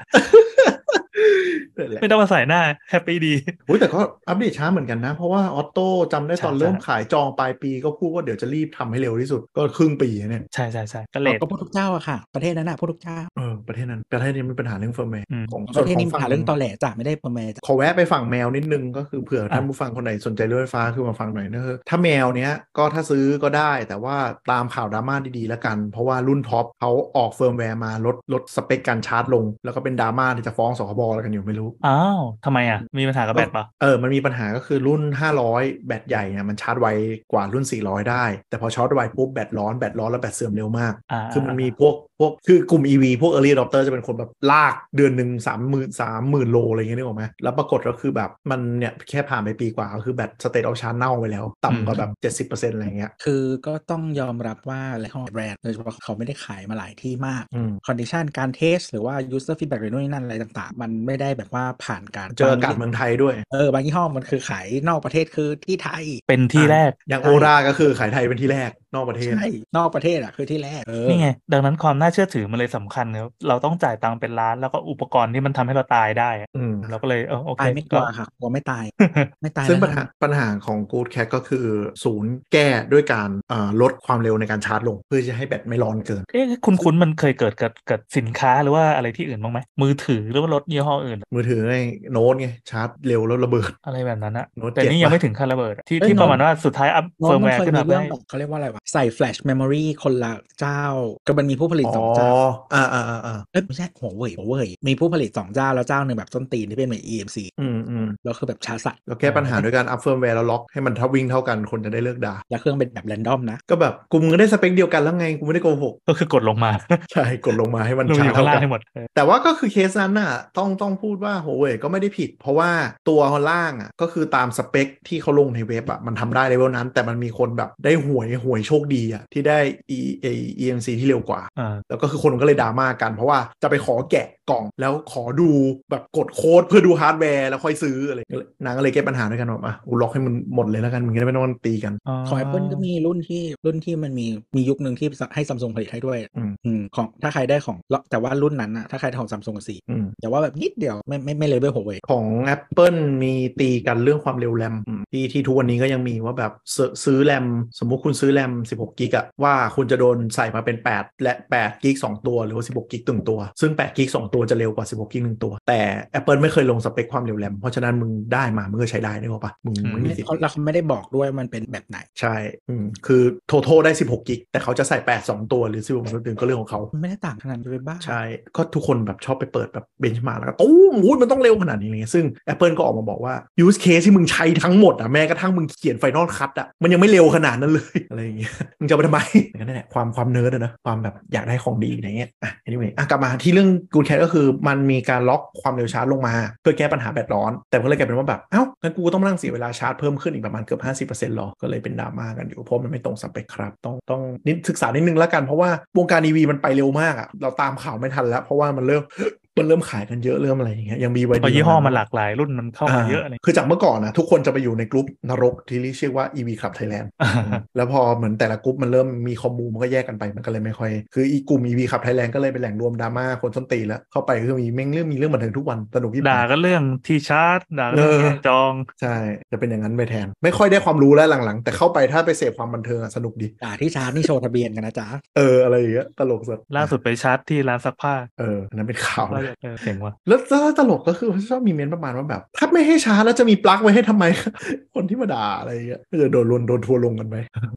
นั่นแหละ
ไม่ต้องมาใส่หน้าแฮปปี้ดี
โอ้ยแต่ก็อัปเดตช้าเหมือนกันนะ เพราะว่าออโต้จำได้ตอน
ช้า
เริ่มขายจองปลายปีก็พูดว่าเดี๋ยวจะรีบทำให้เร็วที่สุด ก็ครึ่งปีเนี่ย
ใช่ใช่ใช่ก็เล
เรา
ท
ก็พูดทุกเจ้าอะค่ะ ประเทศนั้นอะพูดทุกเจ้า
เออประเทศนั้นประเทศนี้มันมีปัญหาเรื่องเฟิร์มแวร์
อืม
ของ
ประเทศ
ข
นี้
อง
มี
ฝั่
หาเรื่องตอแหลจ้ะไม่ได้ประเมจ้ะ
ขอแวะไปฝั่งแมวนิดนึงก็คือเผื่อท่านผู้ฟังคนไหนสนใจเรื่องไฟฟ้าคือมาฟังหน่อยนะคือถ้าแมวเนี้ยก็ถ้าซื้อก็ได้แต่ว่าตามข่าวดราม่าดีๆแล้วกัน เพราะว่ารุ่นท็อปเขาออกเฟิร์มแวร์มาลดลดสเปคการชาร์จลง แล้วก็เป็นดราม่าที่จะฟ้องสคบแล้วกันอยู่ไม่รู้
อ้าวทำไมอ่ะ มีปัญหากับแบตปะ
เออ มันมีปัญหาก็คือรุ่น 500 แบตใหญ่เนี่ยมันชาร์จไวกว่ารุ่น 400 ได้ แต่พอชาร์จไวปุ๊บแบตร้อน แบตร้อนแล้วแบตเสื่อมเร็วมาก
อ่า
คือมันมีพวกพวกคือกลุ่ม EV พวก Early Adopter จะเป็นคนแบบลากเดือนหนึ่งสามหมื่นสามหมื่นโลอะไรเงี้ยนึกออกไหมแล้วปรากฏก็คือแบบมันเนี่ยแค่ผ่านไปปีกว่าก็คือแบตสเตตออฟชาร์จเน่าไปแล้ว ต่ำกว่าแบบ 70%อะไรเงี้ย
คือก็ต้องยอมรับว่าหลายของแบรนด์โดยเฉพาะเขาไม่ได้ขายมาหลายที่มาก
อืม
คอนดิชันการเทสหรือว่า user feedback หรือนู่นนี่นั่นอะไรต่างๆ มันไม่ได้แบบว่าผ่านการ
เจออากาศเมืองไทยด้วย
เออบางยี่ห้อมันคือขายนอกประเทศคือที่ไทย
เป็นที่แรก
อย่างโอราก็คือขายไทยเป็นที่แรกนอกประเทศ
ใช่ นอกประเทศอะคือที่แรกเออ
นี่ไง ดังนั้นความน่าเชื่อถือมันเลยสำคัญครับเราต้องจ่ายตังค์เป็นล้านแล้วก็อุปกรณ์ที่มันทำให้เราตายได้อะ
อืม
เราก็เลยเออโอเค
ตายไม่กลัว
เรา
ค่ะกลัวไม่ตาย ไม่ตาย
ซึ่ง
แล้
ปั
วนะ
ญหาปัญหาของ Good Cat ก็คือศูนย์แก้ด้วยการเอ่อลดความเร็วในการชาร์จลง เพื่อจะให้แบตไม่ร้อนเกิน
เอ๊ะคุณคุ้นๆมันเคยเกิดกับกับสินค้าหรือว่าอะไรที่อื่นบ้างไหมมือถือหรือว่ารถยี่ห้ออื่น
มือถือไอ้โน้ตไง ชาร์จเร็วแล้วระเบิด
อะไรแบบนั้นอะ
โน้ต
แต่
เจ็ด
นี่ยัง
ปะ
ไม่ถึงขั้นระเบิดอะที่
เอ้ย
ที่
โน้ต
ประมาณว่าสุดท้ายอัพ
โน้ต
เฟิร์ม
มั
แวน ร์
เคย
ขึ้น
มี
มาเพื่
เรื่
อ
องแบ
ให้
บเขาเรียกว่าอะไรวะ ใส่แฟลชเมมโมรีคนละเจ้า ก็มันมีผู้ผลิต
อ๋
ส
อ
องเจ้า
อ่าอ่าอ่าอ่า
เอ้ยไม่ใช่หัวเว่ยหัวเว่ยมีผู้ผลิตสองเจ้า แล้วเจ้าหนึ่งแบบต้นตีนที่เป็นเหมือน EMC
อืมอืม
แล้วคือแบบชาร์จสัตว์
แล้วแก้ปัญหาด้วยการอัพเฟิร์มแวร์แล้วล็อกให้มันทับวิ่งเท่ากันคนจะได้เลิกด่า
แล้วเครื่องเป็นแบบแรนดอมนะ
ก็แบบกูมึงได้สเปคเดียวกันแล้วไง กูไม่ได้โกหก
ก็คือกดลงมา
ใช่ กดลงมาให้มัน
ลงอ
ชาร์
ยู่
จ
ข้า
เท่าง
ล่าง
กัน
ให้หมดเออ
แต่ว่าก็คือเคสนั้นน่ะต้องต้องพูดว่าโฮเว่ยก็ไม่ได้ผิด เพราะว่าตัวล่างอ่ะก็คือตามสเปคที่เขาลงในเว็บอ่ะมันทำได้เลเวลนั้น แต่มันมีคนแบบได้หวยหวยโชคดีอ่ะที่ได้ e a e m c ที่เร็วกว่า
อ่า
แล้วก็คือคนก็เลยดราม่ากัน เพราะว่าจะไปขอแกะกล่อง แล้วขอดูแบบกดโค้ดเพื่อดูฮาร์ดแวร์แล้วค่อยซื้ออะไรก็เลยนางก็เลยแก้ปัญหาด้วยกันว่าอ่ะกูล็อกให้มันหมดเลยแล้วกันมึงจะได้ไม่ต้องตีกัน
ของ Apple ก็มีรุ่นที่รุ่นที่มันมีมียุคหนึ่งที่ให้ซัมซุงผลิตให้ด้วย
อืม
อืมของถ้าใครได้ของแล้วแต่ว่ารุ่นนั้นอะถ้าใครได้ของซัมซุงสี
อืม
แต่ว่าแบบนิดเดียวไม่ไม่ไม่เลยเวลหัวเว่ย
ของ Apple มีตีกันเรื่องความเร็วแรมที่ที่ทุกวันนี้ก็ยังมีว่าแบบซื้อซื้อแรมสมมุติคุณซื้อแรม 16 กิกอะว่าคุณจะโดนใส่มาเป็น 8 และ 8 กิก 2 ตัวหรือว่า 16 กิก1ตัว ซึ่ง 8 กิก 2 ตัวจะเร็วกว่า 16 กิก 1 ตัว แต่ Apple ไม่เคยลงสเปคความเร็วแรม เพราะฉะนั้นมึงได้มามึงก็ใช้ได้นึกออกปะมึง
อืม
ไม่มีสิทธิ์
เขาแล้วเขาไม่ได้บอกด้วยมันเป็นแบบไหน
ใช่อืมคือท o t a l ได้ 16 กิก แต่เขาจะใส่ 8 2 ตัวหรือ16ตัวหนึ่งก็เรื่องของเขา
มันไม่ได้ต่างขนาดนั้นเลยบ้าง
ใช่ ก็ทุกคนแบบชอบไปเปิดแบบเบนช์มาแล้วก็ตู้มอุ้ยมันต้องเร็วขนาดนี้อะไรเงี้ยซึ่ง Apple ก็ออกมาบอกว่า use case ที่มึงใช้ทั้งหมดอ่ะแม้กระทั่งมึงเขียนไฟนอลคั t อ่ะมันยังไม่เร็วขนาดนั้นเลย อะไรอย่างเงี้ยมึงจะเอาไปทำไมนั่นแหละความความเนิร์ดอะนะ ความแบบอยากได้ ของดีอะไรเงี้ยอ่ะ anyway อ่ะกลับมาที่เรื่อง Good Cat ก็คือมันมีการล็อกความเร็วชาร์จลงมา เพื่อแก้ปัญหาแบตร้อน แต่ก็เลยกลายเป็นว่าแบบ เอ้างั้นกูต้องมานั่งเสียเวลาชาร์จเพิ่มขึ้นอีกประมาณเกือบ50%หรอ ก็เลยเป็นดราม่ากันอยู่เพราะมันไม่ตรงสเปคครับ ต้องต้องนิดศึกษานิดนึงแล้วกันเพราะว่าวงการ EV มันไปเร็วมากอะเราตามข่าวไม่ทันแล้ว เพราะว่ามันเริ่ม มันเริ่มขายกันเยอะเริ่มอะไรอย่างเงี้ยยังมีไว้
พอยี่ห้อมันหลากหลายรุ่นมันเข้ามาเยอะอะไรอย่างเงี้ย
คือจากเมื่อก่อนนะทุกคนจะไปอยู่ในกลุ่มนรกที่เรียกว่า EV Club Thailand
อ่า
แล้วพอเหมือนแต่ละกลุ่มมันเริ่มมีคอมมูมันก็แยกกันไปมันก็เลยไม่ค่อย คืออีกลุ่ม EV Club Thailand ก็เลยเป็นแหล่งรวมดราม่าคนส้นตีนแล้ว เข้าไปคือมีแม่งเรื่องมีเรื่องบันเทิงทุกวันสนุกที่
ด่ากันเรื่องที่ชาร์จด่ากันเรื่อง
เออ
แย่งจอง
ใช่ จะเป็นอย่างนั้นไปแทน ไม่ค่อยได้ความรู้แล้วหลังๆ แต่เข้าไปถ้าไปเสพความบันเทิงอะสนุกดี
ด่าที่ชาร์จนี่โชว์ทะเบียนกันนะจ๊ะ
เอออะไรอย่างเงี้ยตลกสุด
ล่าสุดไปชาร์จที่ร้านซักผ้า
เอออันนั้นเป็นข่าว
ว่า
นะ
เออเจ๋งว่ะ
แล้วแล้วตลกก็คือชอบมีเมนต์ประมาณว่าแบบถ้าไม่ให้ช้าร์จแล้วจะมีปลั๊กไว้ให้ทำไม คนที่มาด่าอะไรอย่างเงี้ยก็จะโดนลวนโดนทัวร์ลงกันไป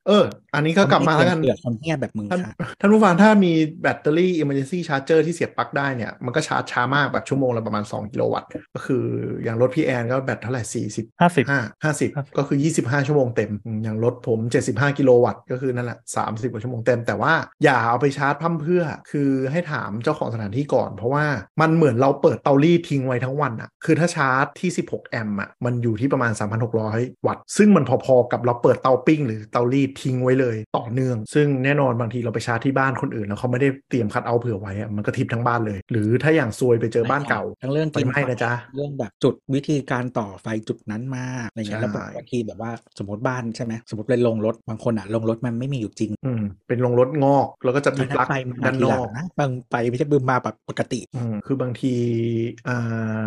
เออ อันนี้ก็กลับมาแล้วกัน
เลือดคนเฮี้ยแบบมึง
ท่าน
ค่ะ
ท่านผู้ฟังถ้ามีแบตเตอรี่ emergency charger ที่เสียบปลั๊กได้เนี่ย มันก็ชาร์จช้ามากแบบชั่วโมงละประมาณ 2 กิโลวัตต์ ก็คืออย่างรถพี่แอนก็แบตเท่าไหร่ 40
ห้าสิบ
5 50 ก็คือ 25 ชั่วโมงเต็มอืมอย่างรถผม 75 กิโลวัตต์ ก็คือนั่นแหละ 30 กว่าชั่วโมงเต็ม แต่ว่าอย่าเอาไปชาร์จพั่มเพรื่อ คือให้ถามเจ้าของสถานที่ก่อน เพราะว่ามันเหมือนเราเปิดเตารีดทิ้งไว้ทั้งวันอะคือถ้าชาร์จที่ 16 แอมป์อะมันอยู่ที่ประมาณ 3,600 วัตต์ ซึ่งมันพอๆกับเราเปิดเตาปิ้ง หรือเตารีดทิ้งไว้เลยต่อเนื่อง ซึ่งแน่นอนบางทีเราไปชาร์จที่บ้านคนอื่นแล้วเขาไม่ได้เตรียมคัดเอาท์เผื่อไว้อะมันก็ทิพย์ทั้งบ้านเลย หรือถ้าอย่างซวยไปเจอบ้านเก่า
ทั้งเรื่องกิน
ไฟไหม้นะจ๊ะ
เรื่องแบบจุดวิธีการต่อไฟจุดนั้นมาอะไรเงี้ย
ใช่
แล้วบางทีแบบว่าสมมติบ้านใช่ไหมสมมติเป็นลงรถบางคนอ่ะลงรถมันไม่มีอยู่จริง
อืมเป็นโรงรถงอกแล้วก็จะมีปลั๊ก
ไฟมัมา
ด้าน
ที
น
ห
อ
ลัง
ก
นะบางไฟไม่ใช่บึมมาแบบปกติ
อืมคือบางทีอ่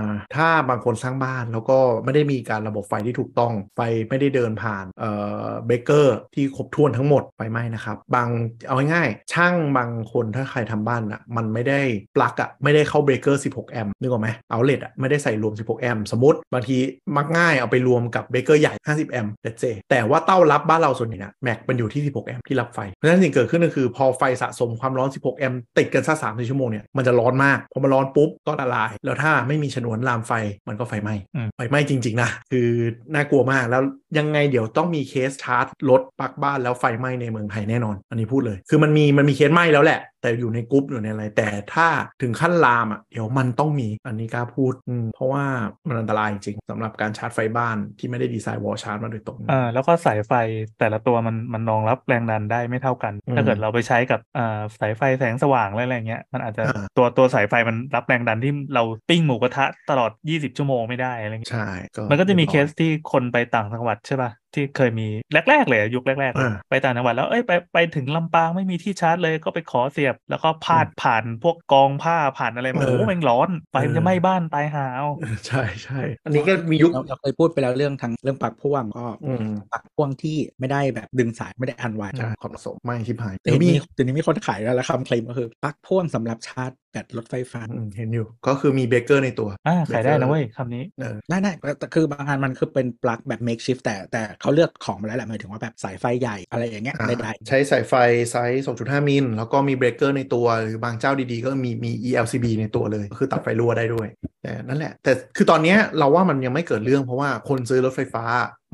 าถ้าบางคนสร้างบ้านแล้วก็ไม่ได้มีการระบบไฟที่ถูกต้องไฟไม่ได้เดินผ่านเอ่อเบเกอร์ที่ครบถ้วนทั้งหมดไฟไหม้นะครับ บางเอาง่ายๆช่างบางคนถ้าใครทำบ้านอ่ะมันไม่ได้ปลั๊กอ่ะไม่ได้เข้าเบเกอร์16 แอมป์นึกออกไหมเอาเลตอ่ะไม่ได้ใส่รวม 16 แอมป์สมมติ บางทีมักง่ายเอาไปรวมกับเบเกอร์ใหญ่ 50 แอมป์เดเจแต่ว่าเต้ารับบ้านเราส่วนใหญ่นะแม็กมันอยู่ที่ 16 แอมป์ที่รับไฟเพราะฉะนั้นสิ่งเกิดขึ้นก็คือพอไฟสะสมความร้อน 16 แอมป์ติดกันสักสามชั่วโมงเนี่ยมันจะร้อนมากพอมันร้อนปุ๊บก็ละลาย แล้วถ้าไม่มีฉนวนลามไฟมันก็ไฟไหม้
อืม
ไฟไหม้จริง ๆ นะ คือน่ากลัวมากแล้วยังไงเดี๋ยวต้องมีเคสชาร์จรถปลักบ้านแล้วไฟไหม้ในเมืองไทยแน่นอน อันนี้พูดเลย คือมันมีมันมีเคสไหม้แล้วแหละ แต่อยู่ในกรุ๊ปอยู่ในอะไร แต่ถ้าถึงขั้นลามอ่ะเดี๋ยวมันต้องมีอันนี้กล้าพูดอืมเพราะว่ามันอันตรายจริงสำหรับการชาร์จไฟบ้านที่ไม่ได้ดีไซน์วอลชาร์จมาโดยตรง
อ่าแล้วก็สายไฟแต่ละตัวมันมันรองรับแรงดันได้ไม่เท่ากัน
อืม
ถ้าเกิดเราไปใช้กับอ่าสายไฟแสงสว่างอะไรอะไรเงี้ยมันอาจจะ
อ่า
ตัวตัวสายไฟมันรับแรงดันที่เราปิ้งหมูกระทะตลอด 20 ชั่วโมงไม่ได้อะไรเงี้ย
ใช่
มันก็จะมีเคสที่คนไปต่างจังหวัดใช่ป่ะที่เคยมีแรกๆเลยอะยุคแรกๆเลย
อ่า
ไปต่างจังหวัดแล้วเอ้ยไปไปถึงลำปางไม่มีที่ชาร์จเลยก็ไปขอเสียบ แล้วก็พาดผ่านพวกกองผ้าผ่านอะไรมา
เออ
โอ้โหแม่งร้อนไฟมันจะไหม้บ้านตายหาเอา
ใช่ใช่อันนี้ก็มียุค
เราเราเคยพูดไปแล้วเรื่องทางเรื่องปลั๊กพ่วงก็
อืม
ปลั๊กพ่วงที่ไม่ได้แบบดึงสายไม่ได้อันไว้
ใช่ความผสมไม่ชิบหาย
แต่
เดี๋ยว
มี
มี
เดี๋ยวนี้มีคนขายแล้วและคำเคลมก็คือปลั๊กพ่วงสำหรับชาร์จแบตรถไฟฟ้า
อืมเห็นอยู่ก็คือมีเบเกอร์ในตัว
อ่าขายได้นะเว้ยคำนี้
เออ
ได้ได้แต่คือบางอันมันคือเป็นปลั๊กแบบ makeshift แต่แต่เขาเลือกของมาแล้วแหละหมายถึงว่าแบบสายไฟใหญ่อะไรอย่างเงี้ย
อ่า
ได้ได้
ใช้สายไฟไซส์ 2.5 มิล แล้วก็มีเบรกเกอร์ในตัว หรือบางเจ้าดีๆ ก็มีมี ELCB ในตัวเลย ก็คือตัดไฟรั่วได้ด้วย แต่นั่นแหละ แต่คือตอนเนี้ยเราว่ามันยังไม่เกิดเรื่องเพราะว่าคนซื้อรถไฟฟ้า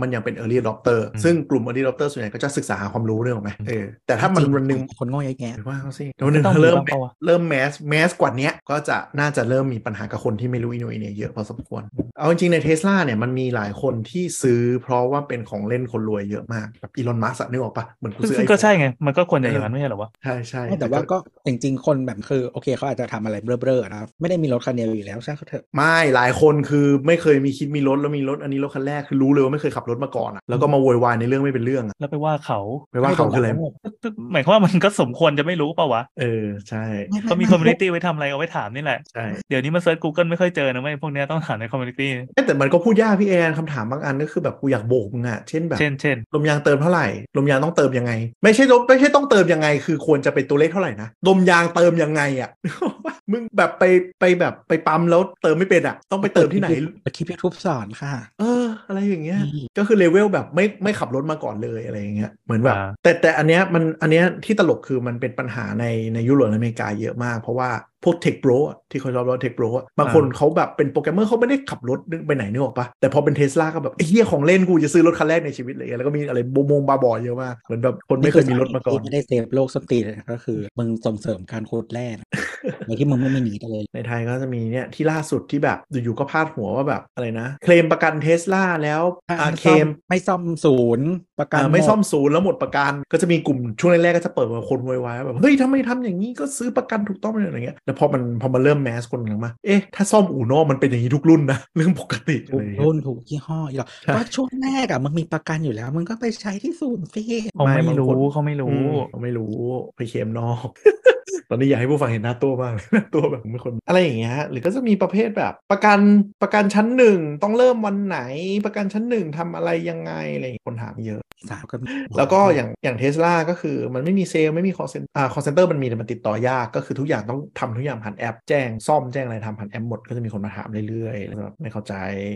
มันยังเป็น Early Adopter
อืม
ซึ่งกลุ่ม Early Adopter ส่วนใหญ่ก็จะศึกษาหาความรู้เรื่องของไหมเออแต่ถ้ามันวันหนึง
คนโง่แย่
หรือว่าเขาสิแล้ววันหนึ่ง
ก็ต้องมี
เริ่ม
บ้างปะวะ
เริ่มแมสแมสกว่าเนี้ยก็จะน่าจะเริ่มมีปัญหากับคนที่ไม่รู้อินโนอินเนยเยอะพอสมควร เอาจริงๆในเทสลาเนี่ยมันมีหลายคนที่ซื้อเพราะว่าเป็นของเล่นคนรวยเยอะมาก แบบอีลอนมัสก์นึกออกปะเหมือนกู
ซึ่ง
ซื้อ
ซึ่ง
ไอ
ก็
ใช่
ใช่ไงมันก็ควรจะอย่างนั้นไม่ใช่เหรอวะ
ใช่ใช่
ๆแต่ว่าก็จริงๆ คนแบบคือโอเคเขาอาจจะทำอะไรเบ้อๆนะครับไม่ได้มีรถคันเดียวอยู่แล้วใช่เขาเถอะ
ไม่หลายคนคือไม่เคยมีคิดมีรถแล้วมีรถอันนี้รถคันแรกคือรู้เลยว่าไม่เคยขับรถมาก่อนอะแล้วก็มาโวยวายในเรื่องไม่เป็นเรื่องอะ
แล้วไปว่าเขา
ไม่ว่าเขาคืออะไร
หมายความว่ามันก็สมควรจะไม่รู้เปล่าวะ
เออใช่
เขามีคอมมูนิตี้ไว้ทำอะไรเอาไว้ถามนี่แหละ
ใช่
เดี๋ยวนี้มาเซิร์ช Google ไม่ค่อยเจอนะไม่พวกเนี้ยต้องถามในคอมมูนิตี้
แต่มันก็พูดยากพี่แอนคำถามบางอันก็คือแบบกูอยากโบกมึงอะเช่นแบบ
เช่นเช่น
ลมยางเติมเท่าไหร่ ลมยางต้องเติมยังไง ไม่ใช่ลมไม่ใช่ต้องเติมยังไง คือควรจะเป็นตัวเลขเท่าไหร่นะ ลมยางเติมยังไงอะ่ะ มึงแบบไปไปแบบไปปั๊มแล้วเติมไม่เป็นอะ่ะ ต้องไปเติมที่ไหน
เปิดคลิปยูทูบสอนค่ะ
เออ อะไรอย่างเงี้ย ก็คือเลเวลแบบไม่ไม่ขับรถมาก่อนเลยอะไรอย่างเงี้ยเหมือนแบบแต่แต่อันเนี้ยมันอันเนี้ยที่ตลกคือมันเป็นปัญหาในในยุโรปและอเมริกาเยอะมาก เพราะว่าพ วกเทคโปรที่เขาชอบเรียกว่าเทคโปรบางคนเขาแบบเป็นโปรแกรมเมอร์เขาไม่ได้ขับรถไปไหนนึกออกปะแต่พอเป็นเทสลาก็แบบไอ้เหี้ยของเล่นกูจะซื้อรถคันแรกในชีวิตเลย แล้วก็มีอะไรบงบงบาบอเยอะมากเหมือนแบบคนไม่เคยมีรถมาก่อน
ที่ไม่ได้เซฟโลกสตรีทนะก็คือมึงส่งเสริมการโคดแร่นะโดยที่มึงไม่มีหนีไปเลย
ในไทยก็จะมีเนี่ยที่ล่าสุดที่แบบอยู่ๆก็พาดหัวว่าแบบอะไรนะ เคลมประกันเทสลาแล้วอ่าเคลม
ไม่ซ่อมศูนย์ประกัน
อ่าไม่
หด
ซ่อมศูนย์แล้วหมดประกันก็จะมีกลุ่มช่วงแรกๆก็จะเปิดมาคนโวยวายว่าแบบเฮ้ยทำไมทำอย่างนี้ก็ซื้อประกันถูกต้องไหมอะไรเงี้ยแล้วพอมันพอมันเริ่มแมสคนหลังมาเอ๊ะถ้าซ่อมอู่นอกมันเป็นอย่างนี้ทุกรุ่นนะ เรื่องปกติ
ถู
เล
ก
ย
รุ่นถูกยี่ห้ออีกหรอก
ใช่
ก็ช่วงแรกอะมึงมีประกันอยู่แล้ว มึงก็ไปใช้ที่ศูนย์สิ
เขา
ไม่
ไม่
บาง
รู้
คน
เขาไม่
อื
รู้
มเขาไม่รู้ไปเคมนอก ตอนนี้อยากให้ผู้ฟังเห็นหน้าตัวมากเลย หน้าตัวแบบผมเป็นคนอะไรอย่างเงี้ยฮะหรือก็จะมีประเภทแบบประกันประกันชั้นหนึ่งต้องเริ่มวันไหน ประกันชั้นหนึ่งทำอะไรยังไงอะไรอย่างเงี้ยคนถามเยอะ
สามก็มี
แล้วก็อย่างอย่างเทสลาก็คือมันไม่มีเซลล์ไม่มีคอเซนอ่าคอเซนเตอร์มันมีแต่มันติดต่อยาก ก็คือทุกอย่างต้องทำทุกอย่างผ่านแอป แจ้งซ่อมแจ้งอะไรทำผ่านแอปหมด ก็จะมีคนมาถามเรื่อยๆแล้วแบบไม่เข้าใจ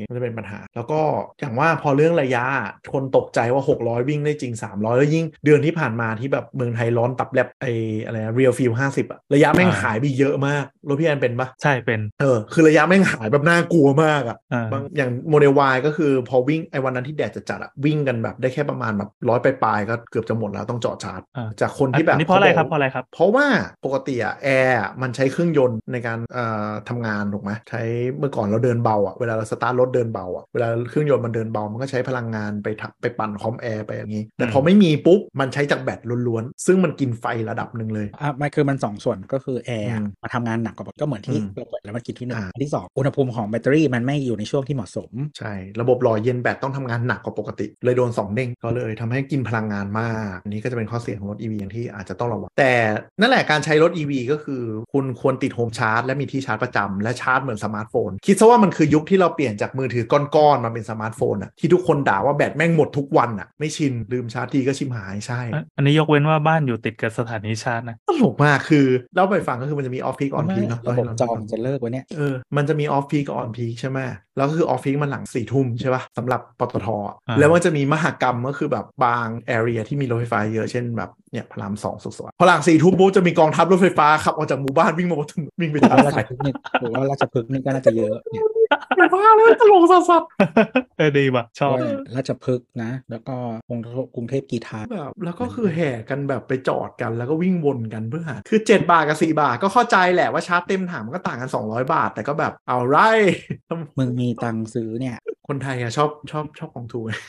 ก็จะเป็นปัญหา แล้วก็อย่างว่าพอเรื่องระยะคนตกใจว่า 600 วิ่งได้จริง 300 แล้วยิ่งเดือนที่ผ่านมาที่แบบเมืองไทยร้อนตับแลบไออะไรเรียลฟิลห้าสิบอะระยะแม่ง
อ่า
หายไปเยอะมากรถพี่แอนเป็นปะ
ใช่เป็น
เออคือระยะแม่งหายแบบน่ากลัวมากอะ
อ่า
บางอย่างโมเดลวายก็คือพอวิ่งไอ้วันนั้นที่แดดจะจัดๆอะวิ่งกันแบบได้แค่ประมาณแบบร้อยปลายๆก็เกือบจะหมดแล้วต้องเจาะชาร์จ
อ่า
จากคนที่แบบ
อันนี้เพราะอะไรครับเพ
ข
ราะอะไรครับ
เพราะว่าปกติอะแอร์อะมันใช้เครื่องยนต์ในการเอ่อทำงานถูกไหมใช้เมื่อก่อนเราเดินเบาอะเวลาเราสตาร์ทรถเดินเบาอะเวลาเครื่องยนต์มันเดินเบา มันก็ใช้พลังงานไปทำไปปั่นคอมแอร์ไปอย่างนี้ แต่
อืม
พอไม่มีปุ๊บมันใช้จากแบตล้วนๆซึ่งมันกินไฟระดับหนึ่งเลย
อ่ะมันคือมันสองส่วนก็คือแอร์
อืม
มาทำงานหนักกว่าปกติก็เหมือนที่
อืม
เราเปิดแล้วมันกินที่หนึ่ง
อ่า
อันที่สองอุณหภูมิของแบตเตอรี่มันไม่อยู่ในช่วงที่เหมาะสม
ใช่ ระบบหล่อเย็นแบตต้องทำงานหนักกว่าปกติ เลยโดน 2 เด้งก็เลยทำให้กินพลังงานมาก อันนี้ก็จะเป็นข้อเสียของรถ EV อย่างที่อาจจะต้องระวัง แต่นั่นแหละการใช้รถ EV ก็คือ คุณควรติดโฮมชาร์จและมีที่ชาร์จประจำและชาร์จเหมือนสมาร์ทโฟน คิดซะว่ามันคือยุคที่เราเปลี่ยนจากมือถือก้อนๆมาเป็นสมาร์ทโฟนอะที่ทุกคนด่าว่าแบตแม่งหมดทุกวันอะไม่ชินลืมชาร์จทีก็ชิมหายใช่
อ่ะอันนี้ยกเว้นว่าบ้านอยู่ติดกับสถานีชาร์จนะ
ตลกมากคือเล่าไปฟังก็คือมันจะมีออฟพีกออน
ไม่
พีเนาะ
ระบบจอง
เราให้เรา
จะเลิกวันเนี้ย
เออ มันจะมีออฟพีกับออนพีใช่ไหมแล้วก็คือออฟพีมันหลังสี่ทุ่มใช่ปะ่ะสำหรับปตทอ่ะ
อ่า
แล้วมันจะมีมหกรรมก็คือแบบบางแอเรียที่มีรถไฟฟ้าเยอะ เช่นแบบเนี่ยพระรามสองสุขสวัสดิ์พอหลังสี่ทุ่มปุ๊บจะมีกองทัพรถไฟฟ้าขับออกจากหมู่บ้านวิ่งมาบนถนนวิ่งไป
หรือ
ทาง
ว่ารา
สา
ช
ย
พฤกษ์นี่หรือว่าราชพฤกษ์นี่ก็น่าจะเยอะเนี่ย
ไฟฟ้าเลยตลกสัส
เออดีว่ะชอบ
ว่าราชพฤกษ์นะ แล้วก็กรุงเทพกรุงเทพกีทา
ๆแบบแล้วก็คือแห่กันแบบไปจอดกันแล้วก็วิ่งวนกันเพื่อหาคือ 7 บาทกับ4บาทก็เข้าใจแหละว่าชาร์จเต็มถังมันก็ต่างกัน 200 บาท แต่ก็แบบเอาไร
มึงมีตังค์ซื้อเนี่ย
คนไทยอะชอบชอบชอบของถูก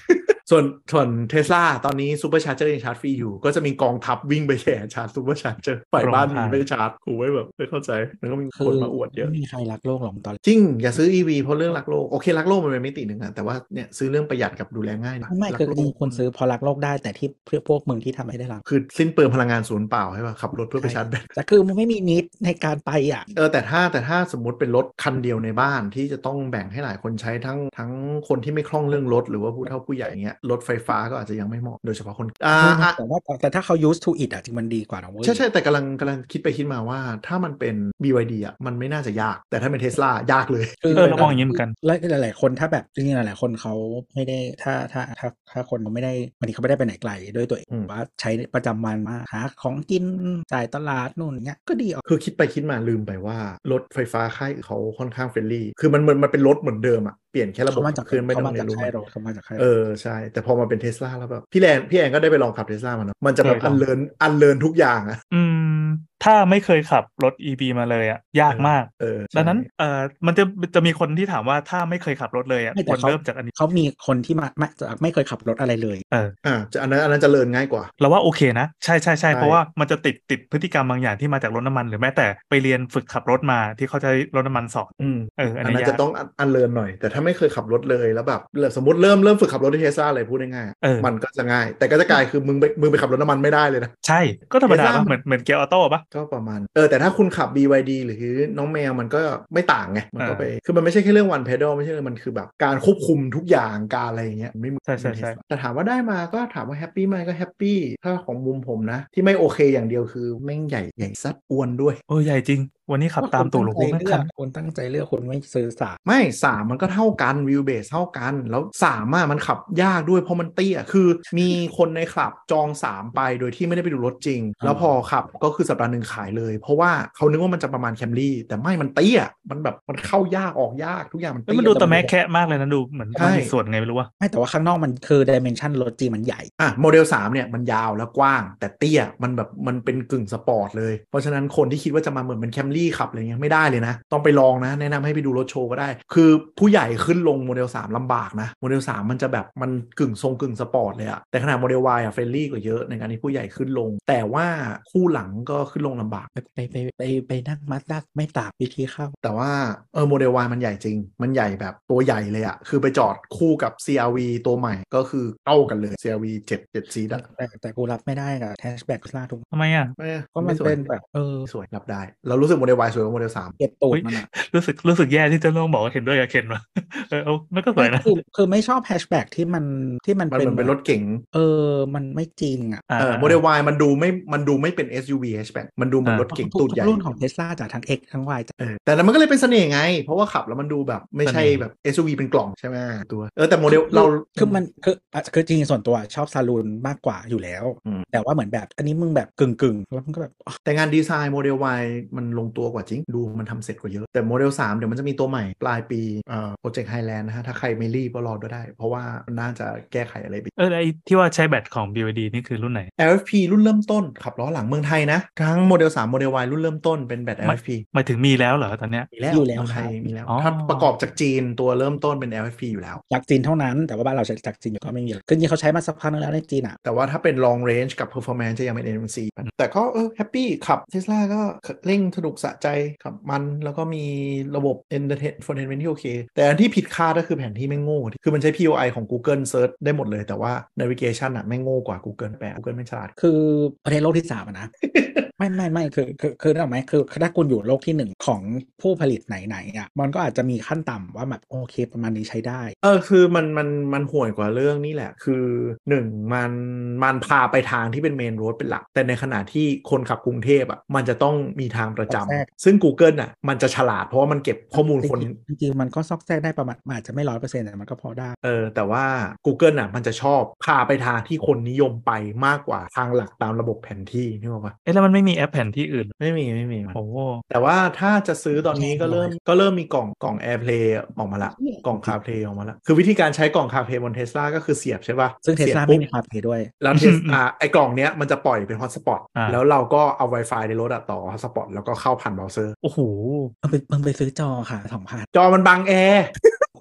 ส่วนส่วนเทสลาตอนนี้ซูเปอร์ชาร์เจอร์ยังชาร์จฟรีอยู่ ก็จะมีกองทัพวิ่งไปแห่ชาร์จซูเปอร์ชาร์เจอร์ฝ่ายบ้านหนี
โรงทาน
ไปชาร์จกูไว้แบบไม่เข้าใจ แล้วก็มี
คื
คนมาอวดเยอะ
ไม่มีใครรักโลกหรอกตอน
จริง อย่าซื้อ EV เพราะเรื่องรักโลก โอเค รักโลกมันเป็นมิติหนึ่งอะแต่ว่าเนี่ยซื้อเรื่องประหยัดกับดูแลง่ายหน่ย
ไม่
รัก
คือ
โลก
จริงๆคนซื้อเพอรักโลกได้แต่ที่เพื่อพวกมึงที่ทำให้ได้รัก
คือสิ้นเปลืองพลังงานศูนย์เปล่าใช่ป่ะขับรถเพื่อไปชาร์จแบต
แต่คือมันไม่มีนิดในการไปอ่ะ
เออแต่ถ้าแต่ถ้าสมมติเป็นรถคันเดียวในบ้านที่จะต้องแบ่งให้หลายคนใช้ทั้งทั้งคนที่ไม่คล่องเรื่องรถหรือว่าผู้เฒ่าผู้ใหญ่เงี้ยรถไฟฟ้าก็อาจจะยังไม่เหมาะโดยเฉพาะคนอ่าอ่ะ
แต่ว่าแต่ถ้าเขา use to it อ่ะจริงมันดีกว่านะเว้ย
ใช่ใช่แต่กำลังกำลังคิดไปคิดมาว่าถ้ามันเป็น BYD อ่ะมันไม่น่าจะยาก แต่ถ้าเป็นเทสลายากเลย
เออเรามองอย่างนี้เหมือนกัน
แล้วหลายๆคนถ้าแบบจริงๆหลายๆคนเขาไม่ได้ถ้าถ้าถ้าถ้าคนไม่ได้บางทีเขาไม่ได้ไปไหนไกลด้วยตัวเอง
อืม
ว่าใช้ประจำวันมากหาของกินจ่ายตลาดนู่นเนี้ยก็ดีออก
คือคิดไปคิดมาลืมไปว่า รถไฟฟ้าค่ายอื่นเขาค่อนข้างเฟรนลี่ คือมันเหมือนมันเป็นรถเหมือนเดิมอ่ะเปลี่ยนแค่ระบบ
เขามาจาก
คือไม่ต้
เขา
อง
มา
เรี
จาย ก
นรู้
ค่ายรถเขามาจากค่ายรถ
เออใช่ แต่พอมาเป็นเทสลาแล้วแบบพี่แอนพี่แอนก็ได้ไปลองขับเทสลามาเนอะมันจะแบบ
เคยล
อั
อง
นเลินอันเลินทุกอย่างอ่ะ
อืม ถ้าไม่เคยขับรถ EV มาเลยอ่ะ ยากมาก
เออใช่
ดังนั้นเอ่อมันจะจะมีคนที่ถามว่าถ้าไม่เคยขับรถเลยอ่ะ
ไม่แต่
ควร
เขา
เริ่มจากอันนี้
เขามีคนที่มาไม่จะไม่เคยขับรถอะไรเลย
อ่าจะอันนั้นอันนั้นจะเลินง่ายกว่า
เราว่าโอเคนะ ใช่ใช่ใช่
ใช่
เพราะว่ามันจะติดติดพฤติกรรมบางอย่างที่มาจากรถน้ำมัน หรือแม้แต่ไปเรียนฝึกขับรถมาที่เขาใช้รถน้ำมันสอน
อืม
เอออัน
อัน
นี้
นั้น
ยา
จะ
ก
ต้องอันเลินหน่อย แต่ถ้าไม่เคยขับรถเลยแล้วแบบสมมติเริ่มเริ่มฝึกขับรถด้วยเทสลาเลยพูดง่าย
เออ
มันก็จะง่าย แต่ก็จะกลายคือมึงไปมึงไปขับรถน้ำมันไม่ได้เลยนะ
ใช่ก็ธรรมดา
เทสลา
ปะเหมือนเหมือนเกียร์ออโต้ปะ
ก็ประมาณ เออ แต่ถ้าคุณขับ BYD หรือน้องแมวมันก็ไม่ต่างไง มันก็
อ่า
ไป คือมันไม่ใช่แค่เรื่องวันเพด a ลไม่ใช่เลยมันคือแบบการควบคุมทุกอย่างการอะไรอย่างเงี้ยไม่เหมือน
ใช่ใช่ใช่
เป็น Tesla แต่ถามว่าได้มาก็ถามว่าแฮปปี้ไหมก็แฮปปี้ถ้าของมุมผมนะ ที่ไม่โอเคอย่างเดียวคือแม่งใหญ่ใหญ่ซัดอ้วนด้วย
โอ้ใหญ่จริง วันนี้ขับตามตู่หลวงปู่
ค
แม่
น
ง
ตั้งใจเลื
ขั
อก
บ
คนตั้งใจเลือกคนไม่ซื้อสาร
ไม่สามมันก็เท่ากันวิวเบสเท่ากัน แล้วสามอะมันขับยากด้วยเพราะมันเตี้ยคือ มีคนในคลับจองสามไปโดยที่ไม่ได้ไปดูรถจริง แล้วพอขับก็คือสัปดาห์หนึ่งขายเลย เพราะว่าเขานึกว่ามันจะประมาณแคมรี่แต่ไม่มันเตี้ยมันแบบมันเข้ายากออกยากทุกอย่างมัน
เอ้ย
เตี้ย
มันดูตะแมะแคะมากเลยนะดูเหมือน
ใช่
มันมีส่วนไงไม่รู้ว่า
ไม่แต่ว่าข้างนอกมันคือดิเมนชันรถจีมันใหญ่
อ่ะโมเดล3เนี่ยมันยาวและกว้าง แต่เตี้ยมันแบบมันเป็นกึ่งสปอร์ตเลย เพราะฉะนั้นคนที่คิดว่าจะมาเหมือนเป็นแคมรี่ขับอะไรเงี้ยไม่ได้เลยนะ ต้องไปลองนะ แนะนำให้ไปดูรถโชว์ก็ได้ คือผู้ใหญ่ขึ้นลงโมเดล 3ลำบากนะ โมเดล 3 มันจะแบบมันกึ่งทรงกึ่งสปอร์ตเลยอะแต่ขนาดโมเดล Y อะเฟรนลี่กว่าเยอะในการที่ผู้ใหญ่ขึ้นลง แต่ว่าคู่หลังก็ขึ้นลงลำบาก
ไปไปไปไปไปนั่งมาสด้าไม่ตากวิธีเข้า
แต่ว่าเออโมเดล Y มันใหญ่จริง มันใหญ่แบบตัวใหญ่เลยอะคือไปจอดคู่กับ CRV ตัวใหม่ก็คือเท่ากันเลย CRV 7 7ซีดอะ
แต่แต่กูรับไม่ได้กับแฮชแบ็กคลาทุก
ทำไมอ่ะ
ไม่อะ
ก็มัน
ไสวย
เป็นแบบเออ
สวยรับได้ เรารู้สึกโมเดล Y สวยกว่าโมเดล 3
เก็บตูด
เฮ้ย
มันอะ
รู้สึกรู้สึกแย่ที่จะต้องบอกว่าเห็นด้วยกับเคนว่ะเออเอามันก็สวยนะ
คือคือไม่ชอบแฮชแบ็กที่มันที่มัน
มัน
เป็น
เหมือนเป็นรถเก๋ง
เออ มันไม่จริงอ่ะ
อ่า
เออโมเดล Y มันดูไม่มันดูไม่เป็น SUV hatchback มันดูเหมือนรถเก๋ง
ทุก
ตูดใหญ่
รุ่นของเทสลาจากทั้ง X ทั้ง Y จะ
เออแต่แล้วมันก็เลยเป็นเสน่ห์ไง เพราะว่าขับแล้วมันดูแบบไม่ใช่แบบ SUV เป็นกล่องใช่ไหมตัวเออแต่โมเดลเรา
คือมันคืออ่ะคือจริงๆส่วนตัวชอบซาลูนมากกว่าอยู่แล้ว
อืม
แต่ว่าเหมือนแบบอันนี้มึงแบบกึ่งกึ่งๆแล้วมันก็แบบ อ๋อ
แต่งานดีไซน์โมเดล Y มันลงตัวกว่าจริง ดูมันทำเสร็จกว่าเยอะ แต่โมเดล 3 เดี๋ยวมันจะมีตัวใหม่ปลายปีเอ่อโปรเจกต์ไฮแลนด์นะฮะถ้าใครไม่รีบก็รอดูได้ เพราะว่ามันน่าจะแก้ไขอะไรไป
เออแล้วไอ้ที่ว่าใช้แบตของ BYD นี่คือรุ่นไหน
LFP รุ่นเริ่มต้นขับล้อหลังเมืองไทยนะทั้งโมเดล3โมเดล Y รุ่นเริ่มต้นเป็นแบบ LFP
หมายถึงมีแล้วเหรอตอนเนี้ย
มีแล้ว
อยู่แล้ว
เมืง
ค
ไท
รับ
ยมีแล้ว
อ๋อ
ถ้าประกอบจากจีนตัวเริ่มต้นเป็น LFP อยู่แล้ว
จากจีนเท่านั้น แต่ว่าบ้านเราใช้จากจีนอยู่ก็ไม่มีแล้วคือจริงๆเขาใช้มาสักพักนึงแล้วในจีนอ่ะ
แต่ว่าถ้าเป็น long range กับ performance จะยังเป็น NMC แต่ก็เออแฮปปี้ขับเทสลาก็เร่งสนุกสะใจขับมันแล้วก็มีระบบ entertainment ที่โอเค แต่อันที่ผิดคาดก็คือแผนที่ไม่งโง่คือมันใช้ POI ของ Google Search ได้หมดเลยแต่ว่า navigation อะไม่งโง่กว่า Google แปล Google ไม่ฉลาด
คือประเทศโลกที่สาม อะนะ ไม่ไม่ไม่คือคือคือนึกออกไหมคือถ้าคุณอยู่โลกที่หนึ่งของผู้ผลิตไหนๆอ่ะมันก็อาจจะมีขั้นต่ำว่าแบบโอเคประมาณนี้ใช้ได้
เออคือมันมันมันห่วยกว่าเรื่องนี่แหละ คือหนึ่งมันมันพาไปทางที่เป็นเมนโรดเป็นหลัก แต่ในขณะที่คนขับกรุงเทพอ่ะมันจะต้องมีทางประ
ซ
จำ
อกแทรก
ซึ่ง Google อ่ะมันจะฉลาดเพราะว่ามันเก็บข้อมูลคน
จริงๆจริงๆมันก็ซอกแซกได้ประมาณมันอาจจะไม่ร้อยเปอร์เซ็นต์แต่มันก็พอได้
เออแต่ว่า Google อ่ะมันจะชอบพาไปทางที่คนนิยมไปมากกว่าทางหลักตามระบบแผนที่นี่บอกว่า
เอ๊ะแล้วมันไม่มีแอปแผนที่อื่น
ไม่มีไม่มี
โอ้โห
แต่ว่าถ้าจะซื้อตอนนี้ก็เริ่มก็เริ่มมีกล่องกล่อง AirPlay ออกมาละกล่อง CarPlay ออกมาละคือวิธีการใช้กล่อง CarPlay บน Tesla ก็คือเสียบใช่ปะ
ซึ่งเทส
สียบ
ลา
ปุ๊
ไม่
บ
มีคาเพย์ด้วย
แล้วเทสอ่าไอ้กล่องเนี้ยมันจะปล่อยเป็นฮอตสปอต
อ่า
แล้วเราก็เอา Wi-Fi ในรถอะต่อฮอตสปอตแล้วก็เข้าผ่านเบราว์เซอร์
โอ้โห
มึงไปมึงไปซื้อจอค่ะสองพัน
จอมันบังแอร์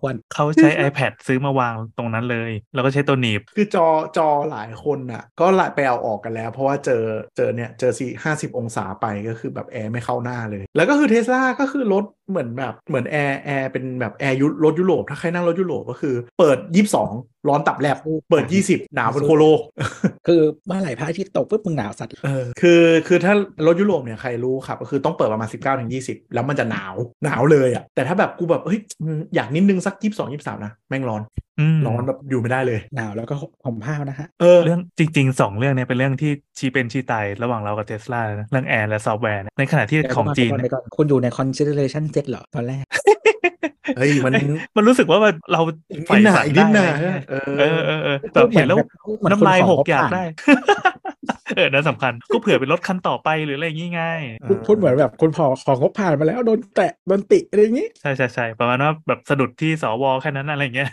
ควร
เขาใช้ iPad ซื้อมาวางตรงนั้นเลย แล้วก็ใช้ตัวหนีบ
คือจอจอหลายคนอะก็หลายไปเอาออกกันแล้ว เพราะว่าเจอเจอเนี่ยเจอสี่ห้าสิบองศาไปก็คือแบบแอร์ไม่เข้าหน้าเลย แล้วก็คือเทสลาก็คือรถเหมือนแบบเหมือนแอร์แอร์เป็นแบบแอร์ยุรถยุโรปถ้าใครนั่งรถยุโรปก็คือ เปิด 22 ร้อนตับแลบเปิด 20 หนาวเป็นโคโล
คือเมื่อไหร่พระอาทิตย์ตกปุ๊บมึงหนาวสัตว์
เออคือคือถ้ารถยุโรปเนี่ยใครรู้ครับก็คือต้องเปิดประมาณ 19ถึง20 แล้วมันจะหนาวหนาวเลยอะ่ะแต่ถ้าแบบกูแบบเฮ้ยอืมอยากนิดนึงสัก 22 23 นะ แม่งร้อน
อืม
ร้อนแบบอยู่ไม่ได้เลย
หนาวแล้วก็ห่มผ้านะฮะ
เออ
เรื่องจริงๆสองเรื่องเนี้เป็นเรื่องที่ชีเป็นชีตายระหว่างเรากับเทสลานะเรื่องแอร์และซอฟต์แวร์นะในขณะที่ของจีน
เดี๋ยวก่อ
เนี่ย
เดี๋ยวก่อคุณอยู่ใน consideration เจ็ดเหรอตอนแรก
เฮ้ย มัน
เอ้ย มันรู้สึกว่ามันเรา
อีกนิดหนาอีกนิดหนา
ใฝ่ฝั
เอ
ได้
อ
เออเออเออแบบเห็นแล้ว
เหมือน
น้ำลาย
คน
ห
ขอก ง
อยาก
ผ่าน
ได้ เออนั่นสำคัญ ก็เผื่อเป็นรถคันต่อไปหรืออะไรอย่างงี้ไง
เอ
พูดพูดเหมือนแบบคุณพอของงบผ่านมาแล้วโดนแตะโดนติอะไรอย่าง นี้
ใช่ใช่ใช่ประมาณว่าแบบสะดุดที่สวแค่นั้นอะไรอย่างเงี้ย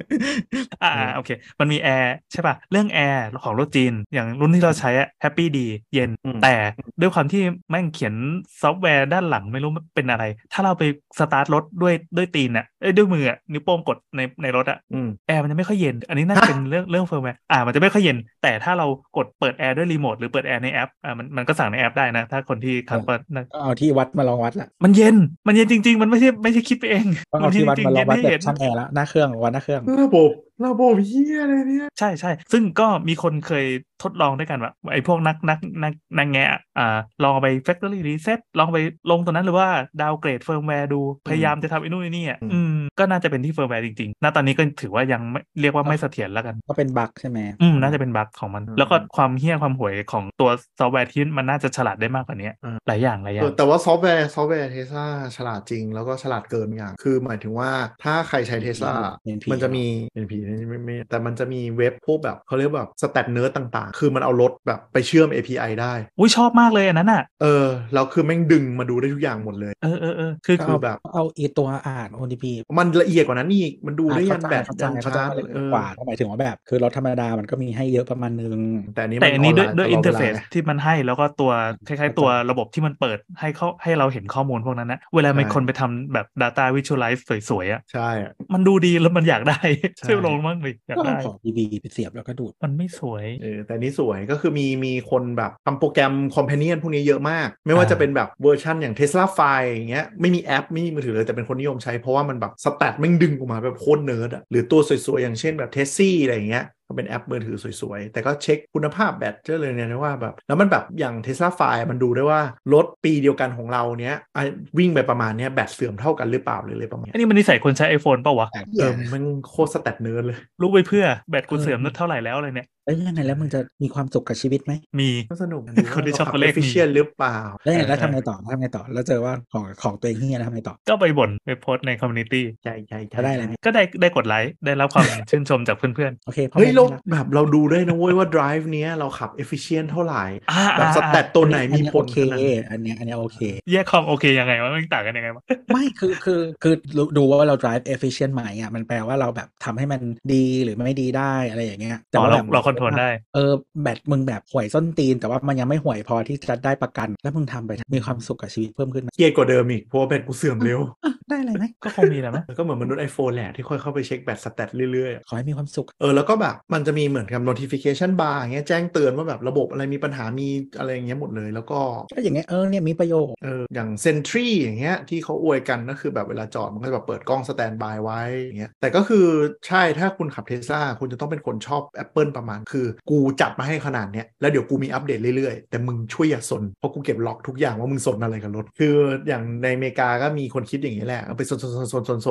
อ่า
เออ
โอเค มันมีแอร์ใช่ป่ะ เรื่องแอร์ของรถจีน อย่างรุ่นที่เราใช้อะแฮปปี้ดีเย็น
อืม
แต่ด้วยความที่แม่งเขียนซอฟต์แวร์ด้านหลังไม่รู้มันเป็นอะไร ถ้าเราไปสตาร์ทรถด้วยด้วยตีนอะเอ้ยด้วยมืออะนิ้วโป้งกดในในรถอะ
อืม
แอร์มันจะไม่ค่อยเย็น อันนี้น่าจะ
ฮะ
เป็นเรื่องเรื่องเฟิร์มแวร์อ่า มันจะไม่ค่อยเย็น แต่ถ้าเรากดเปิดแอร์ด้วยรีโมทหรือเปิดแอร์ในแอป อ่า มันมันก็สั่งในแอปได้นะ ถ้าคนที่ขับ
เออ
ก็นะ
ก็เอาที่วัดมาลองวัดละ
มันเย็น มันเย็นจริง ๆ มันไม่ใช่ไม่ใช่คิดไปเอง
ก็เอา
เย็
ที่วัด
จริง
มา
ๆ
ลอ
เย็
ง
น
วัด
ให้
แบ
เห็น
บช่างแอร์แล้วหน้าเครื่องวัดหน้าเครื่อง
ระบบ ระบบเฮียอะไรเนี่ย
ใช่ใช่ซึ่งก็มีคนเคยทดลองด้วยกันว่าไอ้พวกนักนักนักนักแงะอ่าลองเอาไป factory reset ลองไปลงตัวนั้นหรือว่าดาวเกรดเฟิร์มแวร์ดูพยายามจะทำไอ้นู่นไอ้นี่อ่ะ
อืม
อืมก็น่าจะเป็นที่เฟิร์มแวร์จริงๆณตอนนี้ก็ถือว่ายังไม่เรียกว่าไม่เสถียรแล้วกัน
ก็เป็นบั๊กใช่ไหม
อืมน่าจะเป็นบั๊กของมัน
อืม
แล้วก็ความเฮี้ยความห่วยของตัวซอฟต์แวร์ที่มันน่าจะฉลาดได้มากกว่านี้
อืม
หลายอย่างหลายอ
เอย่าง อแต่ว่าซอฟต์แวร์ซอฟต์แวร์เทสลาฉลาดจริง แล้วก็ฉลาดเกินอย่าง คือหมายถึงว่าถ้าใครใช้เทสลา
NP
มันจะมีเป็นผีไม่ไม่แต่มันจะมีเว็บพวกแบบเขาเรียกแบบสแตทเนื้อต่างๆ คือมันเอารถแบบไปเชื่อม API ได้
อุ้ยชอบมากเลยอันนั้นอ่ะ
เออ แล้วคือแม่งดึงมาดูได้ทุกอย่างหมดเลย
เออเออเออคือ
ก็
คือ
แบบ
เอาอีตัวอ่าน OTP
มันละเอียดกว่านั้นอีก มันดูได้ยันแบบ
เข้าใจ
ยัน
เข้า
ชา
ใจ
ร์
ว่า
จ
ละเอีด
เอยอก
ว่าแต่หมายถึงว่าแบบคือรถธรรมดามันก็มีให้เยอะประมาณนึง
แต่อันนี้
แต่อันนี้ด้วย
มั
ด้วยอินเทอร์เฟซ
ไลน์ตลดวลาไง
ที่มันให้แล้วก็ตัวคล้าย ๆ ตัว
เข้าใจ
ระบบที่มันเปิดให้เขาให้เราเห็นข้อมูลพวกนั้นนะ เวลามี
ใช่
คนไปทำแบบ Data Visualize สวยๆอ่ะ
ใช่อะ
มันดูดีแล้วมันอยากได้
ใช่
ช่วยลงมั่งเลยอยาก
ก็
ได้
ขอ DB ไปเสียบแล้วก็ดูด
มันไม่สวย
เออแต่อันนี้สวยก็คือมีมีคนแบบทำโปรแกรมคอมเพ n เ o ียนพวกนี้เยอะมาก ไม่ว่า
อ่า
จะเป็นแบบเวอร์ชันอย่าง Tesla f i อย่างเงี้ยไม่มีแอป ไม่มีมือถือเลย แต่เป็นคนนิยมใช้เพราะว่ามันแบบสแตทแม่งดึงออกมาแบบโคตรเนิร์ดอะหรือตัวสวยๆ อย่างเช่นแบบ t e s s i อะไรอย่างเงี้ยก็เป็นแอปมือถือสวยๆ แต่ก็เช็คคุณภาพแบตเจอเลยเนี่ยนะว่าแบบแล้วมันแบบอย่าง Tesla f i มันดูได้ว่ารถปีเดียวกันของเราเนี้ยอ่ะวิ่งไปประมาณเนี้ยแบตเสื่อมเท่ากันหรือเปล่าหรืออะไรประมาณ
อันนี้มันนิสัยคนใช้ iPhone เปล่าวะ
แต่
เออมันโคตรสแตทเนิร์ดเลย
รู้ไว้เพื่อแบตกู
เออ
เสื่อมนัดเท่าไหร่แล้วเลยเนี่ย
แล้วยังไงแล้วมึงจะมีความสุขกับชีวิตไหม
มี
ก็สนุก
คนที่ชอบตัวเลขนี้
ฟิเชียลหรือเปล่า
แล้วยังไงแล้ว
เออ
ทำไงต่อทำไงต่อ แล้วเจอว่าของของตัวเองเฮียแล้วทำไงต่อ
ก็ไปบ่นไปโพสต์ในคอมมูนิตี้
ใช่ใช่ใช่
ก็ได้เลย
ก็ได้ได้กดไลค์ได้รับความ ชื่นชมจากเพื่อน
โอเคพ่อ
เฮ้ย
แม่
เรา
ไม่รัก
แบบเราดูได้นะเว้ยว่า drive เนี้ยเราขับ efficient เท่าไหร่
ๆอ่า
แบบ
อ่า
สแตทตัวไหน
อั
มี
เย
ผล
โอเค
ขนาดไหน
อันเนี้ยอันเนี้ยโอเค
แยกความโอเคยังไงวะมันต่างกันยังไงวะ
ไม่คือคือคือดูดูว่าเรา drive efficient ไหมอ่ะมันแปลว่าเราแบบทำให้มันดีหรือไม่ดีได้อะไรอย่างเงี้ยแต่
อ๋อ
ว่า
เรา
แบบ
เราคอนโทรลได้
เออแบตมึงแบบห่วยส้นตีน แต่ว่ามันยังไม่ห่วยพอที่จะได้ประกัน แล้วมึงทำไปมีความสุขกับชีวิตเพิ่มขึ้นไหม
เครียดกว่าเดิมอีกเพราะว่าแบตกูเสื่อม เร็ว
อ่ะได้อะไรไหม
ก็คงมีแหละมั้ย
ก็เหมือนมนุษย์ iPhone แหละที่ค่อยเข้าไปเช็คแบตสแตทเรื่อยๆอะ
ขอให้มีความสุข
เออแล้วก็แบบมันจะมีเหมือนกับ notification bar อย่างเงี้ยแจ้งเตือนว่าแบบระบบอะไรมีปัญหามีอะไรอย่างเงี้ยหมดเลย แล้วก็
ก็อย่างเงี้ยเออเนี่ยมีประโยชน์
เอออย่าง Sentry อย่างเงี้ยที่เขาอวยกันก็คือแบบเวลาจอดมันก็จะแบบเปิดกล้องสแตนบายไว้อย่างเงี้ยแต่ก็คือใช่ถ้าคุณขับ Tesla คุณจะต้องเป็นคนชอบ Apple ประมาณ คือกูจัดมาให้ขนาดเนี้ยแล้วเดี๋ยวกูมีอัปเดตเรื่อยๆ แต่มึงช่วยอย่าสน เพราะกูเก็บล็อกทุกอย่างว่ามึงสนอะไรกับรถ คืออย่างในอเมริกาก็มีคนคิดอย่างนี้แหละเอาไปส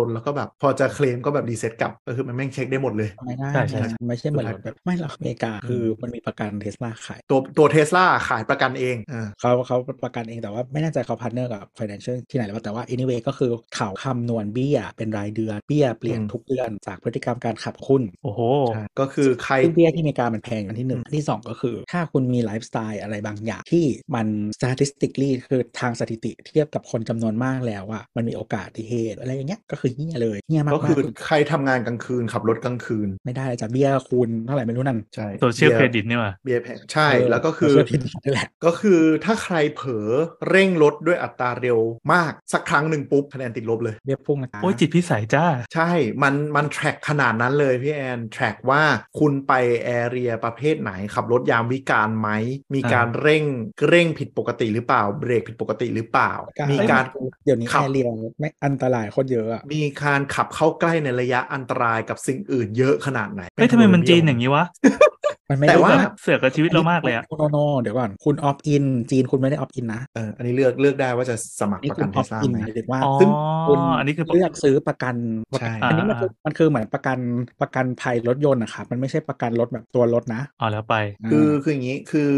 นๆๆๆๆแล้วก็แบบพอจะเคลมก็แบบรีเซ็ตกลับก็คือมันแม่งเช็คได้หมดเลย
ทำไม่ได้
ใช่ใช่
มันไม่ใช่เหมือนรถแบบไม่หรอกอเมริกา
อืม
คือมันมีประกันเทสลาขาย
ตัวตัวเทสลาขายประกันเองอ่า
เขาเขาประกันเองแต่ว่าไม่แน่ใจเขาพาร์ทเนอร์กับ financial ที่ไหนหรือเปล่าแต่ว่า anyway ก็คือเขาคำนวณเบี้ยเป็นรายเดือนเบี้ยเปลี่ยน
อืม
ทุกเดือนจากพฤติกรรมการขับคุณ
โอ้โห
ใช่ก็คือใคร
ซึ่งเบี้ยที่อเมริกามันแพงอันที่หนึ่งอันที่สองก็คือ ถ้าคุณมีไลฟ์สไตล์อะไรบางอย่างที่มัน statistically คือทางสถิติเทียบกับคนจำนวนมากแล้วอะมันมีโอกาสที่เหตุอะไรอย่างเงี้ยก็คือเงี้ยเลยเงี้ยมาก
ก็
ๆ
คือใครทำงานกลางคืนขับรถกลางคืน
ไม่ได้จะเบี้ยคุณเท่าไหร่ไม่รู้นั่น
ใช่
โซเชียล
บี
เครดิตนี่หว่า
เบียร์แพงใช่
เ
แล้วก็คือ
เชื่ผิดนั่นแหละ
ก็คือถ้าใครเผลอเร่งรถด้วยอัตราเร็วมากสักครั้งหนึ่งปุ๊บคะแนนติดลบเลย
เบี้ยพุ่งนะคะ
โอ้ยจิตพิสัยจ้า
ใช่ มันมันแทร็กขนาดนั้นเลยพี่แอน แทร็กว่าคุณไปแอเรียประเภทไหน ขับรถยามวิกาลไหม มีการเร่งเร่งผิดปกติหรือเปล่า เบรกผิดปกติหรือเปล่า มีการ
เดี๋ยวนี้
ขับ
แอร์เรียลไม่อันตรายโคตรเยอะอะ
มีการขับเข้าใกล้ในระยะอันตรายกับสิ่งอื่นเยอะขนาดไหน
เฮ้ยทำไมมันจีนอย่างนี้วะ
มันไม่
แต่ว่า
บบ
เสือกกับชีวิตเรามากเลยอะ
โนโนเดี๋ยวก่อนคุณออฟอินจีนคุณไม่ได้ออฟอินนะ
เอออันนี้เลือกเลือกได้ว่าจะสมัคร
นี่
ประ
คุณอ
กันเท
อฟ
สลา
อิน
ไหม
หมายถึงว่า
อ๋อ
ซึ่ง
อันนี้คือ
เลือกซื้อประกัน
ใช่
ประกันอันนี้มันคื
อ่า
อมันคือเหมือนประกันประกันภัยรถยนต์นะครับมันไม่ใช่ประกันรถแบบตัวรถนะ
อ๋อแล้วไป
คือคืออย่างนี้คือ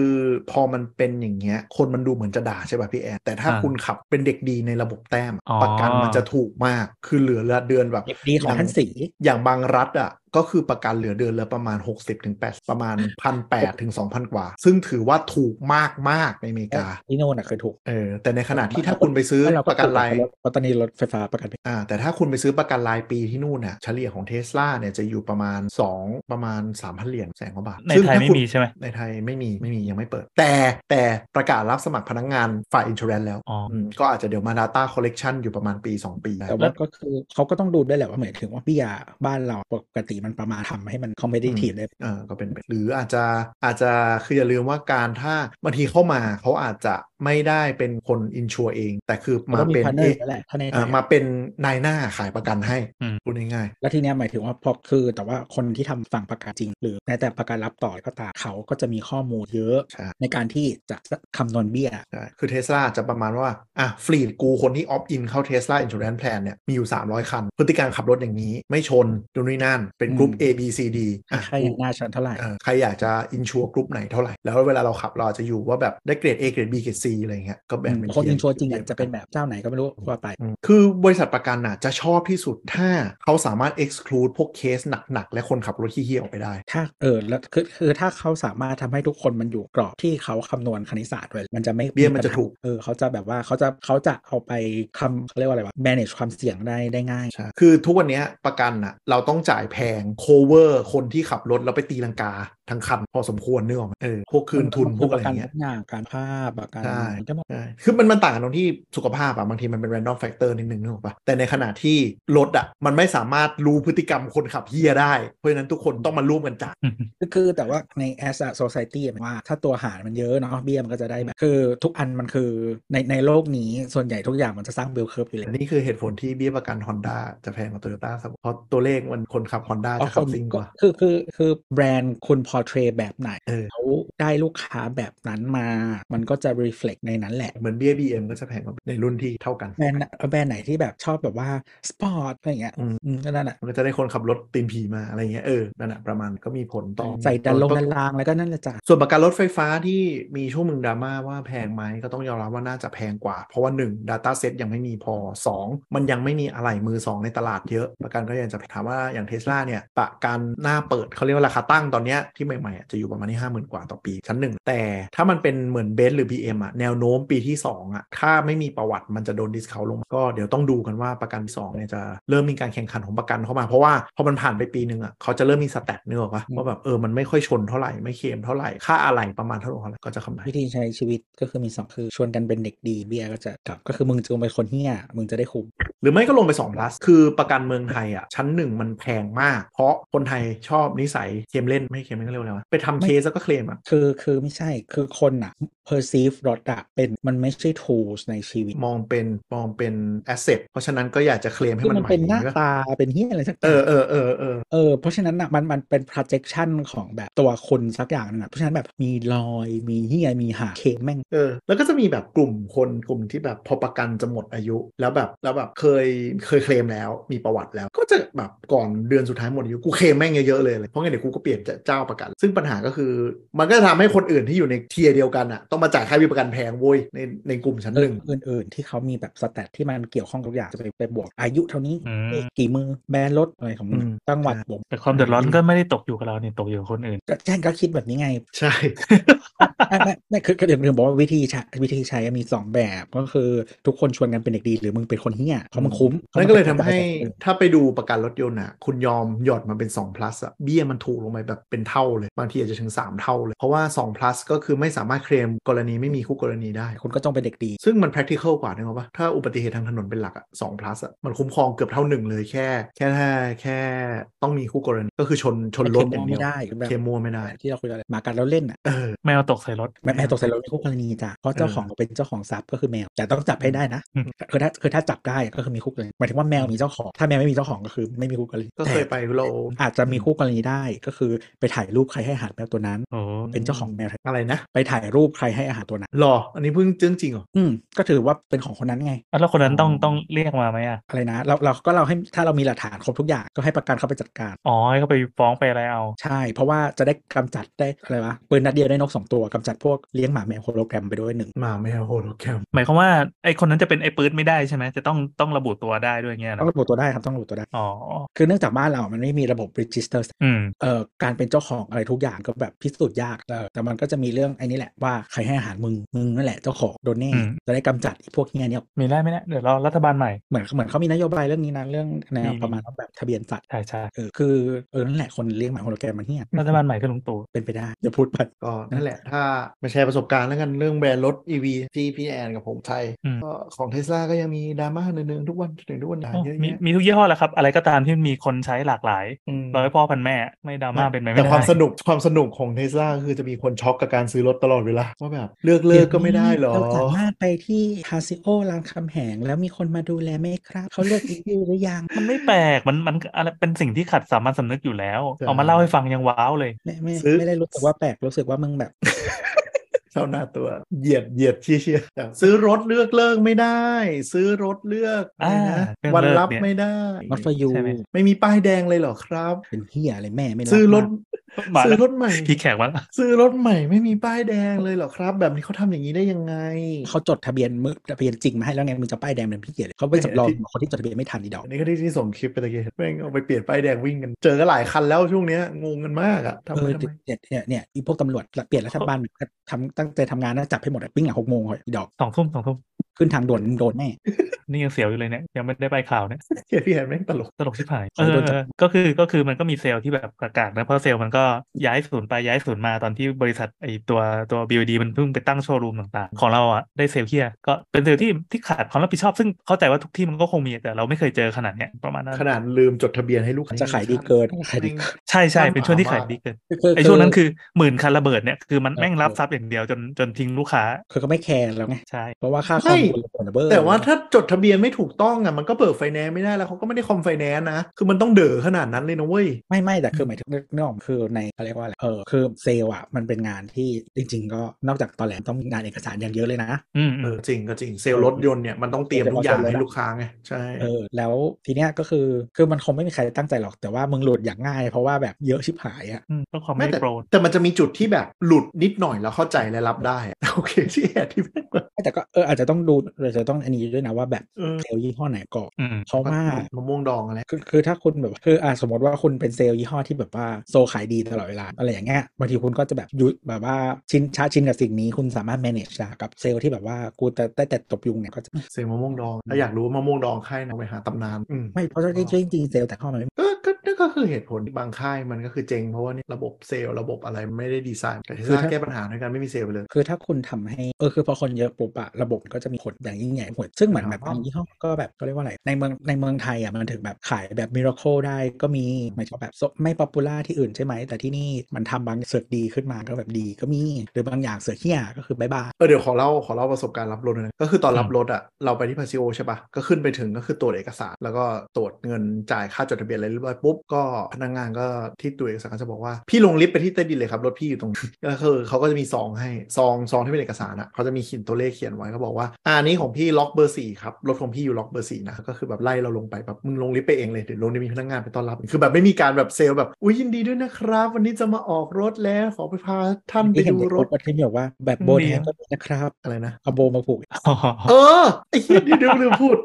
พอมันเป็นอย่างเงี้ยคนมันดูเหมือนจะด่าใช่ป่ะพี่แอนแต่ถ้า
อ่า
คุณขับเป็นเด็กดีในระบบแต้มอะ
อ๋อ
ประกันมันจะถูกมากคือเหลือละเดือนแบบ
เด็กดีของท่านสี
อย่างบางรัฐอ่ะก็คือประกันเหลือเดือนละประมาณ 60-8ถึง8ประมาณ 1,800ถึง2,000 กว่า ซึ่งถือว่าถูกมากมากๆในอเมริกา
ที่โน่นนะเคยถูก
เออแต่ในขณะที่ถ้าคุณไปซื้อ
แล้ว
ประกันราย
ถูเพราะตอนนี้รถไฟฟ้าประกัน
อ่าแต่ถ้าคุณไปซื้อประกันรายปีที่นู่นน่ะเฉลี่ยของเทสลาเนี่ยจะอยู่ประมาณ 2 ประมาณ 3,000 เหรียญแสนกว่าบาท
ใน
ซึ่ง
ไทย
ถ้า
ไม่
คุณ
มีใช่ไหม
ในไทยไม่มีไม่มียังไม่เปิด แต่แต่ประกาศรับสมัครพนักงงานฝ่ายอินชูแรนแล้ว
อ๋อ
มก็อาจจะเดี๋ยวมา Data Collection อยู่ประมาณปี 2 ปี
แต่
แล้
ว่าว ก็คือเขาก็ต้องดูด้วยแหละว่าหมายถึงว่าพี่ยาบ้านเราปกติ มันประมาณทำให้มันเขาไม่ได้ทีได้
อ่าก็เป็นไปหรืออาจจะอาจจะคืออย่าลืมว่าการถ้าบางทีเข้ามาเขาอาจจะไม่ได้เป็นคนอินชัวเอง แต่คือ
มัน
มา
ก็มี
เป็น
พาร์ทเนอร์แล้วแหละถ้าในไทย
อ่ามาเป็นนายหน้าขายประกันให้
อืม
พูดง่าย
แล้วทีเนี้ยหมายถึงว่าพอคือแต่ว่าคนที่ทำฝั่งประกาศจริง หรือแม้แต่ประกันรับต่อก็ตามเขาก็จะมีข้อมูลเยอะ
ๆใช่
ในการที่จะคำนวณเบี้ย
ใช่คือเทสลาจะประมาณว่าอ่ะฟลีดกูคนที่ออฟอินเข้าเทสลาอินชูแรน p ์แพลนเนี่ยมีอยู่ 300 คัน พฤติการขับรถอย่างนี้ ไม่ชนดูนี่นั่นเป็นกลุ่ม
อืม
A B C D อ่ะ
ใช่อย่างหน้าชั้นเท่าไหร่
เออใครอยากจะอินชัวกรุ๊ปไหนเท่าไหร่ แล้วเวลาเราขับเราอาจจะอยู่ว่าแบบได้เกรด A เกรด B เกรด C อะไรเงี้ยก็แบ่งเป็น
คน
เทียร์
อินชัวร์จริง
ทีย
อ่ะจะเป็นแบบเจ้าไหนก็ไม่รู้ว่าไป
อืมคือบริษัทประกันน่ะจะชอบที่สุดถ้าเขาสามารถ exclude พวกเคสหนัก ๆ และคนขับรถที่เฮี้ยออกไปได้
ถ้าเออแล้วคือคือถ้าเขาสามารถทำให้ทุกคนมันอยู่กรอบที่เขาคำนวณคณิตศาสตร์ไว้มันจะไม่
เบี้ยมันจะถูก
เออเขาจะแบบว่าเขาจะเขาจะเอาไปคำเขาเรียกว่าอะไรวะ manage ความเสี่ยงได้ได้ง่าย
ใช่คือทุกวันเนี้ยประกันน่ะเราต้องจ่ายแพง cover คนที่ขับรถแล้วไปตีลังกาทั้งคันพอสมควรเนื้ออกไหมเออพวกคืนทุนพวกอะไร
ประกัน
เงี้ย
ทุกอย่างการภาพประกัน
ใช่
มันก็หมด
ใช่คือมันมันต่างกันตรงที่สุขภาพอะบางทีมันเป็น random factor นิดนึงนึกออกปะแต่ในขณะที่รถอะมันไม่สามารถรู้พฤติกรรมคนขับเฮียได้ เพราะฉะนั้นทุกคนต้องมาร่วมกันจ่าย
คือคือแต่ว่าใน as a society หมายความว่าถ้าตัวหารมันเยอะเนาะเบี้ยมันก็จะได้แบบคือทุกอันมันคือในในโลกนี้ส่วนใหญ่ทุกอย่างมันจะสร้างเบลเคิร์ฟอยู่แล้
อั
วน
นี้คือเหตุผลที่เบี้ยประกัน Honda จะแพงกว่า Toyota เสมอเพราะตัวเลขมันคนขับ Honda จะขับซิงกว่า
คือคือคือแบรนด์คุณพอเทรแบบไหน
เออ
เขาได้ลูกค้าแบบนั้นมา มันก็จะ reflect ในนั้นแหละ
เหมือนเบี้ย BM ก็จะแพงกว่าในรุ่นที่เท่ากัน
แบรนด์แบรนด์ไหนที่แบบชอบแบบว่า สปอร์ตอะไรอย่างเงี้ย
อืม
อืมก็นั่นแหละ
มันก็จะได้คนขับรถตีนผีมาอะไรเงี้ยเออนั่นแหะประมาณก็มีผลต่อ
ใส่ดันลง
ต่อ
ดันลางแล้วก็นั่นแหละจ้ะ
ส่วนประกันรถไฟฟ้าที่มีช่วงมึงดราม่าว่าแพงไหมก็ต้องยอมรับว่าน่าจะแพงกว่า เพราะว่า 1 Data Set ยังไม่มีพอ 2 มันยังไม่มีอะไรมือ 2 ในตลาดเยอะ ประกันก็ยังจะถามว่าอย่างเทสลาเนี่ย ประกันหน้าเปิดเขาเรียกว่าราคาตั้งตอนเนี้ยที่ใหม่ๆอ่ะจะอยู่ประมาณที่50,000 กว่าต่อปีชั้นหนึ่งแต่ถ้ามันเป็นเหมือนเบสหรือ BM อ่ะแนวโน้มปีที่ 2 อ่ะ ถ้าไม่มีประวัติมันจะโดนดิสเคาลงมาก็เดี๋ยวต้องดูกันว่าประกันที่สองเนี่ยจะเริ่มมีการแข่งขันของประกันเข้ามาเพราะว่าพอมันผ่านไปปีหนึ่งอ่ะเขาจะเริ่มมีสแตทเนื้ออกปะว่าแบบเออมันไม่ค่อยชนเท่าไหร่ไม่เคลมเท่าไหร่ค่าอะไรประมาณเท่าไหร่เท่าไหร่ก็จะคำนวณ
วิธีใช้ชีวิตก็คือมีสองคือชวนกันเป็นเด็กดีเบี้ยก็จะกลับก็คือมึงจงเป็นคนเฮี้ยมึงจะได้คุม
หรือไม่ก็ลงไป2 plus คือประกันเมืองไทยอ่ะชั้นหนึ่งมันแพงมาก เพราะคนไทยชอบนิสัยเคลมเล่นไม่เคลมเล่นก็เรียกว่าอะไรวะไปทำเคสแล้วก็เคลมอ่ะ
คือคือไม่ใช่คือคนอะ perceive รถอะเป็นมันไม่ใช่ tools ในชีวิต
มองเป็นมองเป็น asset เพราะฉะนั้นก็อยากจะเคลมให้
คือ
มัน
มัน
ใหม่
เป็นหน้า
ก็
ตาเป็นเฮียอะไรสักอ
เอย่าง อเออเออเออ
เออเพราะฉะนั้นอะมันมันเป็น projection ของแบบตัวคนสักอย่างนึงอะเพราะฉะนั้นแบบมีรอยมีเฮียมีหาเคแม่ง
เออ แล้วก็จะมีแบบกลุ่มคนกลุ่มที่แบบพอประกันจะหมดอายุแล้วแบบแล้วแบบเคยเคยเคลมแล้วมีประวัติแล้ว ก็จะแบบก่อนเดือนสุดท้ายหมดอายุกูเคลมแม่งเยอะๆเลยเลยเพราะงั้นเดี๋ยวกูก็เปลี่ยนเจ้าประกัน ซึ่งปัญหาก็คือ มันก็จะทำให้คนอื่นที่อยู่ในเทียร์เดียวกันอ่ะต้องมาจ่ายค่าวิประกันแพงโว้ยในในกลุ่มชั้นหนึ่ง
อื่นๆ ที่เขามีแบบสแตทที่มันเกี่ยวข้องกับทุกอย่างจะไปไปบวกอายุเท่านี้
อืม
เลขกี่มือแบรนด์รถอะไรของมึง
อืม
จังหวัดบวก
แต่ความเดือดร้อนก็ไม่ได้ตกอยู่กับเราเนี่ยตกอยู่กับคนอื่น
ก็แจ้งก็คิดแบบนี้ไง
ใช่
ไม่ไม่ไม่คือคือเดี๋ยวถึงบอกว่าวิธีใช้วิธีใช้มีสองแบบก็คือทุกคนชวนกันเป็นเด็กดีหรือมึงเป็นคนเฮี้ยเพราะมันคุ้ม
นั่นก็เลยทำให้ถ้าไปดูประกันรถยนต์อ่ะคุณยอมหยอดมันเป็น 2 plus อ่ะเบี้ยมันถูกลงไปแบบเป็นเท่าเลย บางทีอาจจะถึง 3 เท่าเลย เพราะว่า 2 plus ก็คือไม่สามารถเคลมกรณีไม่มีคู่กรณีได้
คุณก็ต้องเป็นเด็กดี
ซึ่งมัน practical กว่านึกออกปะถ้าอุบัติเหตุทางถนนเป็นหลักอ่ะ2 plus อ่ะมันคุ้มครองเกือบเท่าหนึ่งเลยแค่ แค่แค่แค่ต้องมีคู่กรณีก็คือชนชนรถอย่างเดียว
เคลมมั่วไม่ได้หรือแบบ
เคลมมั่วไม่ได้
ที่เราคุยกันเลยหมากัดแล้วเล่นอ่ะ
เออ
แมวตกใส่รถ
แม่แม่ตกใส่รถในคู่กรณีจ้ะเพราะเจ้า
เออ
ของเป็นเจ้าของทรัพย์ก็คือแมวแต่ต้องจับให้ได้นะ
อืม
คือถ้าคือถ้าจับได้ก็คือมีคู่กรณีหมายถึงว่าแมวมีเจ้าของ ถ้าแมวไม่มีเจ้าของก็คือไม่มีคู่กรณี
ก็เคยไปเรา
แต่อาจจะมีคู่กรณีได้ก็คือไปถ่ายรูปใครให้อาหารแมวตัวนั้น
โอ้
เป็นเจ้าของแมว
อะไรนะ
ไปถ่ายรูปใครให้อาหารตัวนั้น
หรออันนี้เพิ่งเรื่องจริงเหรอ
อืมก็ถือว่าเป็นของคนนั้นไง
อ่ะแล้วคนนั้นต้องต้องเรียกมาไหมอ่ะ
อะไรนะเราเราก็เราให้ถ้าเรามีหลักฐานครบทุกอย่างก็ให้ประกันเข้าไปจัดการ
อ๋อให้เขาไปฟ้องไปอะไรเอา
ใช่ เพราะว่าจะได้กำจัดได้อะไรวะปืนนัดเดียวได้นกสองตัวกำจัดพวกเลี้ยงหมาแมวโฮโลแกรมไปด้วยหนึ่ง
มาไม่เอาโฮโลแกรม
หมายความว่าไอ้คนนั้นจะเป็นไอ้ปื๊ดไม่ได้ใช่ไหมจะต้องต้องระบุตัวได้ด้วยเงี้ยเหร
ต้อ
อง
ระบุตัวได้ครับต้องระบุตัวได้
อ๋อ
คือเนื่องจากบ้านเรามันไม่มีระบบ register
อืม
เอ่อการเป็นเจ้าของ อะไรทุกอย่างก็แบบพิสูจน์ยากแต่แต่มันก็จะมีเรื่องไอ้นี่แหละว่าใครให้อาหารมึงมึงนั่นแหละเจ้าของโดนแน่
อืม
จะได้กำจัดไอ้พวกเนี้ยเนี่ย
มีได้ไหมเนี่ยเดี๋ยวรอรัฐบาลใหม่
เหมือนเหมือนเขามีนโยบายเรื่องนี้นะเรื่องแนว
มี
ประมาณว่าแบบทะเบียนสัตว์
ใช่ใช่
เออคือเออนั่นแหละคนเลี้ยงหมาโฮโลแกรมมันเฮี้ย
รัฐบาลใหม่คือลุงตู่
เป็นไปได้อย่าพูดไป
ก็นั่นแหละ ถ้ามาแชร์ประสบการณ์แล้วกันเรื่องแบรนด์รถ EV ที่พี่แอนกับผมไทย
อืม
ก็ของเทสลาก็ยังมีดราม่าเนืองๆทุกวันจนถึงทุกวันหนา
โอ้
เยอะ
มี
แยะ
มีทุกยี่ห้อแหละครับ อะไรก็ตามที่มีคนใช้หลากหลาย
อืม
ร้อยพ่อพันแม่ไม่ดราม่าเป็นไปไม่
แต่
ได้
ความสนุกความสนุกของเทสลาคือจะมีคนช็อกกับการซื้อรถตลอดเวลาว่าแบบเลือกเลิกก็ไม่ได้เหรอ
เราสามารถไปที่คาซิโอรามคำแหง แล้วมีคนมาดูแลไหมครับ เขาเลือกอีวิวหรือยัง
มันไม่แปลกมันมันอะไรเป็นสิ่งที่ขัดสามัญสำนึกอยู่แล้ว
ใช่
เอามาเล่าให้ฟังยังว้าวเลย
ไม่ไม่
ซื้อ
ไม่ได้รู้สึกว่าแปลก รู้สึกว่ามึงแบบ
เท่าหน้าตัวเหยียดเหยียดเชียเชียแต่ซื้อรถเลือกเลิกไม่ได้ ซื้อรถเลือก
อ่า
อะไรนะ
เลือก
วัน
เลิก
รับ
เนี่ย
ไม่ได้
not for you
ใช่ไหม
ไม่มีป้ายแดงเลยเหรอครับ
เป็นเฮียอะไรแม่ไม่
ซื้อรถ
มาแล้ว
ซื้อรถใหม่
พี่แขกว่าแล้ว
ซื้อรถใหม่ไม่มีป้ายแดงเลยเหรอครับ แบบนี้เขาทำอย่างนี้ได้ยังไง
เขาจดทะเบียนมือทะเบียนจริงมาให้แล้วไงมึงจะป้ายแดงเป็นพี่เกียรติเขาไปสำรอง
ที่
คนที่จดทะเบียนไม่ทันดีดอก
อันนี้ก็ที่ที่ส่งคลิปไปตะกี้แม่งเอาไปเปลี่ยนป้ายแดงวิ่งกัน เจอก็หลายคันแล้วช่วงเนี้ยงงกันมากอะทำ
เอ
ไป
อ
ทำไม
เนี่ยเนี่ยเนี่ยอีพวกตำรวจเปลี่ยนรัฐบาลมันก็ทำตั้งใจทำงานนะจับให้หมดอะวิ่งหลังหกโมงเหรออีดอก
สองทุ่มสองทุ่ม
ขึ้นทางด่วนมึงโดนแน่
นี่ยังเสียวอยู่เลยเนี่ยยังไม่ได้ไปข่าวเนี่ย
เฮียพี่แอนแม่งตลก
ตลกชิบหาย
ใครโดนจับ
เออก็คือก็คือมันก็มีเซลล์ที่แบบประกาศนะเพราะเซลล์มันก็ย้ายศูนย์ไปย้ายศูนย์มาตอนที่บริษัทไอตัวตัว BVD มันเพิ่งไปตั้งโชว์รูมต่างๆ ของเราอ่ะได้เซลล์เฮียก็เป็นเซลล์ที่ที่ขาดความรับผิดชอบซึ่งเข้าใจว่าทุกที่มันก็คงมีแต่เราไม่เคยเจอขนาดเนี้ยประมาณนั้น
ขนาดลืมจดทะเบียนให้ลูกค้
จะขายดีเกินขายดีเกิน
ใช่ใช่เป็นช่วงที่ขายดีเกิน
คือ
ไอช่วงนั้นคือหมื่นคันระเบิดเนี่ยคือมัน
เออ
แม่งรับทรัพย์อย่างเดียวจนจนทิ้งลูกค้า
คือก็ไม่แคร์แล้วไง
ใช่
เพราะว่าค่าคอมมูลคนละเบอร์
แต่ว่าถ้าจดทะเบียนไม่ถูกต้องอ่ะมันก็เบิกไฟแนนซ์ไม่ได้แล้วเขาก็ไม่ได้คอมไฟแนนซ์นะ คือมันต้องเด๋อขนาดนั้นเลยนะเว้ย
ไม่ไม่แต่คือหมายถึงนึกออกคือในเขาเรียกว่าอะไรเออคือเซลล์อ่ะมันเป็นงานที่จริง ๆ ก็นอกจากตอนแหลมต้องมีงานเอกสารอย่างเยอะเลยนะ
อืมอืม
เออจริงก็จริงเซลล์รถยนต์เนี่ยมันต้องเตรียมทุกอย่างให้ลูกค้าไงใช่
เออ แล้วทีเนี้ยก็คือคือมันคงไม่มีใครตั้งใจหรอกแต่ว่ามึงหลุดอย่างง่าย เพราะว่าแบบเยอะชิบหายอ่ะ
อืมก็ความ
ไม่
ไม่
แต่
โปรด
แต่มันจะมีจุดที่แบบหลุดนิดหน่อยแล้วเข้าใจและรับได้อะ โอเคที่แอดที่แม่งแบบ
แต่ก็เอออาจจะต้องดูอาจจะต้องอันนี้ด้วยนะว่าแบบ
เออ
เซลล์ยี่ห้อไหนก่อน
อืม
เพราะว่าม
ะม่วงดองอะไร
คือคือถ้าคุณแบบคืออ่าสมมติว่าคุณเป็นเซลล์ยี่ห้อที่แบบว่าโซขายดีตลอดเวลาอะไรอย่างเงี้ยบางทีคุณก็จะแบบยุดแบบว่าชินชาชินกับสิ่งนี้คุณสามารถ manage ได้กับเซลล์ที่แบบว่ากูแต่แต่แต่ตบยุงเนี่ยก็จะ
เซลล์มะม่วงดองถ้าอยากรู้ว่ามะม่วงดองค่ายไหนเอาไปหาตำนานอืม
ไม่เพราะว่าจริงจริงๆเซลล์แต่เข้ามาไม่
ก็ก็นั่นก็คือเหตุผลที่บางค่ายมันก็คือเจ๊งเพราะว่านี่ระบบเซลล์ระบบอะไรมันไม่ได้ดีไซน์แต่เทส
คือ
ลา
ถ้า
แก้ปัญหาด้วยการไม่มีเซลล์ไปเลย
คือถ้าคุณทำให้เออคือพอคนเยอะปุ๊บอะระบบก็จะมีผลอย่างยิ่งใหญ่หมดซึ่งเหมือนแบบ
ครับ
บางยี่ห้อก็แบบก็เรียกว่าอะไรในเมืองในเมืองไทยอะมันถึงแบบขายแบบมิราเคิลได้ก็มีหมายถึงว่าแบบไม่ป๊อปปูล่าที่อื่นใช่ไหม แต่ที่นี่มันทำบางเสือกดีขึ้นมาก็แบบดีก็มี หรือบางอย่างเสือกเฮี้ยก็คือบายบาย
เออเดี๋ยวขอเล่าขอเล่าประสบการณ์รับรถหนอยนะก็คือตอนรับรถอ่ะเราไปที่พาซิโอใช่ปะก็ขึ้นไปถึงก็คือตรวจเอกสาร แล้วก็ตรวจเงินจ่ายค่าจดทะเบียนอะไรเรียบร้อยปุ๊บก็พนักงานก็ที่ตรวจเอกสารก็จะบอกว่าพี่ลงลิฟต์ไปที่ใต้ดินเลยครับรถพี่อยู่ตรงนั้น ก็คือเขาก็จะมีซองให้ซองซองที่เป็นเอกสารอ่ะเขาจะมีเขียนตัวเลขเขียนไว้ก็บอกว่าอ่านี้ของพี่ล็อกเบอร์สี่ครับรถของพี่อยู่ล็อกเบอร์สี่นะก็คือแบบไล่เราลงไปแบบมึงลงลิฟต์ไปเองเลยเดี๋ยวลงจะมีพนักงานไปต้อนรับ คือแบบไม่มีการแบบเซลล์แบบอุ้ยยินดีด้วยนะครับ วันนี้จะมาออกรถแล้วขอไปพาท่านไป
ที่เห็น
ดู
ใน
ร
ร
ถ
ถที่บอกว่าแบบโบน
มี
แฮก็มีนะครับ
อะไรนะ
เอาโบมาผูก
อ๋อ
เออไอ้เหี้ยเดี๋ยวเดี๋ยวลืมพูด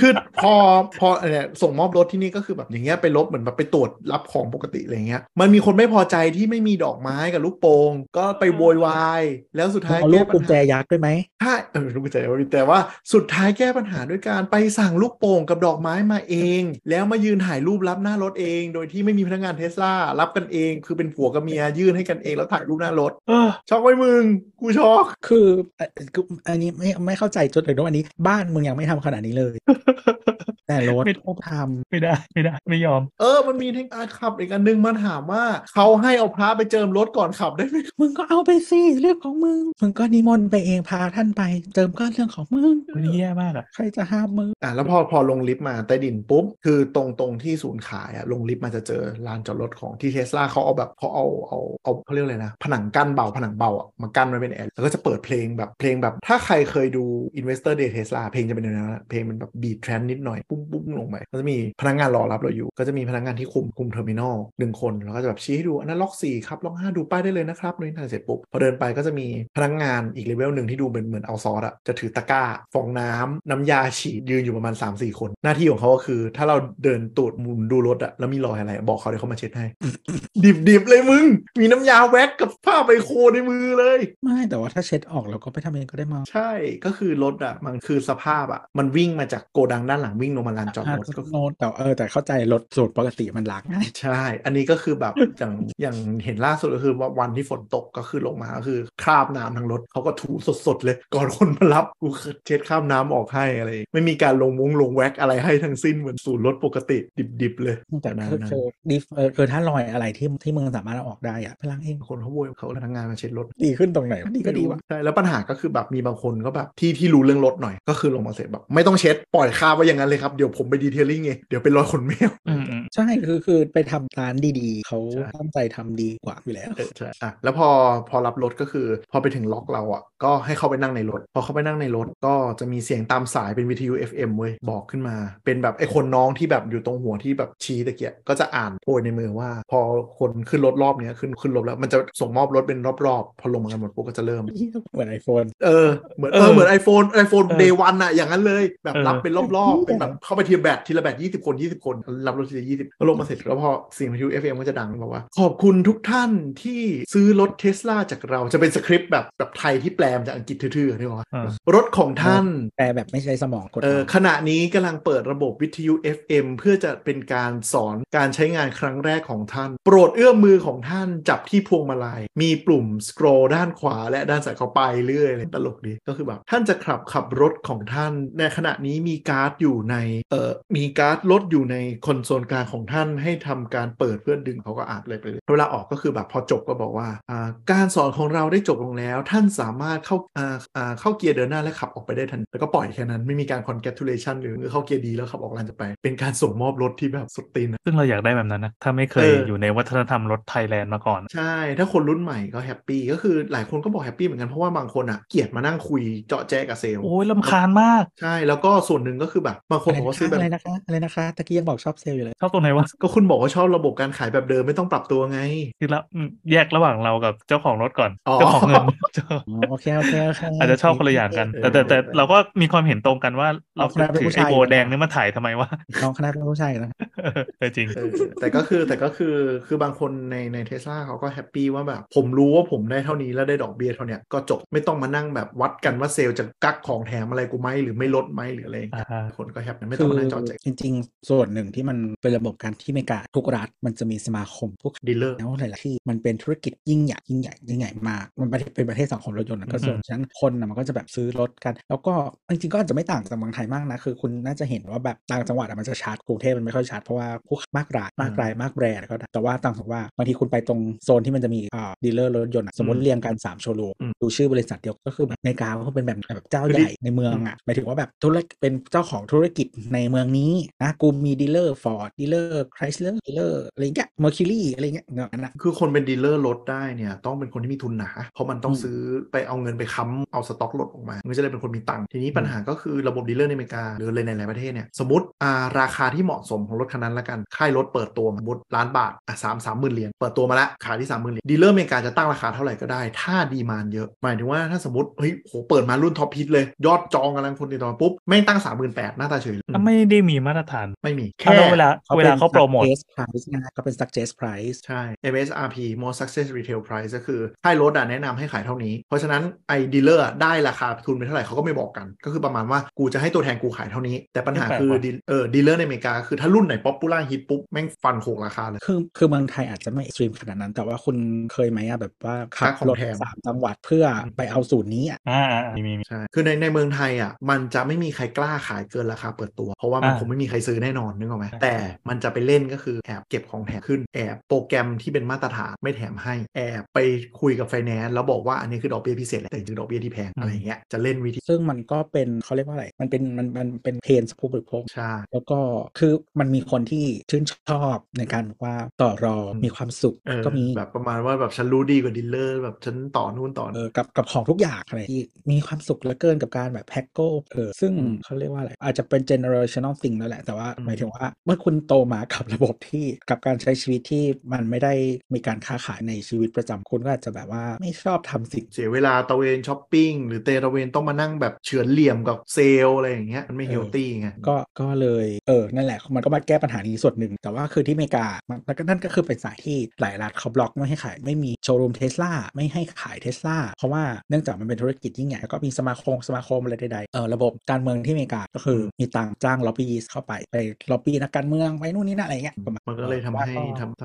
คือพอพอเนี่ยส่งมอบรถที่นี่ก็คือแบบอย่างเงี้ยไปลบเหมือนแบบไปตรวจรับของปกติอะไรเงี้ยมันมีคนไม่พอใจที่ไม่มีดอกไม้กับลูกโป่งก็ไปโวยวายแล้วสุดท้าย
เอาลู
แก้
ก
ปั
กุ
ญ
ญแจ
หา
ยักษ์ด้วยไหม
ใช่เออลูกกุญแจแต่ว่าสุดท้ายแก้ปัญหาด้วยการไปสั่งลูกโป่งกับดอกไม้มาเอง แล้วมายืนถ่ายรูปรับหน้ารถเอง โดยที่ไม่มีพนักงานเทสลารับกันเอง คือเป็นผัวกับเมียยื่นให้กันเองแล้วถ่ายรูปหน้ารถ
เออ
ช็อกไว้มึงกูช็อก
คือเอ่อคืออันนี้ไม่ไม่เข้าใจจนถึงทุกวันนี้ บ้านมึงยังไม่ทำขนาดนี้เลย แต่รถต้องทำ
ไม่ได้ไม่ได้ไม่ยอม
เออ มันมีเทคนิคขับอีกอันนึงมาถามว่าเขาให้เอาพระไปเจิมรถก่อนขับได้ไหม
มึงก็เอาไปสิเรื่องของมึง มึงก็นิมนต์ไปเองพาท่านไป เติมก็เรื่องของมึง
มันแย่มากอ่ะ
ใครจะห้ามมึง
อ่ะแล้วพอพอลงลิฟต์มาใต้ดินปุ๊บ คือตรงตรงที่ศูนย์ขายอ่ะลงลิฟต์มาจะเจอลานจอดรถของที่เทสลาเขาเอาแบบเขาเอาเอาเอาเขาเรียกอะไรนะ ผนังกั้นเบาผนังเบาอ่ะมากั้นไว้เป็นแอร์แล้วก็จะเปิดเพลงแบบเพลงแบบถ้าใครเคยดู Investor Day Tesla เพลงจะเป็นแนวนั้นอะเพลงมันแบบบีท เทรนด์นิดหน่อยปุ้มปุ้มลงไปก็จะมีพนักงานรอรับเราอยู่ ก็จะมีพนักงานที่คุมคุมเทอร์มินอลหนึ่งคนแล้วก็จะแบบชี้ให้ดูอันนั้นล็อกสี่ครับล็อกห้าดูป้ายได้เลยนะครับนู่นนนั่นเสร็จปุ๊บพอเดินไปก็จะมีพนักงานอีกเลเวลหนึ่งที่ดูเหมือนเหมือนเอาซอสอะจะถือตะกร้าฟองน้ำน้ำยาฉีดยืนอยู่ประมาณ 3-4 คน หน้าที่ของเขาก็คือ ถ้าเราเดินตูดหมุนดูรถอะแล้วมีรอยอะไรอะบอกเขาเดี๋ยวเขามาเช็ดให้ ดิบๆเลยมึง มีน้ำยาแว็กกับผ้าไบโครในมือเลย
ไม่แต่ว่าถ้าเช็ดออกเราก็ไปทำเองก็ได้มา
ใช่ก็คือรถอะมันคือสภาพอะมันวิ่งมาจากโกดังด้านหลังวิ่งลงมาลานจอดรถก็
โน้ตแต่เออแต่เข้าใจรถสูตรปกติมันล้างง่าย
ใช่ อันนี้ก็คือแบบ อย่างอย่างเห็นล่าสุดก็คือว่าวันที่ฝนตกก็คือลงมาก็คือคราบน้ำทั้งรถเขาก็ถูสดๆ เลย ก่อนคนมารับกูเช็ดคราบน้ำออกให้อะไรอย่างงี้ไม่มีการลงมุ้งลงแว็กอะไรให้ทั้งสิ้นเหมือนศูนย์รถปกติดิบๆ เลย
แต่
นาน
คือ
นะ
คือดิฟเออคือถ้ารอยอะไรที่ที่มึงสามารถเอาออกได้อะพลังเอง
คนเขาโวยเขาพนักงานมาเช็ดรถ
ดีขึ้นตรงไหนวะดีก็ดีวะ
ใช่แล้วปัญหาก็คือแบบมีบางคนก็แบบที่ที่รู้เรื่องรถหน่อยก็คือลงมาเสร็จแบบไม่ต้องเช็ดปล่อยคราบไว้อย่างนั้นเลยครับเดี๋ยวผมไปดีเทลลิ่งเองเดี๋ยวเป็นรอยขนแมว
อืมอืม
ใช่คือคือไปทำร้านดีๆ เขา
ใช่
ตั้งใจทำดีกว่าอยู่แล้ว
เออใช่อ่ะแล้วพอพอรับรถก็คือ พอไปถึงล็อกเราอ่ะ ก็ให้เข้าไปนั่งในรถ พอเข้าไปนั่งในรถก็จะมีเสียงตามสายเป็นวิทยุ FM เว้ยบอกขึ้นมา เป็นแบบไอ้คนน้องที่แบบอยู่ตรงหัวที่แบบชี้ตะเกียกก็จะอ่านโพยในมือว่า พอคนขึ้นรถรอบเนี้ยขึ้นขึ้นรถแล้วมันจะส่งมอบรถเป็นรอบๆ พอลงมากันหมดปุ๊บก็จะเริ่ม
เหมือนไอโฟน
เออเหมือนเออเหมือน iPhone iPhone day one อะอย่างนั้นเลยแบบรับเป็นรอบๆ เป็นแบบเข้าไปทีละแบตทีละแบต20 คน 20 คน รับรถทีละ20แล้วลงมาเสร็จแล้วพอเสียงวิทยุ FM ก็จะดังบอกว่า ขอบคุณทุกท่านที่ซื้อรถเทสลาจากเราจะเป็นสคริปต์แบบแบบไทยที่แปลมาจากอังกฤษทื่อๆนี่หรอ
อ่าร
ถของท่าน
แต่แบบไม่ใช้สมองกด
เออขณะนี้กำลังเปิดระบบวิทยุ FM เพื่อจะเป็นการสอนการใช้งานครั้งแรกของท่าน โปรดเอื้อมมือของท่านจับที่พวงมาลัย มีปุ่มสครอลด้านขวาและด้านซ้ายเข้าไปเรื่อยเลยตลกดีก็คือแบบท่านจะขับขับรถของท่าน ในขณะนี้มีการ์ดอยู่ในเอ่อมีการ์ดรถอยู่ในคอนโซลกลางของท่านให้ทำการเปิดเพื่อดึงเขาก็อ่านเลยไปเลยเวลาออกก็คือแบบพอจบก็บอกว่าอ่าการสอนของเราได้จบลงแล้ว ท่านสามารถเข้าอ่าอ่าเข้าเกียร์เดินหน้าและขับออกไปได้ทันแล้วก็ปล่อยแค่นั้นไม่มีการ congratulation หรือเข้าเกียร์ดีแล้วขับออกลานจะไป เป็นการส่งมอบรถที่แบบสุดตีนอะ
ซึ่งเราอยากได้แบบนั้นนะ ถ้าไม่เคย
เออ
อ
อ
ยู่ในวัฒนธรรมรถไทยแลนด์มาก่อน
ใช่ ถ้าคนรุ่นใหม่ก็แฮปปี้ก็คือหลายคนก็บอกแฮปปี้เหมือนกันเพราะว่าบางคนอ่ะเกลียดมานั่งคุยเจาะแจ๊กับเซลล์
โอ้ยลำคาญมาก
ใช่แล้วก็ส่วนหนึ่งก็คือแบบบางคนบอกว่าซื้อแบบ
อะไรนะคะอะไรนะคะตะกี้ยังบอกชอบเซลล์อยู่เลย
ชอบตรงไหนวะ
ก็คุณบอกว่าชอบระบบการขายแบบเดิมไม่ต้องปรับตัวไง
คือละอืมแยกระหว่างเรากับเจ้าของรถก่อน
อ๋อ
เจ้าของเงินเจ้า
อ๋อโอเคโอเคโอเค
อาจจะชอบคนละอย่างกัน แต่แต่แต่แต่เราก็มีความเห็นตรงกันว่าเราถือไอ้โบแดงนี่มาถ่ายทำไมวะ
น้องคณะเป็นผู้ชายกันนะ
เออเออจริง
เออแต่ก็คือแต่ก็คือคือบางคนในในเทสลาเขาก็แฮปปี้ว่าแบบ ผมรู้ว่าผมได้เท่านี้แล้วได้ดอกเบี้ยเท่าเนี้ยก็จบไม่ต้องมานั่งแบบวัดกันว่าเซลล์จะกักของแถมอะไรกูไหมหรือไม่ลดไหมหรืออะไรอย่างเงี้ย
อ่าฮะ
คนก็แฮปปี้ไม่ต้องมานั่งจอดใจ
คือจริงๆ ส่วนหนึ่งที่มันเป็นระบบการที่อเมริกาทุกรัฐมันจะมีสมาคมพวก
ดีลเลอร์
แล้วหลายๆที่มันเป็นธุรกิจยิ่งใหญ่ยิ่งใหญ่ยิ่งใหญ่มากมันประเทศเป็นประเทศสังคมรถยนต์อะก็ส่วนฉะนั้นคนนะมันก็จะแบบซื้อรถกัน แล้วก็จริงๆก็อาจจะไม่ต่างจากเมืองไทยมากนะคือคุณน่าจะเห็นว่าแบบต่างจังหวัดอะมันจะชาร์จกรุงเทพมันไม่ค่อยชาร์จเพราะว่าพวกมากรายมากรายมากแบรนด์ก็ได้แต่ว่าต่างจังหวัดบางทีคุณไปตรงโซนที่มันจะมีอ่าดีลเลอร์รถยนต์อะสมมติเรียงกันสามโชว์รูม
อืม
ดูชื่อบริษัทเดียวก็คือแบบอเมริกาก็เป็นแบบแบบเจ้าใหญ่ ในเมืองอ่ะหมายถึงว่าแบบธุรกิจเป็นเจ้าของธุรกิจในเมืองนี้นะกูมีดีลเลอร์ฟอร์ดดีลเลอร์คริสเลอร์ดีลเลอร์อะไรเงี้ยเมอร์คิวรี่อะไรเงี้ยเงี้ยนะ
คือคนเป็นดีลเลอร์รถได้เนี่ยต้องเป็นคนที่มีทุนหนา เพราะมันต้อง
อืม
ซื้อไปเอาเงินไปค้ำเอาสต็อกรถออกมามันก็จะได้เป็นคนมีตังค์ทีนี้ปัญหาก็คือระบบดีลเลอร์ในอเมริกาหรือเลยในหลายประเทศเนี่ยสมมติอ่าราคาที่เหมาะสมของรถคันนั้นละกันค่ายรถเปิดตัวมาสมมติล้านบาทอ่ะสามสามหมื่นเหรียญเปิดตัวมาละขายที่สามหมื่นเหรียญดีลเลอร์อเมริกาจะตั้งราคาเท่าไหร่ก็ได้ ถ้าดีมานเยอะหมายถึงว่าถ้าสมมติเฮ้ยโหเปิดมารุ่นท็อปฮิตเลยยอดจองกำลังคนติดต่อปุ๊บแม่งตั้งสามหมื่นแปดหน้าตาเฉยเลย
ไม่ได้มีมาตรฐาน
ไม่มีแค่
เอาแล้วเวลาเวลาเขาโปรโมท
p r i c e นะก็เป็น suggest price
ใช่ MSRP More Success Retail Price ก็คือให้รถอ่ะแนะนำให้ขายเท่านี้ เพราะฉะนั้นไอ้ดีลเลอร์ได้ราคาทุนไปเท่าไหร่เขาก็ไม่บอกกัน ก็คือประมาณว่ากูจะให้ตัวแทนกูขายเท่านี้ แต่ปัญหาคือ
แปลกว่ะ
ดีเออดีลเลอร์ในอเมริกาคือถ้ารุ่นไหนป๊อปปูล่าฮิตปุ๊บ แม่งฟันโขกราคาเลย
คือคือเมืองไทยอาจจะไม่ extreme ขนาดนั้น แต่ว่าคุณเคยไหมอะแบบว่าขับ
ของ
รถ
แถม
สามจังหวัดเพื่อไปเอาสูตรนี้อะ
อ่าอ่าอ่ามีมีมี
ใช่ คือในในเมืองไทยอ่ะมันจะไม่มีใครกล้าขายเกินราคาเปิดตัว เพราะว่ามัน
อ่า
คงไม่มีใครซื้อแน่นอนนึกออกไหมแต่มัน มันจะไปเล่นก็คือแอบเก็บของแถมขึ้น แอบโปรแกรมที่เป็นมาตรฐานไม่แถมให้ แอบไปคุยกับไฟแนนซ์แล้วบอกว่าอันนี้คือดอกเบี้ยพิเศษแหละแต่จริงๆดอกเบี้ยที่แพงอะไรอย่างเงี้ยจะเล่นวิธี
ซึ่งมันก็เป็นเขาเรียกว่าอะไร มันเป็นมันมันเป็นเพนผู้บริโภค
ใช่
แล้วก็คือมันมีคนที่ชื่นชอบในการบอกว่าต่อรองมีความสุข
เออ
ก็มี
แบบประมาณว่าแบบฉันรู้ดีกว่าดีลเลอร์แบบฉันต่อนู่นต่อ
เอ
นี่
อกับกับของทุกอย่างอะไรที่มีความสุขเหลือเกินกับการแบบแพ็กโก้เออซึ่ง
อืม
เขาเรียกว่าอะไรอาจจะเป็น generational thing แล้วแหละ แต่ว่า
อืม
หมายถึงว่าเมื่อคุณโตมากับระบบที่กับการใช้ชีวิตที่มันไม่ได้มีการค้าขายในชีวิตประจำคุณก็อาจจะแบบว่าไม่ชอบทำสิ่ง
เสียเวลาตะเวนช้อปปิ้งหรือเตะตะเวนต้องมานั่งแบบเฉือนเหลี่ยมกับเซลล์อะไรอย่างเงี้ยมันไม่
เออ
เฮลตี้ไง
ก็ก็เลยเออนั่นแหละมันก็มาแก้ปัญหานี้ส่วนหนึ่ง แต่ว่าคือที่อเมริกามันแล้วก็นั่นก็คือเป็นสายที่หลายรัฐเขาบล็อกไม่ให้ขายไม่มีโชว์รูมเทสลาไม่ให้ขายเทสลาเพราะว่าเนื่องจากมันเป็นธุรกิจยิ่งใหญ่แล้วก็มีสมาคมสมาคมอะไรใดๆเออระบบการเมืองที่อเมริกาก็คือมีต่างจ้างล็อบบี้เข้าไปไปล็อบบี้นักการเมืองไปนู่นนี่นั่นอะไรเงี้ยประาณ
มันก็เลยทำให้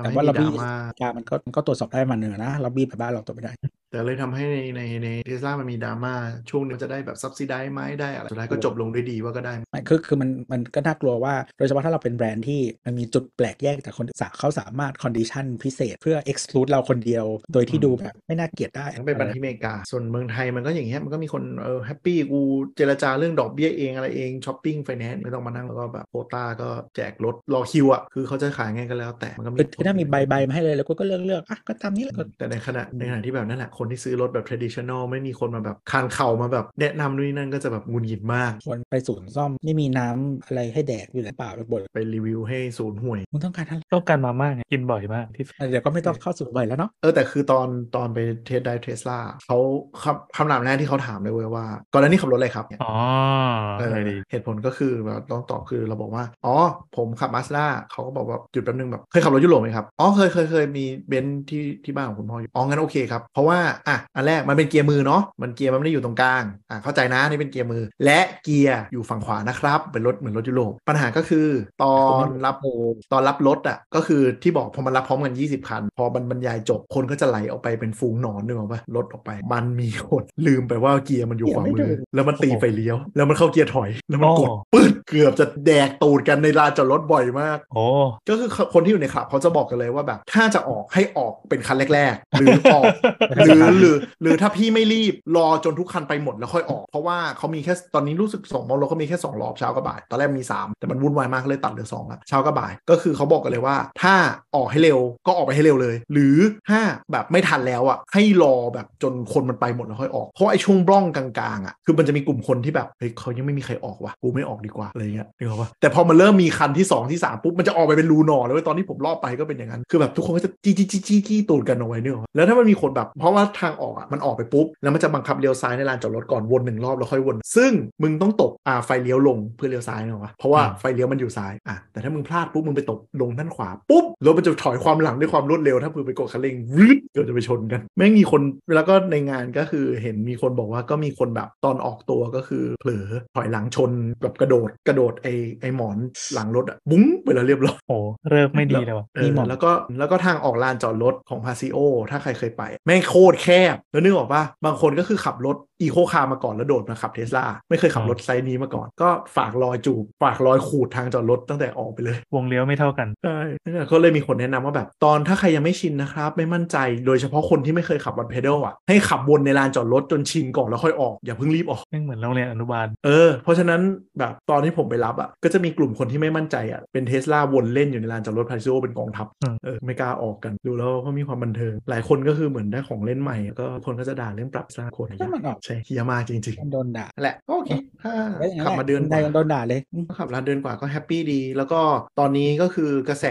แต่ว่า
ทำ
ก็แต่ว่าล็อบ
ทำให้มีดรา
บี้
ม่า
อเมริกามันก็มันก็ตรวจสอบได้มันเหนือนะล็อบบี้ไปบ้านเราตรวจไม่ได้
แต่เลยทำให้ในในในเทสลามันมีดราม่าช่วงหนึงมันจะได้แบบซับซิได้ไหมได้อะไรสุดท้ายก็จบลงด้วยดีว่าก็ได้
ไม่คือคือมันมันก็น่ากลัวว่า โดยเฉพาะถ้าเราเป็นแบรนด์ที่มันมีจุดแปลกแยกจากคนอื่นสาเขาสามารถคอนดิชันพิเศษเพื่อ exclude เราคนเดียว โดยที่ดูแบบไม่น่าเกลียดได้
ทั้งเป็นปัญหาที่อเมริกา ส่วนเมืองไทยมันก็อย่างเงี้ยมันก็มีคนเออแฮปปี้กูเจรจาเรื่องดอกเบี้ยเองอะไรเองช้อปปิ้งไฟแนนซ์ไม่ต้องมานั่งแล้วก็แบบโควต้าก็แจกรถรอคิวอ่ะคือเขาจะขายไงก็แล้ว แต่มันก็มี
คือคือถ้ามีใบใบมาให้เลยแล้วกูก็เลือกเลือกอ่ะก็ตามนี้แหละก็
แต่ในขณะในขณะที่แบบนั่นแหละ คนที่ซื้อรถแบบ traditional ไม่มีคนมาแบบคานเข่ามาแบบแนะนำนู่นนนั่นก็จะแบบหงุนหงิดมาก
คนไปศูนย์ซ่อมไม่มีน้ำอะไรให้แดกอยู่หรือเปล่าไปบ่น
ไปรีวิวให้ศูนย์ห่วย
มึงต้องการอะไร
ต้องการมาม่าไงกินบ่อยมากที่สุด
เดี๋ยวก็ไม่ต้องเข้าสู่ใบแล้วเนาะ
เออแต่คือตอนตอนไปเทสได้เทสลาเขาคำคำถามแรกที่เขาถามเลยเว้ยว่า ก่อนหน้านี้ขับรถอะไรครับเนี่ย
อ๋อ
เออ
อะไรดี
เหตุผลก็คือแบบต้องตอบคือเราบอกว่า อ๋อ ผมขับมาสด้าเขาก็บอกว่าหยุดแป๊บนึงแบบเคยขับรถยุโรปไหมครับอ๋อเคยเคยเคยมีเบนซ์ที่ที่บ้านของคุณพ่ออยู่อ๋องั้นโอเคครับเพราะว่าอ่ะอันแรกมันเป็นเกียร์มือเนาะมันเกียร์มันไม่ได้อยู่ตรงกลางอ่ะเข้าใจนะนี่เป็นเกียร์มือ และเกียร์อยู่ฝั่งขวานะครับเป็นรถเหมือนรถยุโรปปัญหาก็คือตอนรับ
โอ้
ตอนรับรถอ่ะก็คือที่บอกพอมันรับพร้อมกัน 20 คัน พอมันบรรยายจบคนก็จะไหลออกไปเป็นฝูงหนอนนึกออกปะรถออกไป มันมีคนลืมไปว่าเกียร์มันอยู่ขวามือ แล้วมันตีไฟเลี้ยว แล้วมันเข้าเกียร์ถอย แล้วมันกด
โอ้
ปื๊ดเกือบจะแดกตูดกันในลานจอดรถบ่อยมาก
โอ้
ก็คือคนที่อยู่ในคลับเขาจะบอกกันเลยว่าแบบ ถ้าจะออกให้ออกเป็นคันแรก ๆ หรือออก หรือหรือหรือถ้าพี่ไม่รีบรอจนทุกคันไปหมดแล้วค่อยออก เพราะว่าเขามีแค่ตอนนี้รู้สึกสองโมงเราก็มีแค่ 2 รอบเช้ากับบ่าย ตอนแรกมี 3 แต่มันวุ่นวายมากเลยตัดเหลือ2ละเช้ากับบ่าย ก็คือเขาบอกกันเลยว่า ถ้าออกให้เร็วก็ออกไปให้เร็วเลย หรือถ้าแบบไม่ทันแล้วอ่ะให้รอแบบจนคนมันไปหมดแล้วค่อยออกเพราะไอ้ช่วงร่องกลางๆอ่ะคือมันจะมีกลุ่มคนที่แบบเฮ้ยเขายังไม่มีใครออกว่ะกูไม่ออกดีกว่าอะไรเงี้ยนึกออกปะแต่พอมันเริ่มมีคันที่สองที่สามปุ๊บมันจะออกไปเป็นรูหนอนเลยเว้ยตอนที่ผมรอบไปก็เป็นอย่างนั้นคือแบบทุกคนก็จะจี้จี้จี้จี้จี้ตูดกันเอาไว้เนกออกปะแล้วถ้ามันมีคนแบบเพราะว่าทางออกอ่ะมันออกไปปุ๊บแล้วมันจะบังคับเลี้ยวซ้ายในลานจอดรถก่อนวนหนึ่งรอบแล้วค่อยวน ซึ่งมึงต้องตบอ่าไฟเลี้ยวลงเพื่อเลี้ยวซ้ายเนกออกปะเพราะว่า
อืม
ไฟเลี้ยวมันอยู่ซ้ายอ่ะแต่ถ้ามึงพลาดปุ๊บมึงไปตบลงด้านขวาปุ๊บรถมันจะถอยความหลังด้วยความรวดเร็วถ้ามึงไปกดคันเร่งวืดเกือบจะไปชนกันแม่งมีคนแล้วก็ในงานก็คือเห็นมีคนบอกว่าก็มีคนแบบตอนออกตัวก็คือเผลอถอยหลังชนแบบกระโดดกระโดดไอไอหมอนหลังรถอ่ะบุ้งไปแล้วเรียบร้อย
โหเลิกไม่ดีเลยว่ะ
เออแล้วก็แล้วก็ทางออกลานจอดรถของพาซิโอ ถ้าใครเคยไป แม่งโคตรแคบ แล้วนึกออกปะบางคนก็คือขับรถอีโคคาร์มาก่อนแล้วโดดมาขับเทสลาไม่เคยขับรถไซส์นี้มาก่อน ก็ฝากรอยจูบฝากรอยขูดทางจอดรถตั้งแต่ออกไปเลย
วงเลี้ยวไม่เท่ากัน
ใช่นั่นแหละก็เลยมีคนแนะนำว่าแบบตอนถ้าใครยังไม่ชินนะครับ ไม่มั่นใจโดยเฉพาะคนที่ไม่เคยขับวันเพดลอ่ะให้ขับวนในลานจอดรถจนชินก่อนแล้วค่อยออกอย่าเพิ่งรีบออก
ไม่งเหมือนโรงเรียนอนุบาล
เออ เพราะฉะนั้นแบบตอนที่ผมไปรับอ่ะก็จะมีกลุ่มคนที่ไม่มั่นใจอ่ะเป็นเทสลาวนเล่นอยู่ในลานจอดรถพาซิโอเป็นกองทัพ
อืม
เออไม่กล้าออกกันดูแล้วก็มีความบันเทิง หลายคนก็คือเหมือนได้ของเล่นใหม่ก็คนก็จะด่าเรื่องปรับสร้างคน
ถ้ามันออก
ใช่เฮียมากจริง
มันโดนด่า
ๆนั่นแหละก็โอเคถ้า
แล้วย่ง
ขับมาเดือนก
ใด
ว่า
โดนด่าเลยอืม
ก็ขับร้านเดินกว่าก็แฮปปี้ดี แล้วก็ตอนนี้ก็คือกระแส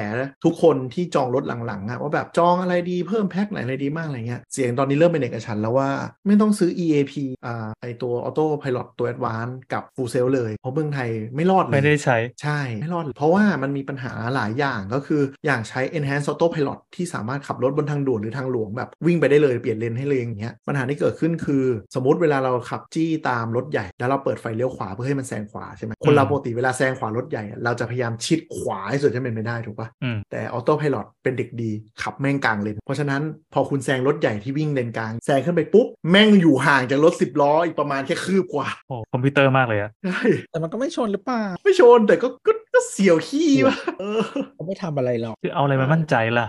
ทุกคนที่จองรถหลังๆอะว่าแบบจองอะไรดีเพิ่มแพ็คไหนอะไรดีมากอะไรเงี้ยเสียงตอนนี้เริ่มเป็นเอกฉันท์แล้วว่าไม่ต้องซื้อ EAP อ่าไอตัวออโต้พ l o t ตัวแอดวานกับ Full Sail เลย เพราะเมืองไทยไม่รอดเลย
ไม่ได้ใช้
ใช่ ไม่รอด เพราะว่ามันมีปัญหาหลายอย่างก็คืออย่างใช้ Enhanced Autopilot ที่สามารถขับรถบนทางด่วนหรือทางหลวงแบบวิ่งไปได้เลยเปลี่ยนเลนให้เลยอย่างเงี้ยปัญหาที่เกิดขึ้นคือ สมมติเวลาเราขับจี้ตามรถใหญ่ แล้วเราเปิดไฟเลี้ยวขวาเพื่อให้มันแซงขวาใช่ไหมคนเราปกติเวลาแซงขวารถใหญ่อะเราจะพยายามชิดขวาให้สุดจะเป็นไปได้ถูกปะ
อืม
แต่ออโต้พ l o t เป็นเด็กดี ขับแม่งกลางเลน เพราะฉะนั้นพอคุณแซงรถใหญ่ที่วิ่งเลนกลางแซงขึ้นไปปุ๊บแม่งอยู่ห่างจากรถสิบล้ออีกประมาณแค่คืบกว่า
โอ้คอมพิวเตอร์มากเลยอะ
ใช่
แต่มันก็ไม่ชนหรือเปล่า
ไม่ชนแต่ก็ก็ ก็เสียวขี้วะเออ
เขาไม่ทำอะไรหรอก
คือเอาอะไรมามั่นใจล่ะ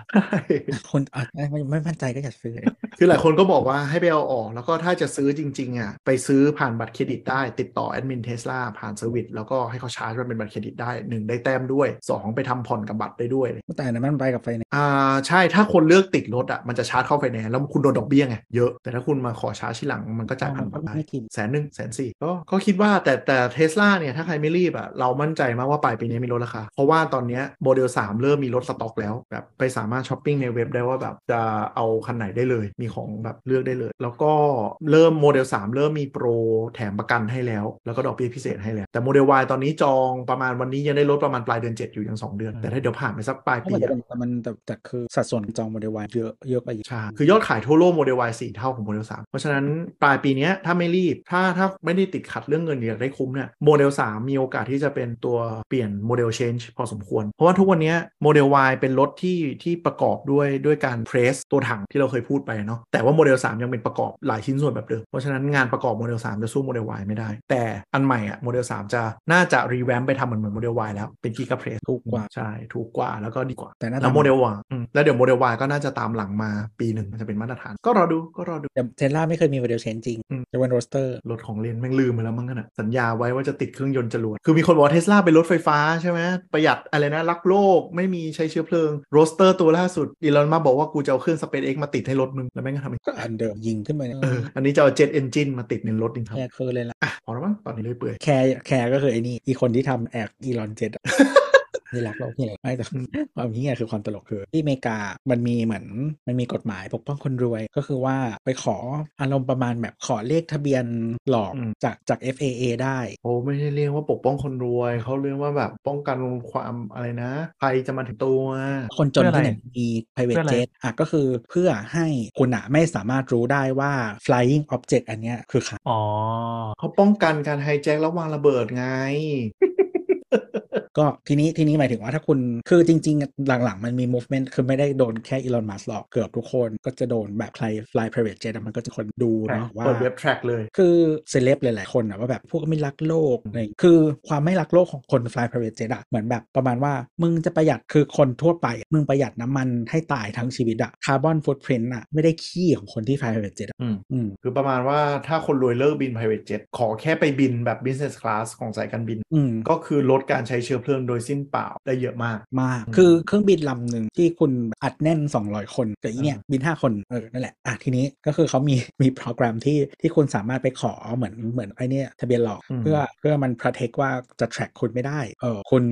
คนอ่ะไม่ไม่มั่นใจก็อย่าซื้อ
คือหลายคนก็บอกว่าให้ไปเอาออก แล้วก็ถ้าจะซื้อจริง ๆ อ่ะ ไปซื้อผ่านบัตรเครดิตได้ ติดต่อแอดมินเทสลาผ่านเซอร์วิสแล้วก็ให้เขาชาร์จว่าเป็นบัตรเครดิตได้หนึ่งได้แต้มด้วยสองไปทำผ่อนกับบัตรได้ด้วย
แต่อันนั้นมันไปกับไฟแนนซ์
อ่าใช่ถ้าคนเลือกติดรถอ่ะมันจะชาร์จเข้าไฟแนนซ์แล้วคุณโดนดอกเบี้ยไงเยอะแต่ถ้าคุณมาขอชาร์จที่หลังมันก็จ่ายพัน
มั
กว่าน ได้
ไม่กิน
แสนหนึ่งแสนสี่ก็ก็คิดว่าแต่แต่เทสลาเนี่ยถ้าใครไม่รีบอ่ะเรามั่นใจมากว่าปลายปีนี้มีลดราคา เพราะว่าตอนเนี้ยโมเดล 3 เริ่มมีลดสต็อกแล้วแบบไปสามารถช้อปปิ้งในเว็บได้ว่าแบบจะเอาคันไหนได้เลยมีของแบบเลือกได้เลย แล้วก็เริ่มโมเดล 3 เริ่มมีโปรแถมประกันให้แล้ว แล้วก็ดอกเบี้ยพิเศษให้แล้วแต่โมเดล Y ตอนนี้จองประมาณวันนี้ยังได้ลดประมาณปลายเดือน 7 อยู่ยังสองเดือนแต่ถ้าเดี๋ยวผ่านไปสักปลายปี
แต่
อะ
มันแต่แต่คือสัดส่วนจองโมเดลวายเยอะเยอะไปเยอะ
ใช่ คือยอดขายทั่วโลกโมเดล Y 4เท่าของโมเดล 3 เพราะฉะนั้นปลายปีเนี้ยถ้าไม่รีบ ถ้าถ้าไม่ได้ติดขัดเรื่องเงินอยากได้คุ้มเนี่ยโมเดล 3 มีโอกาสที่จะเป็นตัวเปลี่ยนโมเดล change พอสมควร เพราะว่าทุกวันเนี้ยโมเดล Y เป็นรถที่ที่ประกอบด้วยด้วยการเพรสตัวถังที่เราเคยพูดไปเนาะ แต่ว่าโมเดล 3 ยังเป็นประกอบหลายชิ้นส่วนแบบเดิม เพราะฉะนั้นงานประกอบโมเดล 3 จะสู้โมเดล Y ไม่ได้ แต่อันใหม่อะโมเดล 3 จะน่าจะรีแวมไปทำเหมือนเหมือนโมเดล Y แล้ว เป็นกิกะเพรส
ถูกกว่า
ใช่ ถูกกว่าแล้วก็ดีกว่า
แต่หน่า
แล้
ตาว
โมเดลวาแล้วเดี๋ยวโมเดลวาก็น่าจะตามหลังมาปีหนึ่งมันจะเป็นมาตรฐาน ก็รอดูก็รอดู
แต่เทสลาไม่เคยมีโมเดลเชนจริง
อืม
จะเป็นโรสเตอร์
รถของเลนแม่งลืมไปแล้วมั้งกันอะสัญญาไว้ว่าจะติดเครื่องยนต์จรวด คือมีคนบอกเทสลาเป็นรถไฟฟ้าใช่ไหมประหยัดอะไรนะ รักโลกไม่มีใช้เชื้อเพลิงโรสเตอร์ตัวล่าสุดอีลอนมาบอกว่ากูจะเอาเครื่องสเปซเอ็กมาติดให้รถมึง แล้วแม่งก็ทำอีก
ก็อันเดิมยิงขึ้นไป
เอออันนี้จะเอาเจ็ตเอนจินมาติดในรถจริงครับ
แคร์คือเลยล่ะ
อ่ะพอแล้วมั้งตอนนี้เลยเปื่อย
แคร์แคร์ก็คือไอ้นี่อีคนที่ทำแอกอีลอนเจ็ดนี่รักโลกนี่แหละไม่แต่
อืม
ความเฮียคือความตลกคือ ที่อเมริกามันมีเหมือนมันมีกฎหมายปกป้องคนรวย ก็คือว่าไปขออารมณ์ประมาณแบบขอเลขทะเบียนหลอกจากจาก FAA ได้
โอ้ไม่ได้เรียกว่าปกป้องคนรวยเขาเรียกว่าแบบป้องกันความอะไรนะภัยจะมาถึงตัว
คนจนที่ไหน
เพื่ออะไร
มี
เพื่
private
ออะไร
jet อ่ะก็คือเพื่อให้คุณอะไม่สามารถรู้ได้ว่า flying object อันเนี้ยคือใคร
อ๋อ
เขาป้องกันการไฮแจ็คแล้ววางระเบิดไง
ก็ทีนี้ทีนี้หมายถึงว่าถ้าคุณคือจริงๆ หลังๆ มันมี movement คือไม่ได้โดนแค่อีลอนมัสหรอกเกือบทุกคนก็จะโดนแบบใคร fly private jet อะมันก็จะคนดูเนาะว่า
เปิดเว็บแทร็กเลย
คือเซเลบหลายๆคนอะว่าแบบพวกไม่รักโลกอะไรอย่างคือความไม่รักโลกของคน fly private jet อะเหมือนแบบประมาณว่า มึงจะประหยัดคือคนทั่วไป มึงประหยัดน้ำมันให้ตายทั้งชีวิตอะคาร์บอนฟุตพิ้นอะไม่ได้ขี้ของคนที่ fly private jet อะ
อืม
อืม
คือประมาณว่าถ้าคนรวยเลิกบิน private jet ขอแค่ไปบินแบบ business class ของสายการบิน
อืม
ก็คือลดการใช้เชื้อเพลิงโดยสิ้นเปล่าได้เยอะมาก
มาก
อืม
คือเครื่องบินลำหนึ่งที่คุณอัดแน่น 200 คนแต่อีเนี่ย
อ่า
บิน 5 คนเออนั่นแหละอ่ะทีนี้ก็คือเขามี มีโปรแกรมที่ที่คุณสามารถไปขอเหมือนเหมือนไอเนี่ยทะเบียนหลอก เพื่อเพื่อมัน protect ว่าจะ track คุณไม่ได้เออคน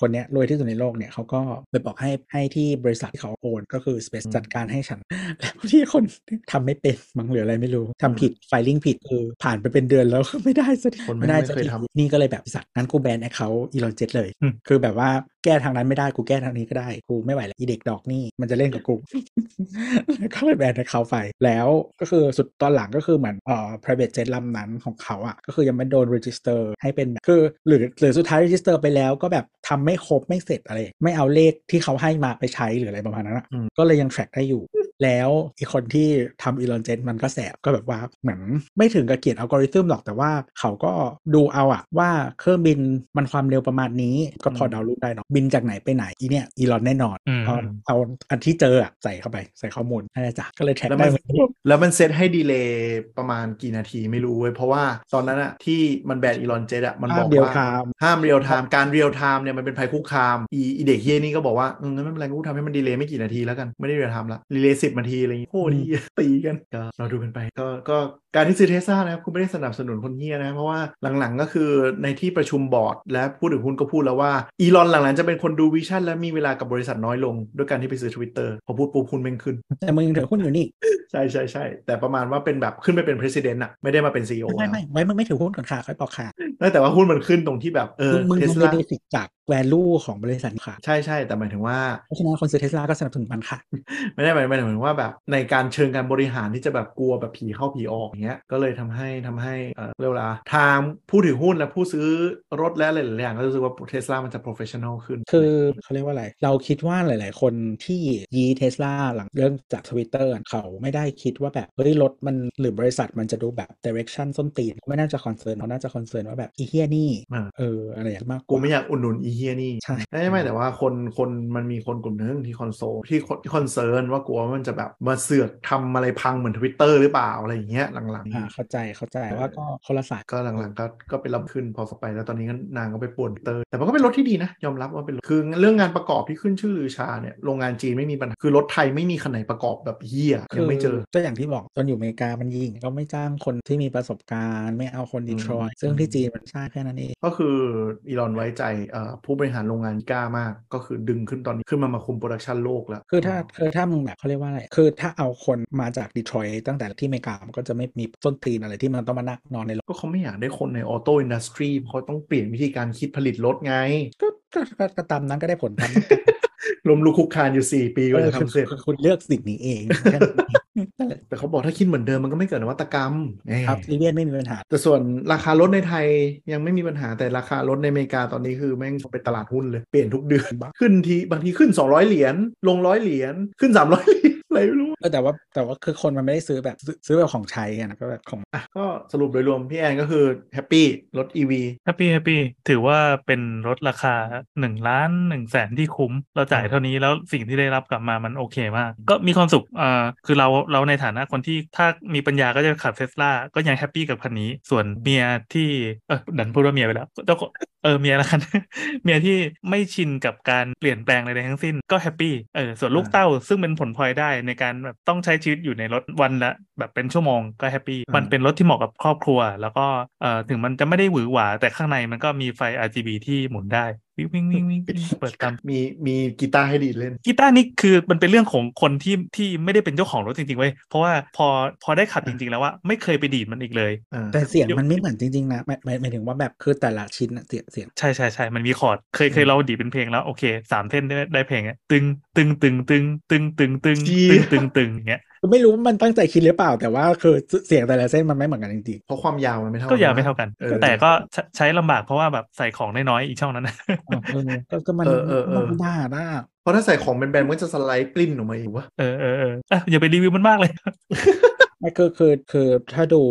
คนเนี้ยรวยที่สุดในโลกเนี่ยเขาก็ไปบอกให้ให้ที่บริษัทที่เขาโอนก็คือ space จัดการให้ฉัน แล้วที่คนทำไม่เป็นมั้งหรืออะไรไม่รู้ทำผิดไฟลิ่งผิดคือผ่านไปเป็นเดือนแล้ว ก็ไม่ได้สักที
คนไม่
ไม่ได้
ไม่
สัก
เคย
ที
ทำ
นี่ก็เลยแบบสัตว์นั้นกูแบนแอคเคาท์อีลอนเจ็ตเลย
อืม
คือแบบว่าแก้ทางนั้นไม่ได้กูแก้ทางนี้ก็ได้กูไม่ไหวแล้วอีเด็กดอกนี่มันจะเล่นกับกู แล้วก็เลยแบนแอคเคาท์ไปแล้วก็คือสุดตอนหลังก็คือเหมือนเอ่อ private jet ลำนั้นของเขาอ่ะก็คือยังไม่โดน register ให้เป็นแบบคือหรือหรือสุดท้าย register ไปแล้วก็แบบทำไม่ครบไม่เสร็จอะไร ไม่เอาเลขที่เขาให้มาไปใช้หรืออะไรประมาณนั้นอะ
อืม
ก็เลยยัง track ได้อยู่ แล้วไอีคนที่ทำอีลอนเจนมันก็แสบก็แบบว่าเหมือนไม่ถึงกับเกลียดอัลกอริทึมหรอกแต่ว่าเขาก็ดูเอาอะว่าเครื่องบินมันความเร็วประมาณนี้ก็พอ
อืม
เดารู้ได้เนาะบินจากไหนไปไหนอีเนี่ยอีลอนแน่นอน
อืม
เอาเอาอันที่เจออะใส่เข้าไปใส่ข้อมูลนั่นแหละจ้ะก็เลยแท็ก
แล้วมั
ได้
น
เหมือนกัน
แล้วมันเซตให้ดีเลย์ประมาณกี่นาทีไม่รู้เว้ยเพราะว่าตอนนั้นอะที่มันแบนอีลอนเจ็ตอะมันบ
ภา
อ
พ
ก
เดียว
ว่า
คาม
ห้ามเรียลไทม์การเรียลไทม์เนี่ยมันเป็นภัยคุกคามอีอีเด็กเฮียนี่ก็บอกว่าเอองั้นไม่เป็นไรกูทำให้มันดีเลย์ไม่กี่นาทีแล้วกันไม่ได้เรียลไทม์ละดีเลย์สิบนาทีอะไรอย่างงี้โอ้ยตีกันก็เราดูกันไปก็ก็การที่ซื้อเทสลานะครับคุณไม่ได้สนับสนุนคนเฮียนะ เพราะว่าหลังๆก็คือในที่ประชุมบอร์ด และผู้ถือหุ้นก็พูดแล้วว่าอีลอนหลังๆจะเป็นคนดูวิชั่นและมีเวลากับบริษัทน้อยลงด้วยการที่ไปซื้อทวิตเตอร์พอพูดปุ๊บคุณเป็นขึ้ น
แต่มึงยังถือหุ้นอยู่นี่
ใช่ใช่ใช่แต่ประมาณว่าเป็นแบบขึ้นไปเป็น president อะไม่ได้มาเป็น CEO
ไม่ไม่ไม่ไว้มึงไม่ถือหุ้นก่อนค่ะค่อยบอกค่ะ
ไม่แต่ว่าหุ้นมันขึ้นตรงที่แบบเออ
มึงมึง
เท
มึ
ส
ง
ลา
เบสิกจาก value ของบริษัทค่ะ
ใช่ใช่แต่หมายถึงว่า
เพราะฉะนั้นคนซื้อเทสลาก็สนับสนุนมันค่ะ
ไม่ได้หมายหมายถึงว่าแบบในการเชิงการบริหารที่จะแบบกลัวแบบผีเข้าผีออกอย่างเงี้ยก็เลยทำให้ทำให้เอ่อเรียกว่าอะไรทางผู้ถือหุ้นและผู้ซื้อรถและหลายๆอย่างก็รู้สึกว่าเทสลามันจะ professional ขึ้น
คือเขาเรียกว่าอะไร เราคิดว่าหลาย ๆ คนที่ยีเทสลาหลังเริ่มจากทวิตเตอร์เขาไม่ได้คิดว่าแบบ เฮ้ย รถมันหรือบริษัทมันจะดูแบบ direction ส้นตีน ไม่น่าจะคอนเซิร์นเขาน่าจะคอนเซิร์นว่าแบบ อีเฮียนี่
อ่า
เอออะไรอย่างมาก
กูไม่อยากอุดหนุนอี เฮียนี่
ใช่
ไม่ไม่แต่ว่าคนคนมันมีคนกลุ่มหนึงที่คอนโซลที่คนที่คอนเซิร์นว่ากลัวว่ามันจะแบบมาเสือกทำอะไรพังเหมือนทวิตเตอร์หรือเปล่าอะไรอย่างเงี้ยหลัง
อ่าเข้าใจเข้าใจว่าก็คนละสาย
ๆ ก็หลังๆก็ก็เป็นลำขึ้นพอสไปแล้วตอนนี้ก็นางก็ไปป่วนเตอร์ แต่มันก็เป็นรถที่ดีนะ ยอมรับว่าเป็นรถคือเรื่องงานประกอบที่ขึ้นชื่อลือชาเนี่ยโรงงานจีนไม่มีปัญหาคือรถไทยไม่มีคันไหนประกอบแบบเฮียยังไม่เจอ
ก็อย่างที่บอกตอนอยู่อเมริกามันยิงก็ไม่จ้างคนที่มีประสบการณ์ ไม่เอาคนดีทรอยซึ่งที่จีนมันใช่แค่นั้นเอง
ก็คืออีลอนไว้ใจเอ่อผู้บริหารโรงงานกล้ามาก ก็คือดึงขึ้นตอนนี้ขึ้นมามาคุมโปรดักชันโลกแล้ว
คือถ้าคือถ้ามึงแบบเขาเรียกว่าอะไร คือถ้าเอาคนมาจากดีทรอยตั้งแต่ที่อเมริกา มันก็จะไม่มีต้นตีนอะไรที่มันต้องมานั่งนอนในรถ
ก็เขาไม่อยากได้คนในออโต้อินดัสทรีเขาต้องเปลี่ยนวิธีการคิดผลิตรถไง
ก็ก็ก็ก็ตามนั้นก็ได้ผลตามนั้น
ล้มลุกคลุกคลานอยู่ 4 ปีกว่าจะทำเสร็จ
ออคุณคุณเลือกสิ่งนี้เองแค่นั้นเองนั่นแหละ
แต่เขาบอกถ้าคิดเหมือนเดิมมันก็ไม่เกิดนวัตกรรมแหม
ครับลิเวียนไม่มีปัญหา
แต่ส่วนราคารถในไทยยังไม่มีปัญหาแต่ราคารถในอเมริกาตอนนี้คือแม่งเป็นตลาดหุ้นเลย เปลี่ยนทุกเดือน ขึ้นทีบางทีขึ้น 200 เหรียญลงร้อยเหรียญขึ้น 300 เหรียญอะไรไม่รู้
เออแต่ว่าแต่ว่าคือคนมันไม่ได้ซื้อแบบซื้อซื้อแบบของใช้อะนะก็แบบของ
อ่ะก็สรุปโดยรวมพี่แอนก็คือแฮปปี้รถ EV
แฮปปี้แฮปปี้ถือว่าเป็นรถราคา1นึ่งล้านหนึ่งแสนที่คุ้ม เราจ่ายเท่านี้แล้วสิ่งที่ได้รับกลับมามันโอเคมาก ก็มีความสุขเอ่อคือเราเราในฐานะคนที่ถ้ามีปัญญาก็จะขับเทสลาก็ยังแฮปปี้กับคันนี้ ส่วนเมียที่เออดันพูดว่าเมียไปแล้วเจ้าของเออเมียละกัน เมียที่ไม่ชินกับการเปลี่ยนแปลงใดๆทั้งสิ้นก็แฮปปี้เออส่วนลูกเต้าซึ่งเป็นผลพลอยได้ในการแบบต้องใช้ชีวิตอยู่ในรถวันละแบบเป็นชั่วโมงก็แฮปปี้
อืม
มันเป็นรถที่เหมาะกับครอบครัว แล้วก็เออถึงมันจะไม่ได้หวือหวา แต่ข้างในมันก็มีไฟ RGB ที่หมุนได้วิ่งวิ่งวิ่งวิ่งวิ่งเปิดตาม
มีมีกีตาร์ให้ดีดเล่น
กีตาร์นี่คือมันเป็นเรื่องของคนที่ที่ไม่ได้เป็นเจ้าของรถจริงๆเว้ยเพราะว่าพอพอได้ขับจริงๆแล้วว่าไม่เคยไปดีดมันอีกเลย
อ่า
แต่เสียงมันไม่เหมือนจริงๆนะหมายหมายหมายถึงว่าแบบคือแต่ละชิ้นอะเสียงเสียง
ใช่ใช่ใช่มันมีคอร์ด เคยเคยเราดีดเป็นเพลงแล้วโอเคสามเส้นได้ได้เพลงอะตึงตึงตึงตึงตึงตึงตึง
เชี่
ตึ
ย
งตึงตึงอย่างเงี้ย
คือไม่รู้ว่ามันตั้งใจคิดหรือเปล่า แต่ว่าคือเสียงแต่ละเส้นมันไม่เหมือนกันจริง
เพราะความยาวมันไม่เท่า
ก็
น
ยาวไม่
นะ
เท่ากัน
เออ
แต่ก็ใช้ใช้ลำบากเพราะว่าแบบใส่ของน้อยๆอีกช่องนั้นนะ
ๆอ๋อเออก็ก็มัน
เออเออเออ
มันบ้าหน้า
เพราะถ้าใส่ของแบนๆมันก็จะสไลด์กลิ้นออกมาอีกวะ
เออเออเอออ่ะอย่าไปรีวิวมันมากเลย
ไม่คือคือคือถ้าดู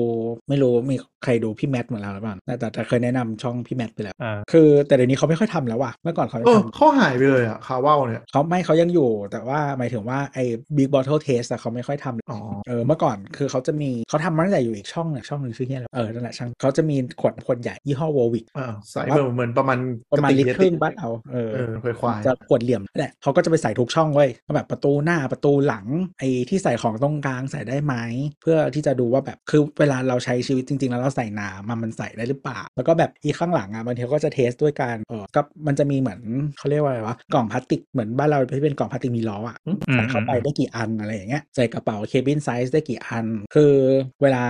ไม่รู้มีใครดูพี่แมทเหมือนเราหรือเปล่าแต่แต่แต่เคยแนะนำช่องพี่แมทไปแล้ว
อ่า
คือแต่เดี๋ยวนี้เขาไม่ค่อยทำแล้วว่ะเมื่อก่อนเขาจะ
เออ
ท
เขาหายไปเลยอะคาเว่าเนี่ย
ำเขาไม่เขายังอยู่ แต่ว่าหมายถึงว่าไอ้บิ๊กบอทเทิลเทสอะเขาไม่ค่อยทำ
อ๋อ
เออเมื่อก่อนคือเขาจะมีเขาทำมาตั้งแต่อยู่อีกช่องหนึงช่องหนึงชื่อเนี้ยอะไรเออนั่นแหละช่างเขาจะมีขวดขวดใหญ่ยี่ห้อวอลวิก
อ่าใส่
ว่า
เหมือนประมาณ
ประมาณลิตร
ย
ครึ่งบ้านเอาเออ
เออควายควาย
จะขวดเหลี่ยมนั่นแหละเขาก็จะไปใส่ทุกช่องเว้ยก็แบบประตูหน้าประตูหลังไอ้ที่ใส่ของตรงกลางใส่ได้ไหมเพื่อที่จะดูว่าแบบคือเวลาเราใช้ชีวิตจริง ๆ แล้วเราใส่น้ำอะมันใส่ได้หรือเปล่า แล้วก็แบบอีข้างหลังอ่ะบางทีเขาก็จะเทสด้วยการเออก็มันจะมีเหมือนเขาเรียกว่าอะไรวะกล่องพลาสติกเหมือนบ้านเราที่เป็นกล่องพลาสติกมีล้ออ่ะ ใส่เข้าไปได้กี่อันอะไรอย่างเงี้ยใส่กระเป๋าเคบินไซส์ได้กี่อัน คือเวลา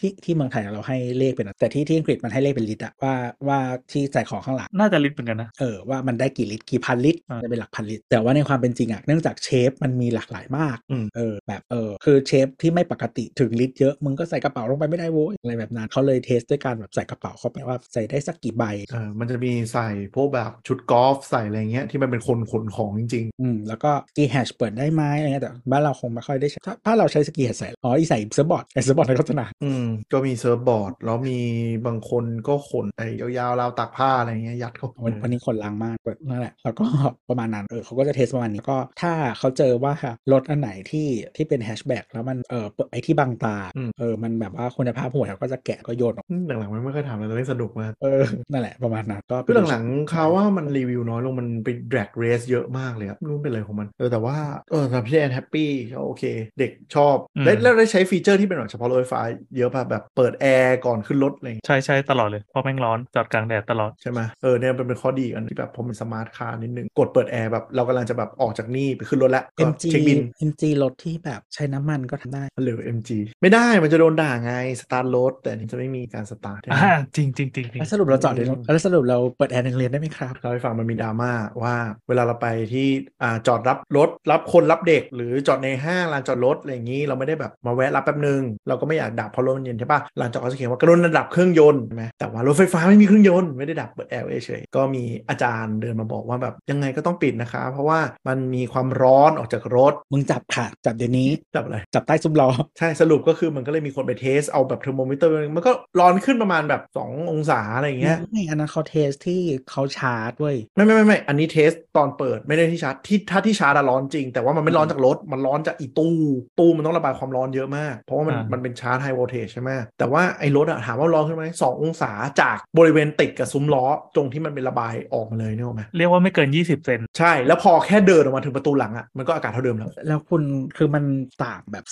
ที่ที่เมืองไทยเราให้เลขเป็นอันแต่ที่ที่อังกฤษมันให้เลขเป็นลิตรอะว่าว่าที่ใส่ของข้างหลัง
น่าจะลิตรเหมือนกันนะ
เออว่ามันได้กี่ลิตรกี่พันลิตร
อ่า
จะเป็นหลักพันลิตร แต่ว่าในความเป็นจริงอะเนื่องจากเชฟมันมีหลากหลายมาก
อืม
เออแบบเออคือเชฟที่ไม่ปกติถึงลิตรเยอะมึงก็ใส่กระเป๋าลงไปไม่ได้โว้ยอะไรแบบนั้นเขาเลยเทสด้วยการแบบใส่กระเป๋าเข้าไปว่าใส่ได้สักกี่ใบ
เออมันจะมีใส่พวกแบบชุดกอล์ฟใส่อะไรเงี้ยที่มันเป็นคนขนของจริง
อืมแล้วก็กีแฮชเปิดได้ไหมอะไรเงี้ยแต่บ้านเราคงไม่ค่อยได้ใช้ถ้าถ้าเราใช้สกีแฮชใส่อ๋ออีใส่เซิร์ฟบอร์ดไอเซิร์ฟบอร์ดในโฆษณา
ๆ อืมก็มีเซิร์ฟบอร์ด แล้วมีบางคนก็ขนไอ้ยาวๆราวตากผ้าอะไรเงี้ยยัดเข้าไป
วันวันนี้คนล้างมากเปิดนั่นแหละแล้วก็ ประมาณนั้นเออเขาก็จะเทสประมาณนี้ก็ถ้าเขาเจอว่ารถอันไหนที่ที่เป็นแฮชแบ็กแล้วมันเออเปิดไอที่บังตา เออ มันแบบว่าคุณภาพห่วยเขาก็จะแกะก็โยนออก
อืมหลังๆมันไม่ค่อยถามแล้วเล่นสนุกมาก
เออ นั่นแหละประมาณนั้นก็
คือหลังๆเขาว่ามันรีวิวน้อยลงมันไปแดกเรสเยอะมากเลยอะไม่รู้มันเป็นอะไรของมันเออแต่ว่าเออสำหรับพี่แอนแฮปปี้ก็โอเค เด็กชอบ
อืม
ได้แล้วได้ใช้ฟีเจอร์ที่เป็นแบบเฉพาะรถไฟฟ้าเยอะป่ะแบบเปิดแอร์ก่อนขึ้นรถอะไรเงี้ย
ใช่ใช่ตลอดเลยเพราะแม่งร้อนจอดกลางแดดตลอด
ใช่ไหมเออเนี่ยมันเป็นข้อดีอีกอันที่แบบพอมันสมาร์ทคาร์นิดนึง กดเปิดแอร์แบบเรากำลังจะแบบออกจากนี่ไปขึ้นรถแล้วก็
เอ็มจี
เช็คบิน
เอ็มจีรถที่แบบใช้น้ำมันก็ทำได้
หรือ MG ไม่ได้มันจะโดนด่าไง สตาร์ทรถ แต่อันนี่จะไม่มีการสตาร์ท
อ่าจริงจริงจริงจริง
แล้วสรุปเราจอดในโรงแล้วสรุปเราเปิดแอร์ในโรงเรียนได้ไหมครับ
เราให้ฟังมันมีดราม่าว่าเวลาเราไปที่อ่าจอดรับรถ รับคนรับเด็ก หรือจอดในห้างลานจอดรถอะไรอย่างนี้เราไม่ได้แบบมาแวะรับแป๊บนึง เราก็ไม่อยากดับเพราะรถมันเย็นใช่ปะลานจอดเขาจะเขียนว่ากรุณาดับเครื่องยนต์ใช่ไหมแต่ว่ารถไฟฟ้าไม่มีเครื่องยนต์ไม่ได้ดับเปิดแอร์ไว้เฉยๆก็มีอาจารย์เดินมาบอกว่าแบบยังไงก็ต้องปิดนะคะ เพราะว่ามันมีความร้อนออกจากรถ
มึงจับค่ะ จับเดี๋ยวนี้
จับอะไร
จับใต้ซุ้มล้อ
ใช่สรุปก็คือมันก็เลยมีคนไปเทสเอาแบบเทอร์โมมิเตอร์มันก็ ก็ร้อนขึ้นประมาณแบบสององศาอะไรอย่างเงี้ย
ไม่อันนั้นเขาเทสที่เขาชาร์จเว้ย
ไม่ไม่ไม่ไม่อันนี้เทสตอนเปิดไม่ได้ที่ชาร์จที่ถ้าที่ชาร์จอะร้อนจริง แต่ว่ามันไม่ร้อนจากรถ มันร้อนจากอีตู้ตู้มันต้องระบายความร้อนเยอะมาก เพราะว่ามัน
อ่ามั
มันเป็นชาร์จไฮโวลเทจใช่ไหมแต่ว่าไอ้รถอะถามว่าร้อนขึ้นไหมสององศาจากบริเวณติดกับซุ้มล้อตรงที่มันเป็นระบายออกมาเลยเนี่ยหรอกไหม
เรียกว่าไม่เกิน 20 เซน
ใช่แล้วพอแค่เดินออกมาถึงประตูหลังอะมันก็อากาศเท่าเดิมแล้ว
แล้วคุณคือมันต่างแบบ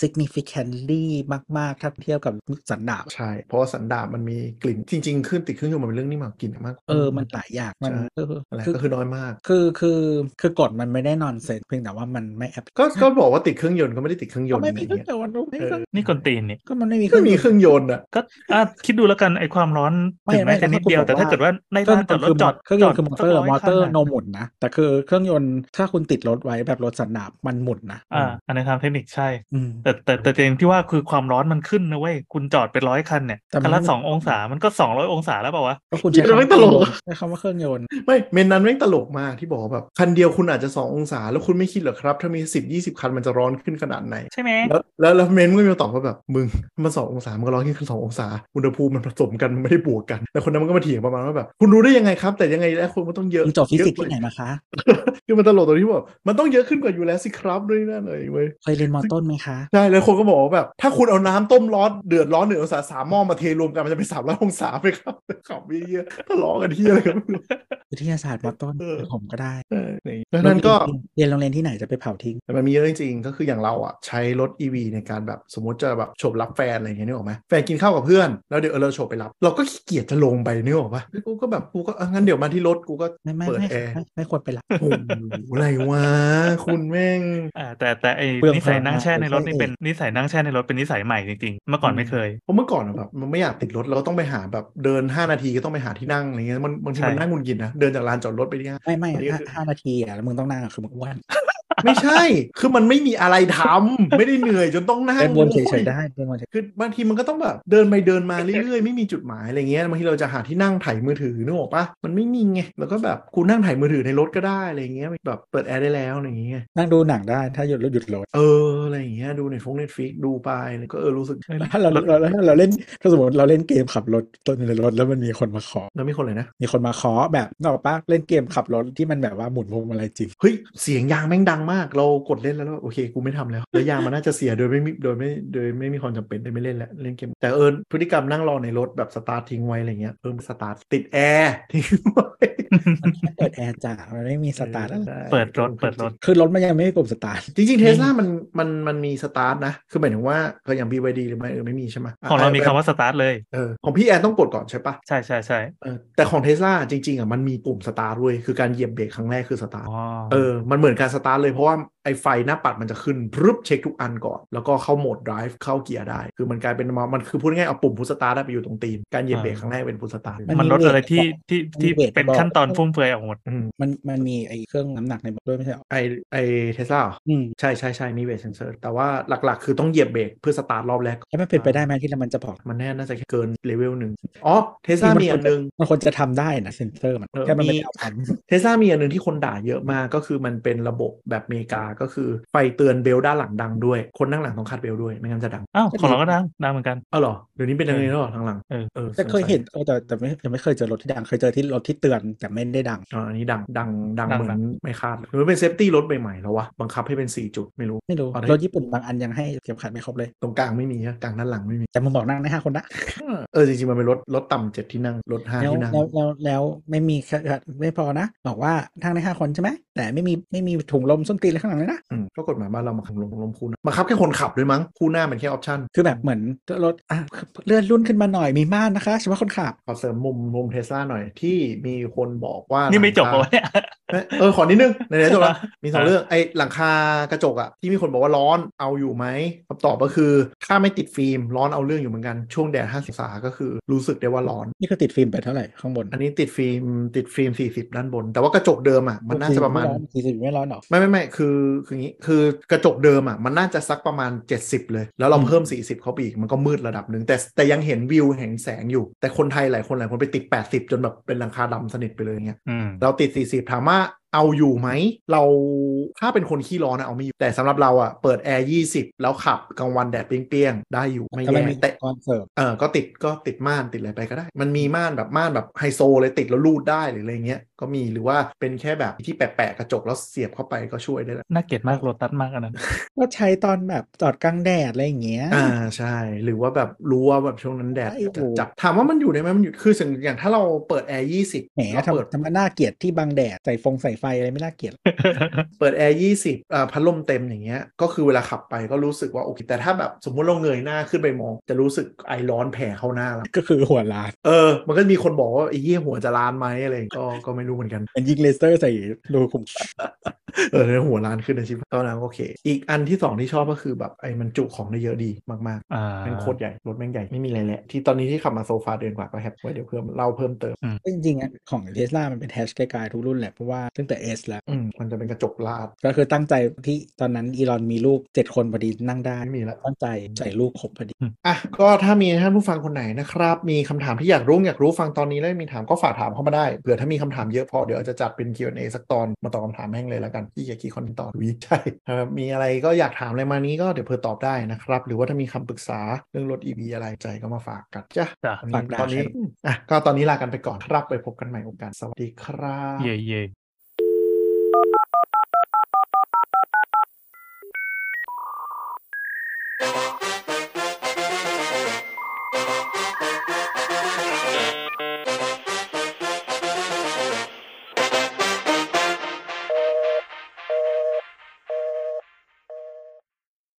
significantly มาก ๆ ถ้าเทียบกับสันดาป
ใช่ เพราะว่าสันดาปมันมีกลิ่นจริง ๆ ขึ้นติดเครื่องยนต์มันเป็นเรื่องนี่มากกลิ่นมาก
เออ มันหลายอย่างมัน
ใช่
เออ
อะไร
คือ
ก็คือน้อยมาก
คือคือคือกฎมันไม่ได้นอนเซนเพียงแต่ว่ามันไม่แอป
ก็ก็บอกว่าติดเครื่องยนต์ก็ไม่ได้ติดเครื่องย
ก็
นต์
ไม่
อะไร
มี
อย่าง
เครื่อง
เงี้ย
ยนต์ไม่มีเครื่อง
นี่กวนตีนนี่
ก็มันไม่มีเครื่อ
ไม่
ง
มี
ยนต์
เครื่องยนต์อะ
ก็อ่ะคิดดูแล้วกันไอ้ความร้อน
ไม่
ถึงแม้
ไม่
จะนิดเดียว
แต่
แต่ถ้า
ถ้าคุณ
เกิดว่าใน
เครื่อ
ร้าง น
ยน
จอด
ต์
ร
คือเค
ถจอด
รื่องยนต์คือมอเตอร์
สักย
มอเตอร์
คัะ
โนหมุนนะ แต่คือเครื่องยนต์ถ้าคุณติดรถไว้แบบรถสันดาปมันหมุนนะ
อ่าอันนี้ทางเทคนิคใช่
อืม
แต่แต่แต่จริงที่ว่าคือความร้อนมันขึ้นนะเว้ยคุณจอดเป็นร้อยคันเนี่ย
แต่มั
คัน
น
ละ
ไม่
สององศามันก็สองร้อยองศาแล้วเปล่าวะ
ก็คุณใช้
เดี๋ยวไม่ตลก
ใช้คำว่าเครื่องยนต์
ไม่เมนนั้นแม่งตลกมากที่บอกว่าแบบคันเดียวคุณอาจจะ 2 องศา แล้วคุณไม่คิดเหรอครับ ถ้ามี 10 20 คันมันจะร้อนขึ้นขนาดไหน
ใช่ไหม
แล้วแล้วแล้วเมนก็มีมาตอบว่าแบบมึงมันสององศามันก็ร้อนขึ้นคือสององศาอุณหภูมิมันผสมกันมันไม่ได้บวกกันแต่คนนั้นมันก็มาเถียงประมาณว่าแบบคุณรู้ได้ยังไงครับ แต่ยังไงแล้วคนมันต้องเยอะ
คุณจบฟิสิกส์
เยอะ
ที่ไหน
ว่า
มาคะ
คือมันตลกตรงที่แบบมันต้องเยอะขึ้นกว่าอยู่แล้วสิครับด้วยนั่นเลยเว้ย
เคยเรียนมอต้นไหมคะ
ใช่แล้วคนก็บอกว่าแบบถ้าคุณเอาน้ำต้มร้อนเดือดร้อนหนึ่งองศาสามหม้อมาเทรวมกันมันจะเป็นสามร้อยองศาไหมครับขำเยี่ยทะเลาะกันที่อะไรกันไม่รู้
วิทยาศาสตร์มอต้น
เออ
เป็นผมก็ได้
เออดังนั้นก็
เรียนโรงเรียนที่ไหนจะไปเผาทิ้ง
แต่มันมีเยอะจริงๆ ก็คืออย่างเราอ่ะใช้รถ EV ในการแบบสมมติจะแบบโฉบรับแฟนอะไรอย่างเงี้ยนึกออกไหมแฟนกินข้าวกับเพื่อน แล้วเดี๋ยวเออเราโฉบไปรับ เราก็ขี้เกียจจะลงไปนึกออกปะกูก็แบบกูก็อ่ะงั้นเดี๋ยวมาที่รถกูก็
ไม่ไม่
เปิด
ไม่
แอร์
ไม่ไม่ควรไปรับ
โอ้โหอะไรวะ คุณแม่ง
อ่าแต่แต่ไอ้
เปลือง
นิสัยนั่ง
พลังงาน
แช่ในรถ
ไปใช้
นี่เป็นนิสัยนั่งแช่ในรถเป็นนิสัยใหม่จริงๆเมื่อก่อน
อืม
ไม่เคย
เพราะเมื่อก่อนอะแบบมันไม่อยากติดรถเราก็ต้องไปหาแบบเดิน 5 นาทีก็ต้องไปหาที่นั่งอะไรเงี้ยมันบางที
ใช่
มันนั่งหงุนงิดนะเดินจากลานจอดรถไปที่ห้าง
ไม่ไม่
อันนี้ก็
ห้า
คือ
ห้านาทีอ่ะแล้วมึงต้องนั่งอ่ะคือมึงอ้วน
ไม่ใช่ คือมันไม่มีอะไรทำไม่ได้เหนื่อยจนต้องนั่ง
เดินวนเฉยๆได้เดินวนเฉย
คือบางทีมันก็ต้องแบบเดินไปเดินมาเรื่อยๆ ไม่มีจุดหมายอะไรเงี้ยบางทีเราจะหาที่นั่งถ่ายมือถือนึกออกปะมันไม่มีไงแล้วก็แบบกูนั่งถ่ายมือถือในรถก็ได้อะไรเงี้ยแบบเปิดแอร์ได้แล้วอะไรอย่างเงี้ย
นั่งดูหนังได้ถ้าหยุดรถหยุดรถ
เอออะไรอย่างเงี้ยดูในฟงเน็ตฟิกดูไปอะไรก็เออรู้สึก
แล้วถ้าเราเราถ้าเราเล่นถ้าสมมติเราเล่นเกมขับรถต้นในรถแล้วมันมีคนมาขอ
แล้วมีคนเลยนะ
มีคนมาขอแบบนกออกปะเล่นเกมขับรถที่มันแบบว่าหมุนพวงมาลัยจริง
เฮ้ยเสียงยางแม่งดังมาก เรากดเล่นแล้วแล้วโอเคกูไม่ทำแล้วแล้วยางมันน่าจะเสียโดยไม่มีโดยไม่โดยไม่มีความจำเป็นเลยไม่เล่นแล้วเล่นเกมแต่เออพฤติกรรมนั่งรอในรถแบบสตาร์ททิ้งไว้อะไรเงี้ยเออสตาร์ทติดแอร์ทิ้งไว้
มันแค่เปิดแอร์จ้ะมันไม่มีสตาร์ทอะไร
ได้
เปิดรถเปิดรถ
คือรถมันยังไม่มีปุ่มสตาร์ท
จริงๆเทสลา
อืม
มันมันมันมีสตาร์ทนะ คือหมายถึงว่าก็อย่าง BYD หรือไม่เออไม่มีใช่ไหม
ของเรามีคำว่าสตาร์ทเลย
เออของพี่แอนต้องกดก่อนใช่ปะ
ใช่ใช่ใช่
เออแต่ของเทสลาจริงๆอ่ะมันมีปุ่มสตาร์ทเว้ยคือการเหยียบเบรกครั้งแรกคือสตาร์ท
อ๋อ
เออมันเหมือนการสตาร์ทเลยเพราะว่าไอ้ไฟหน้าปัดมันจะขึ้นพรึบเช็คทุกอันก่อน แล้วก็เข้าโหมด drive เข้าเกียร์ได้ คือมันกลายเป็นมามันคือพูดง่ายๆเอาปุ่มพุทสตาร์ทไปอยู่ตรงตีนการเหยียบเบรกครั้งแรกเป็นพุทสตาร์ท
มันลดอะไรที่ที่ที่เป็นขั้นตอนฟุ่มเฟือยออกหมด
อืม
มันมันมีไอ้เครื่องน้ำหนักในรถด้วยไม่ใช่เหรอ
ไอไอเทสลา
อืม
ใช่ใช่ใช่มีเบรกเซนเซอร์แต่ว่าหลักๆ คือต้องเหยียบเบรกเพื่อสตาร์ทรอบแรก
แล้วมันเป็นไปได้ไหมที่มันจะบอก
มันแน่น่าจะเกินเลเวลหนึ่ง อ๋อ เทสลามีอันหนึ่ง
มันควรจะทำได้นะเซนเซอร์มัน
เออ
แค่มันไม่
มี
ได้เอาท
เทสลามีอันหนึ่งที่คนด่าเยอะมากก็คือมันเป็นระบบแบบอเมริกาก็คือไฟเตือนเบลด้านหลังดังด้วย คนนั่งหลังต้องคาดเบลด้วย ไม่งั้นจะดัง
อ้าวของเราก็ดังดังเหมือนกัน
อ้าวเหรอ เดี๋ยวนี้เป็นยังไงแล้วเหรอทางหลัง
เออ
เออ
ำแต่เคยเห็นเออแต่แต่ไม่ยังไม่เคยเจอรถที่ดังเคยเจอที่รถที่เตือนแต่ไม่ได้ดัง
อ๋ออันนี้ดังดังดัง
ดัง
เหมือน
แบบ
ไม่คาดเลยหรือเป็นเซฟตี้รถใหม่ๆแล้ววะบังคับให้เป็น 4 จุดไม่รู้
ไม่รู้
อ๋อได้
รถญี่ปุ่นบางอันยังให้เข็มขัดไม่ครบเลย
ตรงกลางไม่มีนะกลางด้านหลังไม่มี
แต่มึงบอกนั่งได้ห้าคนนะ
เออจริงๆมันเป็นรถรถต่ำเจ็ดที่นั่งรถห้า
แล้ว
ที่นั่ง
แล้วแล้วแล้วไม่มีแค่ไม่พอนะ บอกว่าทั้งได้ห้าคนใช่ไหมแต่ไม่มีไม่มีถุงลมส้นตีนอะไรข้างหลังเลยนะ
อืมก็กฎหมายบ้านเรามาขังลงลงคู่นะบังคับแค่คนขับด้วยมั้งคู่หน้ามันแค่ออปชั่น
คือแบบเหมือนรถอ่ะเลื่อนรุ่นขึ้นมาหน่อยมีม่านนะคะเฉพาะคนขับ
ขอเสริมมุมมุมเทสลาหน่อยที่มีคนบอกว่า
นี่ไม่จบ
ห
เลยะ
ลังคาว
เนี่ย
เออขอนิดนึงไหนๆจบแล้วมีสอง
อ่ะ
เรื่อง ไอ้หลังคากระจกอะที่มีคนบอกว่าร้อนเอาอยู่ไหมคำตอบก็คือ ถ้าไม่ติดฟิล์มร้อนเอาเรื่องอยู่เหมือนกันช่วงแดด50องศาก็คือรู้สึกได้ว่าร้อน
นี่คือติดฟิล์มไปเท่าไหร่ข้างบน
อันนี้ติดฟิล์มติดฟิล์ม 40 ด้านบน แต่ว่ากระจกเดิมอะมันน่าจะประมาณ
สี่สิบไม่ร้อนหรอก
ไม่ไม่ไม่คือคืออย่างงี้คือกระจกเดิมอ่ะมันน่าจะสักประมาณ 70 เลย แล้วเราเพิ่ม 40 เข้าไปอีก มันก็มืดระดับหนึ่งแต่แต่ยังเห็นวิวเห็นแสงอยู่ แต่คนไทยหลายคนหลายคนไปติด 80 จนแบบเป็นหลังคาดำสนิทไปเลยอย่างเงี้ย
อืม
เราติด 40 ถามว่า เอาอยู่ไหม เราถ้าเป็นคนขี้ร้อนอะเอาไม่อยู่ แต่สำหรับเราอะเปิดแอร์20 แล้วขับกลางวันแดดเปรี้ยงๆ ได้อยู่ไม่
ก็ไม่
แย่
มี
แต่
อุปกรณ์เสริม
เออก็ติดก็ติดม่านติดอะไรไปก็ได้ มันมีม่านแบบม่านแบบไฮโซเลยติดแล้วรูดได้หรืออะไรเงี้ยก็มีหรือว่าเป็นแค่แบบที่แปะๆกระจกแล้วเสียบเข้าไปก็ช่วยได้ละ
น่าเกลียดมากโรตัสมากอันนั้น
ก็ใช้ตอนแบบจอดกลางแดดอะไรอย่างเงี้ย
อ่าใช่ หรือว่าแบบรู้ว่าแบบช่วงนั้นแดด
ไอ้โห
จะจับถามว่ามันอยู่ได้ไหมมันอยู่คือสิ่งอย่างถ้าเราเปิดแอร์20
แหม
เราเปิด
ทำทำมาน่าเกลียดที่บางแดดใส่ฟงใส่ไฟอะไรไม่น่าเกลียด
เปิดแอร์ยี่สิบอ่าพัดลมเต็มอย่างเงี้ย ก็คือเวลาขับไปก็รู้สึกว่าโอเค แต่ถ้าแบบสมมติเราเงยหน้าขึ้นไปมอง จะรู้สึกไอร้อนแผ่เข้าหน้าแล้ว
ก็คือหัวล้าน
เออ มันก็มีคนบอกว่าไอ้เหี้ยหัวจะล้านไหมอะไรก็ก็ไม่รู้เหมือนกัน
มันยิงเลเซอร์ใส่รูขุมขน
เออแล้วหัวล้านขึ้นในชีวิตตอนนั้นโอเค อีกอันที่สองที่ชอบก็คือแบบไอ้มันจุของได้เยอะดีมาก
อ่า
ๆแม่งโคตรใหญ่รถแม่งใหญ่ไม่มีอะไรแหละที่ตอนนี้ที่ขับมาโซฟาเดือนกว่าก็แฮปไว้เดี๋ยวเพิ่มเล่าเพิ่มเติม
ซึ่งจริงๆอะของเทสลามันเป็นแฮชไกลๆทุกรุ่นแหละเพราะว่าตั้งแต่ S แล้ว
อืมมันจะเป็นกระจกลาด
ก็คือตั้งใจที่ตอนนั้นอีลอนมีลูก 7 คนพอดีนั่งได้
ไม่มีละ
ตั้งใจใส่ลูกครบพอดี
อ่ะก็ถ้ามีท่านผู้ฟังคนไหนนะครับ มีคำถามที่อยากรู้อยากรู้ฟังตอนนี้แล้วมีถามก็ฝากถามเข้ามาได้เผื่อถ้ามีคำถามเยอะพอเดี๋ยวอาจจะจัดเป็น Q&A สักตอนมาตอบคำถามแม่งเลยแล้วกันที่อยากคีคอนตอน วิใช่ครับมีอะไรก็อยากถามอะไรมานี้ก็เดี๋ยวเผื่อตอบได้นะครับ หรือว่าถ้ามีคำปรึกษาเรื่องรถ EV อะไรใจก็มาฝากกันจ้ะ
จ้ะ
วัน
ฝาก
นี้
ได้
ตอนนี้อ่ะก็ตอนนี้ลากันไปก่อนครับไปพบกันใหม่โอกาสสวัสดีครับ
เย่เย่